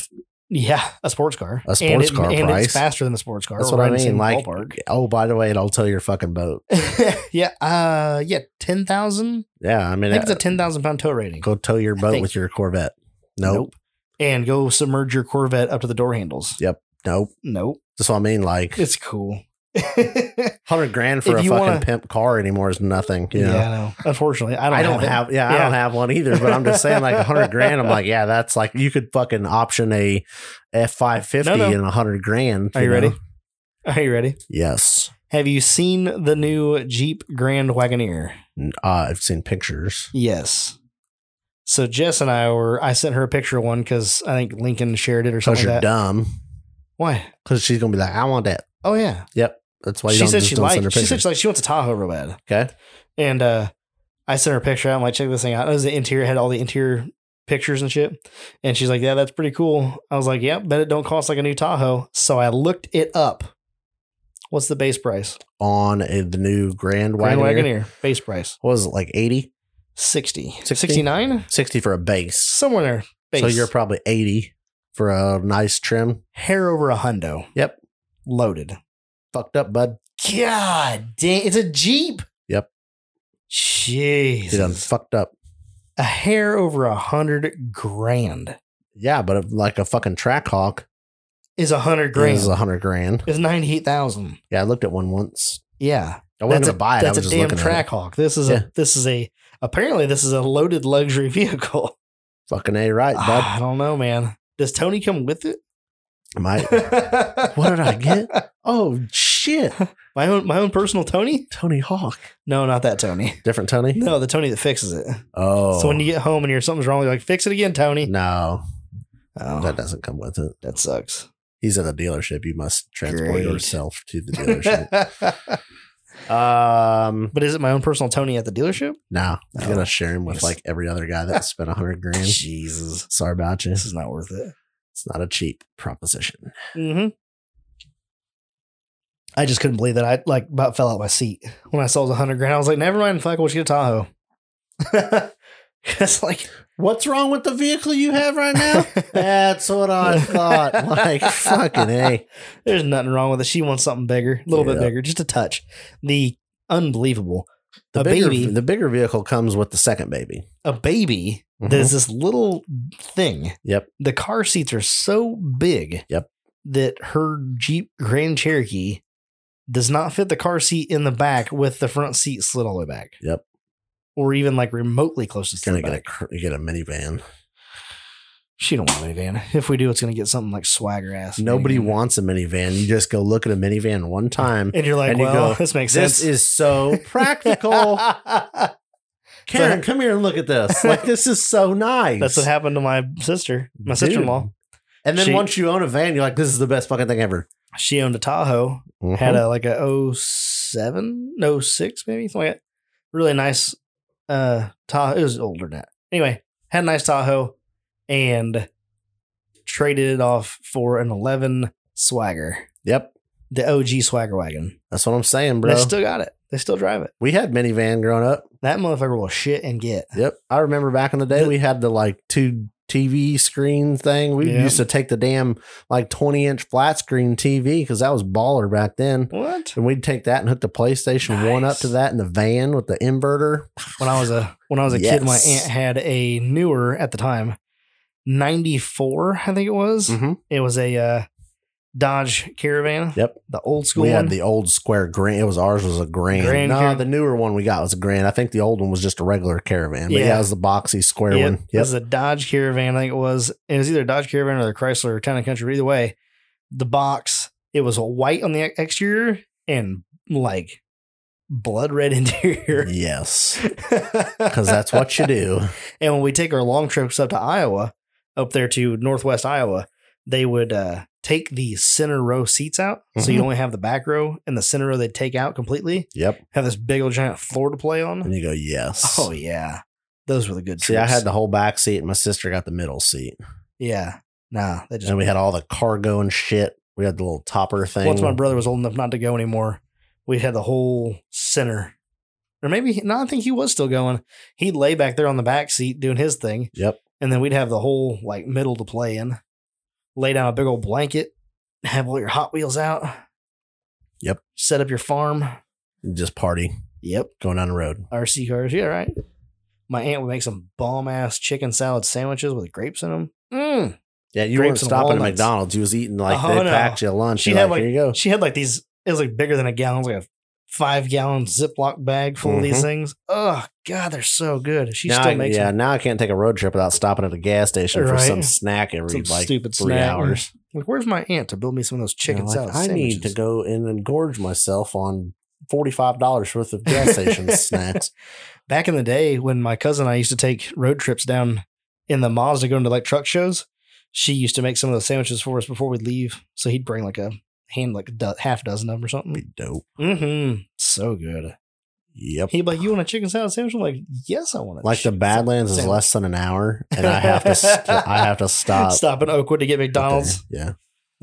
Yeah, a sports car,
A sports car
and
price.
it's faster than a sports car.
That's
We're
what I
right in the
mean,
same
like-
ballpark.
Oh, by the way, it'll tow your fucking boat.
yeah, uh, yeah, ten thousand.
Yeah, I
I
mean,
think it's a
uh,
ten thousand pound tow rating.
go tow your
I
boat
think.
with your Corvette. Nope, nope.
And go submerge your Corvette up to the door handles. Nope.
That's what I mean. Like
It's cool. yeah,
hundred grand for
If
a
you
fucking
wanna-
pimp car anymore is nothing. You know?
I know. Unfortunately, I don't.
I don't
it.
have, yeah, I
Yeah.
don't have one either. But I'm just saying, like a hundred grand. I'm like, yeah, that's like you could fucking option a F five fifty
No, no.
and a hundred grand.
Are you
know?
ready? Are you ready?
Yes,
Have you seen the new Jeep Grand Wagoneer?
N- uh, I've seen pictures.
Yes. So Jess and I were. I sent her a picture of one because I think Lincoln shared it or
Because
something
you're
like that.
dumb.
Why?
Because she's gonna be like, I want that.
Oh yeah.
That's why you
she
don't,
said
just
she
don't send her
liked. She
pictures.
said she like she wants a Tahoe real bad.
okay.
And uh, I sent her a picture. I'm like, check this thing out. It was the interior had all the interior pictures and shit. And she's like, yeah, that's pretty cool. I was like, yep, bet it don't cost like a new Tahoe. So I looked it up. What's the base price?
On a, the new Grand
Grand
Wagoneer.
Wagoneer base price
What was it like 80?
60,
60?
69,
60 for a base.
somewhere there. Base.
So you're probably 80 for a nice trim.
hair over a hundo.
Yep.
Loaded.
Fucked up, bud.
God damn, it's a Jeep.
Yep. You done
Jeez.
fucked up.
A hair over a hundred grand
Yeah, but if, like a fucking track hawk
is a hundred grand.
is a hundred grand.
Is ninety eight thousand.
Yeah, I looked at one once.
Yeah.
I wasn't
That's
gonna
a-
buy it. I was
That's a
just
damn
looking at it.
Trackhawk. This is
Yeah.
a this is a apparently this is a loaded luxury vehicle. Ah,
Fucking A right, bud.
I don't know, man. Does Tony come with it?
My what did I get? Oh shit.
My own my own personal Tony?
Tony Hawk.
No, not that Tony.
Different Tony?
No, the Tony that fixes it.
Oh
So when you get home and you're something's wrong, you're like, fix it again, Tony.
No,
Oh,
that
that,
doesn't come with it.
sucks.
He's at a dealership. You must transport
Great.
yourself to the dealership.
but
um
is it my own personal Tony at the dealership?
No, you
No.
gotta share him with
Yes.
like every other guy that spent a hundred grand.
Jesus.
Sorry about you.
This is not worth it.
It's not a cheap proposition.
Mm-hmm. I just couldn't believe that I like about fell out my seat when I saw it was a hundred grand. I was like, never mind, fuck, we'll just get a Tahoe. it's like
What's wrong with the vehicle you have right now? That's what I thought. Like fucking a.
there's nothing wrong with it. She wants something bigger, a little bit
Yeah.
bigger, just a touch. The unbelievable,
The
A
bigger,
baby.
the bigger vehicle comes with the second baby.
a baby.
Mhm.
There's this little thing.
Yep.
The car seats are so big.
Yep.
That her Jeep Grand Cherokee does not fit the car seat in the back with the front seat slid all the way back.
Yep.
or even like remotely closest to
Gonna
the
get a
back.
cr- you get a minivan.
She don't want a minivan. If we do, it's gonna get something like swagger ass.
Nobody
minivan.
wants a minivan. You just go look at a minivan one time.
And you're like,
and you
well,
go,
this makes
This
sense.
is so practical. Karen, come here and look at this. Like this is so nice.
That's what happened to my sister, my
Dude.
sister in law.
And then
She-
once you own a van, you're like, this is the best fucking thing ever.
She owned a Tahoe, had
Mhm.
a like a 07, no 06 maybe something like that. Really nice uh Tahoe. It was older than that. Anyway, had a nice Tahoe and traded it off for an 11 Swagger,
yep.
the OG Swagger wagon.
That's what I'm saying, bro.
They still got it. They still drive it.
we had minivan growing up.
That motherfucker will shit and get.
Yep. I remember back in the day,
The-
we had the like two TV screen thing. We
Yeah.
used to take the damn like 20 inch flat screen TV because that was baller back then.
What?
And we'd take that and hook the PlayStation 1 up
Nice.
to that in the van with the inverter.
When I was a when I was a kid, my
Yes.
aunt had a newer at the time, 94, I think it was.
Mm-hmm.
It was a uh, Dodge Caravan.
Yep.
The old school
We
one.
had the old square grand. It was ours was a grand.
Grand
nah,
car-
the newer one we got was a grand. I think the old one was just a regular caravan. But yeah,
Yeah.
it was the boxy square
Yep.
one.
It
Yep.
was a Dodge Caravan, I think it was. It was either a Dodge Caravan or the Chrysler Town and Country. but Either way, the box, it was white on the ex- exterior and like blood red interior.
Yes. Because
Because
that's what you do.
And when we take our long trips up to Iowa, up there to Northwest Iowa, they would uh, take the center row seats out. So you only have the back row and the center row they take out completely.
Yep.
Have this big old giant floor to play on.
And you go, yes.
Oh, yeah. Those were the good
See, I
trips.
had the whole back seat and my sister got the middle seat.
Yeah. Nah, that just
and we had all the cargo and shit. We had the little topper thing.
Once my brother was old enough not to go anymore, we had the whole center. Or maybe no, I think he was still going. He'd lay back there on the back seat doing his thing,
Yep.
and then we'd have the whole like middle to play in. Lay down a big old blanket, have all your Hot Wheels out.
Yep.
Set up your farm.
Just party
Yep.
going down the road.
RC cars. Yeah, right. My aunt would make some bomb ass chicken salad sandwiches with grapes in them. Mm.
Yeah, you
Grapes
weren't
and
stopping at
walnuts.
McDonald's. You was eating like
Oh,
they
no.
packed you lunch.
She
She
had,
had like, here you go.
She had like these. It was like bigger than a gallon, it was like a five gallon Ziploc bag full of
Mhm.
these things. Oh God, they're so good. She
now
still
I,
makes
yeah,
them.
now I can't take a road trip without stopping at a gas station for
Right.
some snack every
Some
like
stupid
three
snack.
hours.
Like, where's my aunt to build me some of those chicken
You know,
salad
like, I
sandwiches?
need to go and engorge myself on forty five dollars worth of gas station snacks.
Back in the day, when my cousin and I used to take road trips down in the Mazda going to like truck shows, she used to make some of those sandwiches for us before we'd leave. So he'd bring like a hand, like a do- half dozen of them or something.
Be dope.
Mm-hmm. So good.
Yep.
He'd be like, "You want a chicken salad sandwich?" I'm like, "Yes, I want it."
Like the Badlands is
sandwich.
less than an hour, and I have to st- I have to stop.
Stop in Oakwood to get McDonald's.
Yeah.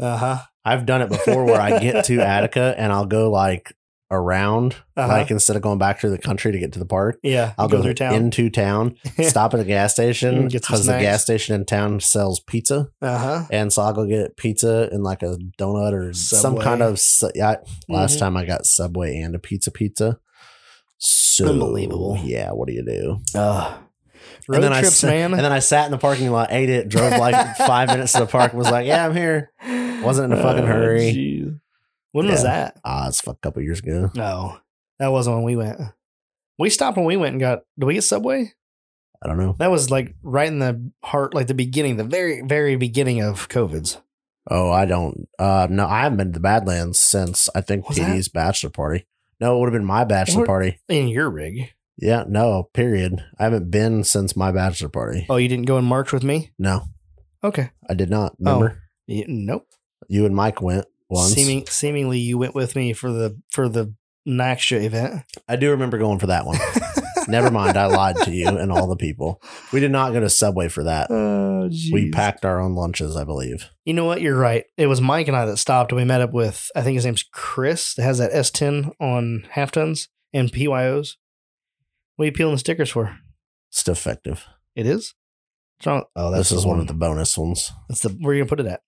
Uh huh.
I've done it before where I get to Attica and I'll go like around,
Uh-huh.
like instead of going back through the country to get to the park,
yeah,
I'll
you
go, into town, stop at a gas station
Mm, get some
because the
snacks.
gas station in town sells pizza,
uh huh.
and so I'll go get pizza and like a donut or some
Subway.
kind of. su- yeah, I, last
Mhm.
time I got Subway and a pizza pizza. So
Unbelievable.
Yeah, what do you do?
Uh, road
then I
trips,
sa-
man.
And then I sat in the parking lot, ate it, drove like five minutes to the park, was like, "Yeah, I'm here." wasn't in a fucking hurry.
Oh, jeez. When was
Yeah.
that?
Ah, it's a couple years ago.
No, that wasn't when we went. We stopped when we went and got. Did we get Subway?
I don't know.
That was like right in the heart, like the beginning, the very, very beginning of COVID's.
Oh, I don't. Uh, no, I haven't been to the Badlands since I think
Was that-
PD's bachelor party. No, it would have been my bachelor
What-
party.
In your rig.
Yeah, no, period. I haven't been since my bachelor party.
Oh, you didn't go in March with me?
No,
Okay.
I did not. Remember,
Y- nope.
you and Mike went once.
Oh. Seeming, seemingly, you went with me for the for the NACSHA event.
I do remember going for that one. Never mind, I lied to you and all the people. We did not go to Subway for that.
Oh,
We
jeez.
packed our own lunches, I believe.
You know what? You're right. It was Mike and I that stopped, and we met up with I think his name's Chris that has that S10 on half tons and PYOs. What are you peeling the stickers for?
It's defective.
It is. It's wrong- Oh,
This
the
is one of the bonus ones.
That's the where you gonna put it at?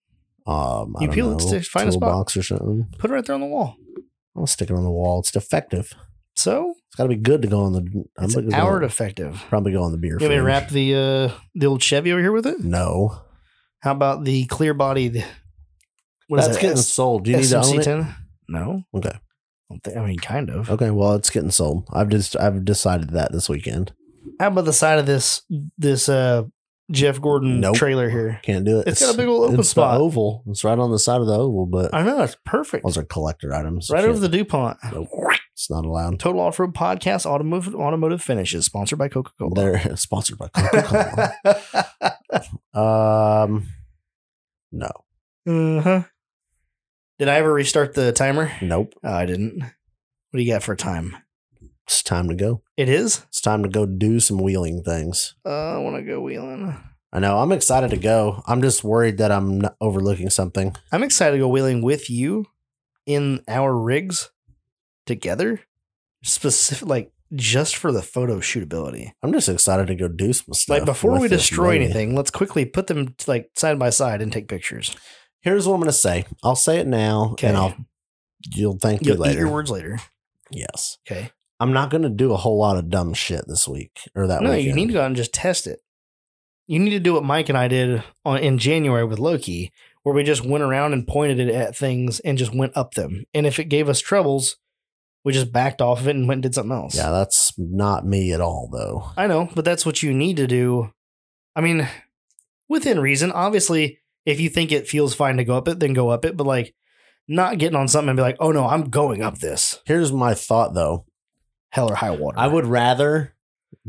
Um, I
You
don't
peel it,
know,
stick- find a spot.
toolbox or something.
Put it right there on the wall.
I'll stick it on the wall. It's defective.
So
It's got to be good to go on the. I'm
it's
gonna
an
go-
hour defective.
Probably go on the beer.
You want me to
fridge.
wrap the uh the old Chevy over here with it?
No,
How about the clear bodied? What is
that's
that?
getting
S-
sold. Do you need to own it?
SMC10? No.
Okay.
I don't think. I mean, kind of.
Okay, well, it's getting sold. I've just I've decided that this weekend.
How about the side of this this uh Jeff Gordon
Nope.
trailer here?
Can't do it.
It's got a big old open
it's the
spot.
oval. It's right on the side of the oval, but
I know it's perfect.
those are collector items.
right
Shit.
over the DuPont.
Nope. It's not allowed.
Total Off Road Podcast Automotive Automotive Finishes, sponsored by Coca Cola.
They're sponsored by Coca Cola. um, No.
Uh huh. Did I ever restart the timer?
Nope.
Oh, I didn't. What do you got for time?
It's time to go.
It is.
It's time to go do some wheeling things.
Uh, I want to go wheeling.
I know. I'm excited to go. I'm just worried that I'm n- overlooking something.
I'm excited to go wheeling with you in our rigs together, specific like just for the photo shootability.
I'm just excited to go do some stuff.
Like before
with
we
this
destroy
lady.
anything, let's quickly put them like side by side and take pictures.
Here's what I'm going to say. I'll say it now,
Okay.
and I'll you'll thank
You'll
me
eat
later.
your words later.
Yes.
Okay.
I'm not going to do a whole lot of dumb shit this week or that.
No, you
weekend.
need to go out and just test it. You need to do what Mike and I did on, in January with Loki, where we just went around and pointed it at things and just went up them. And if it gave us troubles, we just backed off of it and went and did something else.
Yeah, that's not me at all, though.
I know, but that's what you need to do. I mean, within reason. Obviously, if you think it feels fine to go up it, then go up it. But like, not getting on something and be like, "Oh no, I'm going up this
Here's my thought, though.
hell or high water."
I would rather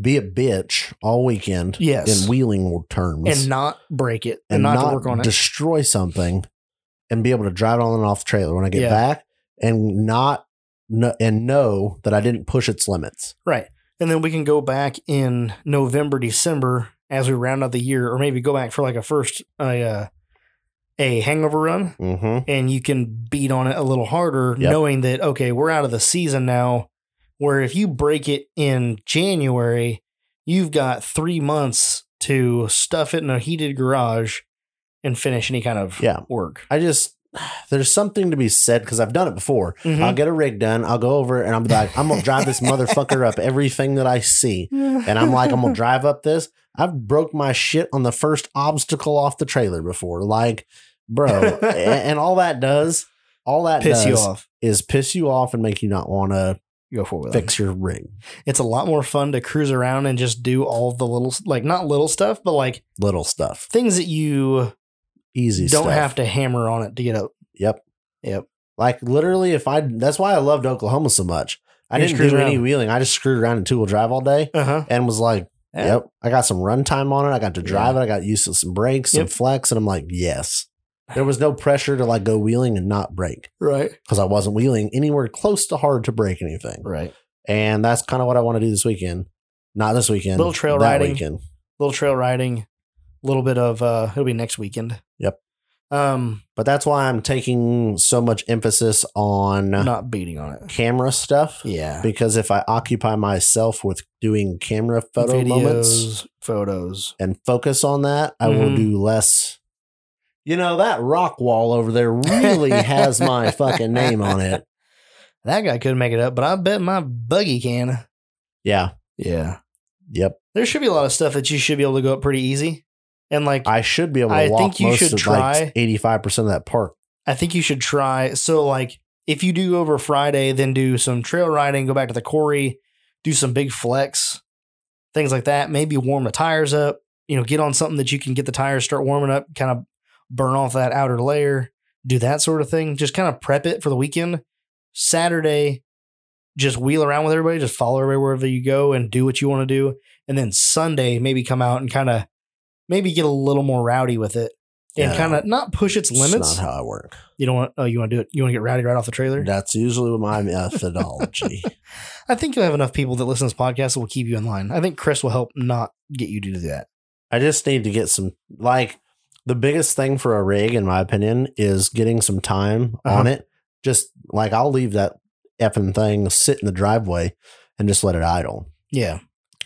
be a bitch all weekend
Yes.
in wheeling terms
and not break it and,
and
not, to work on it.
destroy something and be able to drive it on and off the trailer when I get
Yeah.
back and not kn- and know that I didn't push its limits.
Right. And then we can go back in November, December as we round out the year, or maybe go back for like a first a uh, a hangover run,
Mm-hmm.
and you can beat on it a little harder,
Yep.
knowing that okay, we're out of the season now. Where if you break it in January, you've got three months to stuff it in a heated garage and finish any kind of
Yeah.
work.
I just there's something to be said because I've done it before. I'll
Mhm.
get a rig done. I'll go over it and I'm like, I'm gonna drive this motherfucker up everything that I see. And I'm like, I'm gonna drive up this. I've broke my shit on the first obstacle off the trailer before. Like, bro, a- and, all that does, all that
piss
does
you off.
is piss you off and make you not want to
Go for it.
fix your rig.
it's a lot more fun to cruise around and just do all the little like not little stuff but like
Little stuff,
things that you
easy.
don't
stuff.
have to hammer on it to get up
Yep.
Yep.
Like literally, if I that's why I loved Oklahoma so much. I
You
didn't
screwed
do any
around.
wheeling. I just screwed around in two wheel drive all day
uh-huh
and was like,
Yeah.
yep. I got some runtime on it. I got to drive it. I got used to some brakes, some
Yep.
flex, and I'm like, yes. There was no pressure to like go wheeling and not brake
right
because I wasn't wheeling anywhere close to hard to break anything.
right
And that's kind of what I want to do this weekend. Not this weekend.
Little trail
that
riding.
Weekend.
little trail riding a little bit of uh it'll be next weekend
Yep.
um
But that's why I'm taking so much emphasis on
not beating on it
camera stuff.
yeah
because if I occupy myself with doing camera photo moments
photos
and focus on that, I will
Mhm.
do less. You know, that rock wall over there really has my fucking name on it.
that guy couldn't make it up but i bet my buggy can
Yeah.
yeah
Yep.
there should be a lot of stuff that you should be able to go up pretty easy and like
I should be able to
I
walk
think you
most
should
of
try-
like 85% of that park.
I think you should try. So, like, if you do go over Friday, then do some trail riding, go back to the quarry, do some big flex, things like that. Maybe warm the tires up. You know, get on something that you can get the tires start warming up, kind of burn off that outer layer, do that sort of thing. Just kind of prep it for the weekend. Saturday, just wheel around with everybody, just follow everybody wherever you go and do what you want to do. And then Sunday, maybe come out and kind of maybe get a little more rowdy with it and
Yeah,
kind of not push its limits.
That's not how I work.
You don't want. Oh, you want to do it. You want to get rowdy right off the trailer.
That's usually my methodology.
I think you'll have enough people that listen to this podcast that will keep you in line. I think Chris will help not get you to do that.
I just need to get some, like, the biggest thing for a rig, in my opinion, is getting some time on
Uh-huh.
it. Just like I'll leave that effing thing sit in the driveway and just let it idle
Yeah.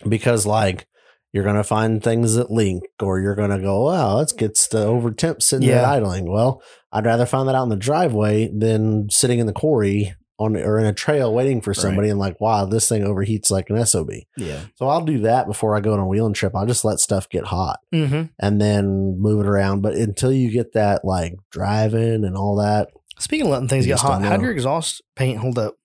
because, like, you're going to find things that leak or you're going to go, wow, it gets to over temp sitting there
Yeah.
idling. Well, I'd rather find that out in the driveway than sitting in the quarry on or in a trail waiting for somebody and, like, wow, this thing overheats like an SOB.
Yeah.
So I'll do that before I go on a wheeling trip. I'll just let stuff get hot
hmm
and then move it around. But until you get that like driving and all that,
Speaking of letting things
You
get
just don't
hot, how'd
know.
your exhaust paint hold up?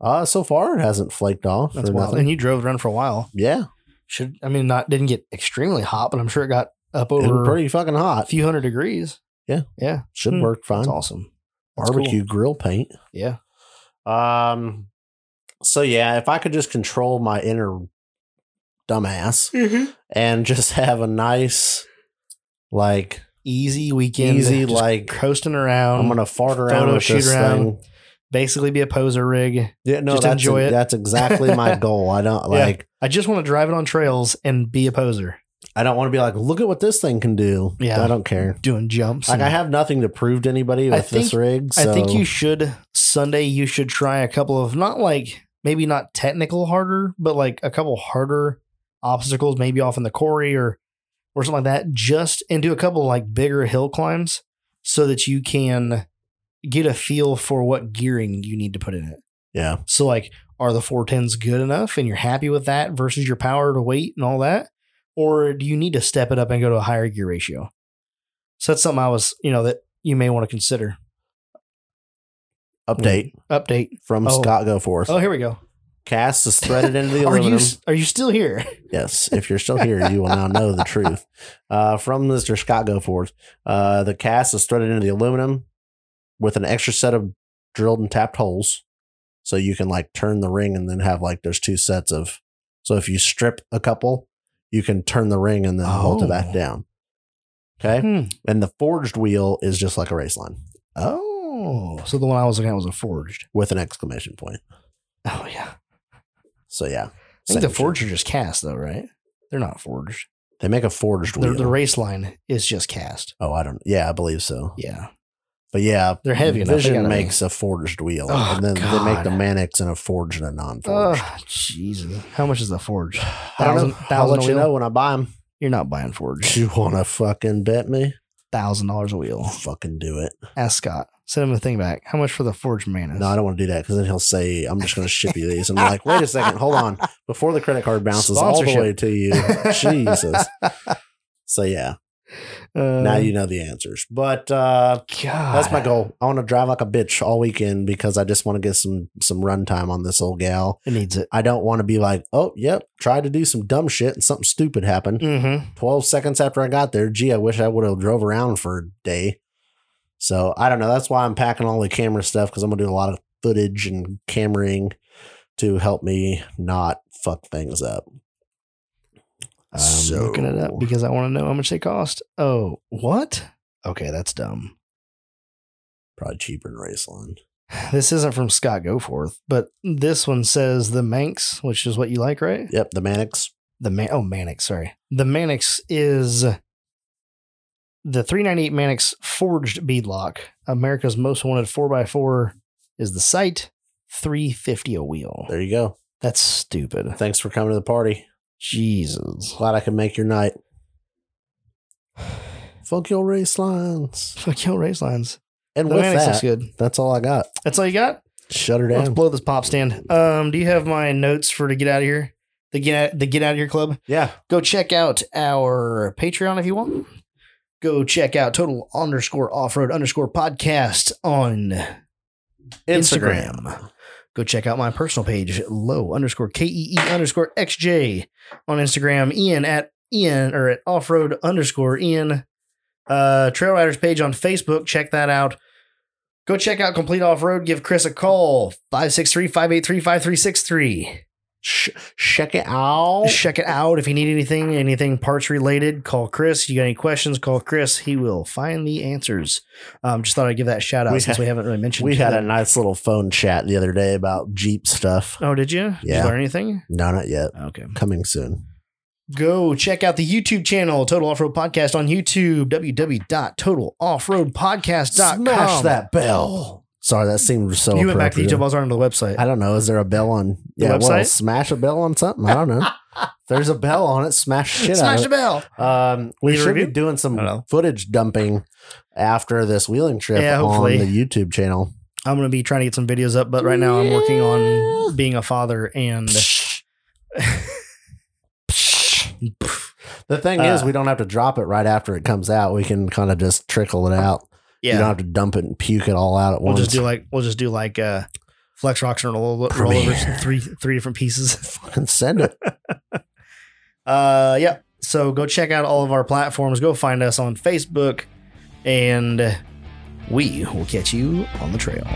uh, so far it hasn't flaked off
That's
or
wild.
nothing.
And you drove around for a while.
yeah,
Should I mean not didn't get extremely hot, but I'm sure it got up
it
over
was pretty fucking
a
hot.
few hundred degrees.
Yeah.
Yeah.
Should
Hmm.
work fine.
That's awesome. That's
Barbecue grill paint.
Yeah.
Um. So yeah, if I could just control my inner
Mm-hmm.
dumbass and just have a nice like
easy weekend.
Easy,
just
like,
coasting around.
I'm gonna fart around
Photo
with
shoot
this
around.
thing.
basically be a poser rig.
Yeah, no,
Just
that's
enjoy it.
That's exactly my goal. I don't
Yeah.
like.
I just want to drive it on trails and be a poser,
I don't want to be like, look at what this thing can do.
Yeah.
I don't care.
doing jumps.
Like
and-
I have nothing to prove to anybody
I
with this
think-
rig.
I think
so-
you should Sunday. You should try a couple of not like maybe not technical harder, but like a couple harder obstacles, maybe off in the quarry or or something like that. Just and do a couple like bigger hill climbs so that you can get a feel for what gearing you need to put in it.
yeah.
So like, are the four tens good enough, and you're happy with that versus your power to weight and all that, or do you need to step it up and go to a higher gear ratio? So that's something I was, you know, that you may want to consider.
Update
Update.
from
Mm. Oh.
Scott Goforth.
Oh, here we go.
Cast is threaded into the
Are you
aluminum.
s- are you still here?
Yes, if you're still here, you will now know the truth. Uh, from Mr. Scott Goforth, uh, the cast is threaded into the aluminum with an extra set of drilled and tapped holes, so you can like turn the ring and then have like there's two sets of. So if you strip a couple, you can turn the ring and then bolt it
Oh.
back down. Okay,
Hmm.
and the forged wheel is just like a race line
Oh, so the one I was looking at was a forged.
with an exclamation point.
Oh yeah, I
So yeah,
think the
same shit.
forged are just cast though, right? They're not forged.
They make a forged
The,
wheel.
the race line is just cast.
Oh, I don't. Yeah, I believe so.
Yeah.
But yeah,
They're heavy enough. They
Vision
gotta be.
makes a forged wheel,
Oh,
and then they make
God.
the Manix and a forged and a non-forged.
Oh Jesus! How much is the forged?
I don't know.
thousand-
I'll
thousand
let
a
you
wheel?
know when I buy them.
You're not buying forged.
You want to fucking bet me?
Thousand dollars a wheel.
Fucking do it.
Ask Scott. Send him a thing back. How much for the forged manus?
No, I don't want to do that because then he'll say, "I'm just going to ship you these," and I'm like, "Wait a second, hold on." Before the credit card bounces all the
Sponsorship.
way to you, Jesus. So yeah,
Uh, Ah.
now you know the answers. But uh
God.
that's my goal. I want to drive like a bitch all weekend because I just want to get some some runtime on this old gal.
It needs it.
I don't want to be like, oh, yep, tried to do some dumb shit and something stupid happened.
Mm-hmm.
12 seconds after I got there, gee, I wish I would have drove around for a day. So I don't know. That's why I'm packing all the camera stuff because I'm going to do a lot of footage and cameraing to help me not fuck things up. I'm
I'm looking it up because I want to know how much they cost. Oh, what? Okay, that's dumb.
Probably cheaper than Raceland.
This isn't from Scott Goforth, but this one says the Manx, which is what you like, right?
Yep, the Manix.
The Man oh Manix, sorry. The Manix is the 398 Manix forged beadlock. America's most wanted 4x4 is the sight. 350 a wheel.
There you go.
That's stupid.
Thanks for coming to the party.
Jesus.
Glad I could make your night. Fuck your race lines.
Fuck your race lines.
And
The
with
Manix looks
that,
good.
that's all I got.
That's all you got?
Shut her
Let's
down.
blow this pop stand. Um, do you have my notes for to get out of here? The get out, the get out of here club?
Yeah.
go check out our Patreon if you want. Go check out total underscore offroad underscore podcast on Instagram. Go check out my personal page, low underscore K E E underscore X J on Instagram, Ian at Ian or at offroad underscore Ian. Uh, Trail Riders page on Facebook. Check that out. Go check out Complete Off Road. Give Chris a call 563 583 5363.
Sh- check it out.
check it out. If you need anything, anything parts related, call Chris. You got any questions, call Chris. He will find the answers. Um, just thought I'd give that shout out
We
since
had-
we haven't really mentioned
we had a
them.
nice little phone chat the other day about Jeep stuff.
Oh, did you? Did
Yeah.
you learn anything?
No, not yet.
Okay.
Coming soon.
Go check out the YouTube channel, Total Off Road Podcast on YouTube, www.totaloffroadpodcast.com.
Smash that bell. Sorry, that seemed so.
you went back to
appropriate.
YouTube. I was on the website.
I don't know. Is there a bell on?
The
Yeah, well,
website?
smash a bell on something. I don't know. If There's a bell on it. Smash shit
Smash the
out of
bell.
it. Um, we
Leave a
should be
review?
doing
I don't know.
some footage dumping after this wheeling trip
Yeah,
on
hopefully.
the YouTube channel.
I'm going to be trying to get some videos up, but right now I'm working on being a father and.
The thing is,
Uh,
we don't have to drop it right after it comes out. We can kind of just trickle it out. You don't
Yeah.
have to dump it and puke it all out at
We'll
once.
just do like we'll just do like uh flex rocks and roll,
Premiere.
rollovers three three different pieces.
Fucking send it.
Uh yeah. So go check out all of our platforms. Go find us on Facebook and we will catch you on the trail.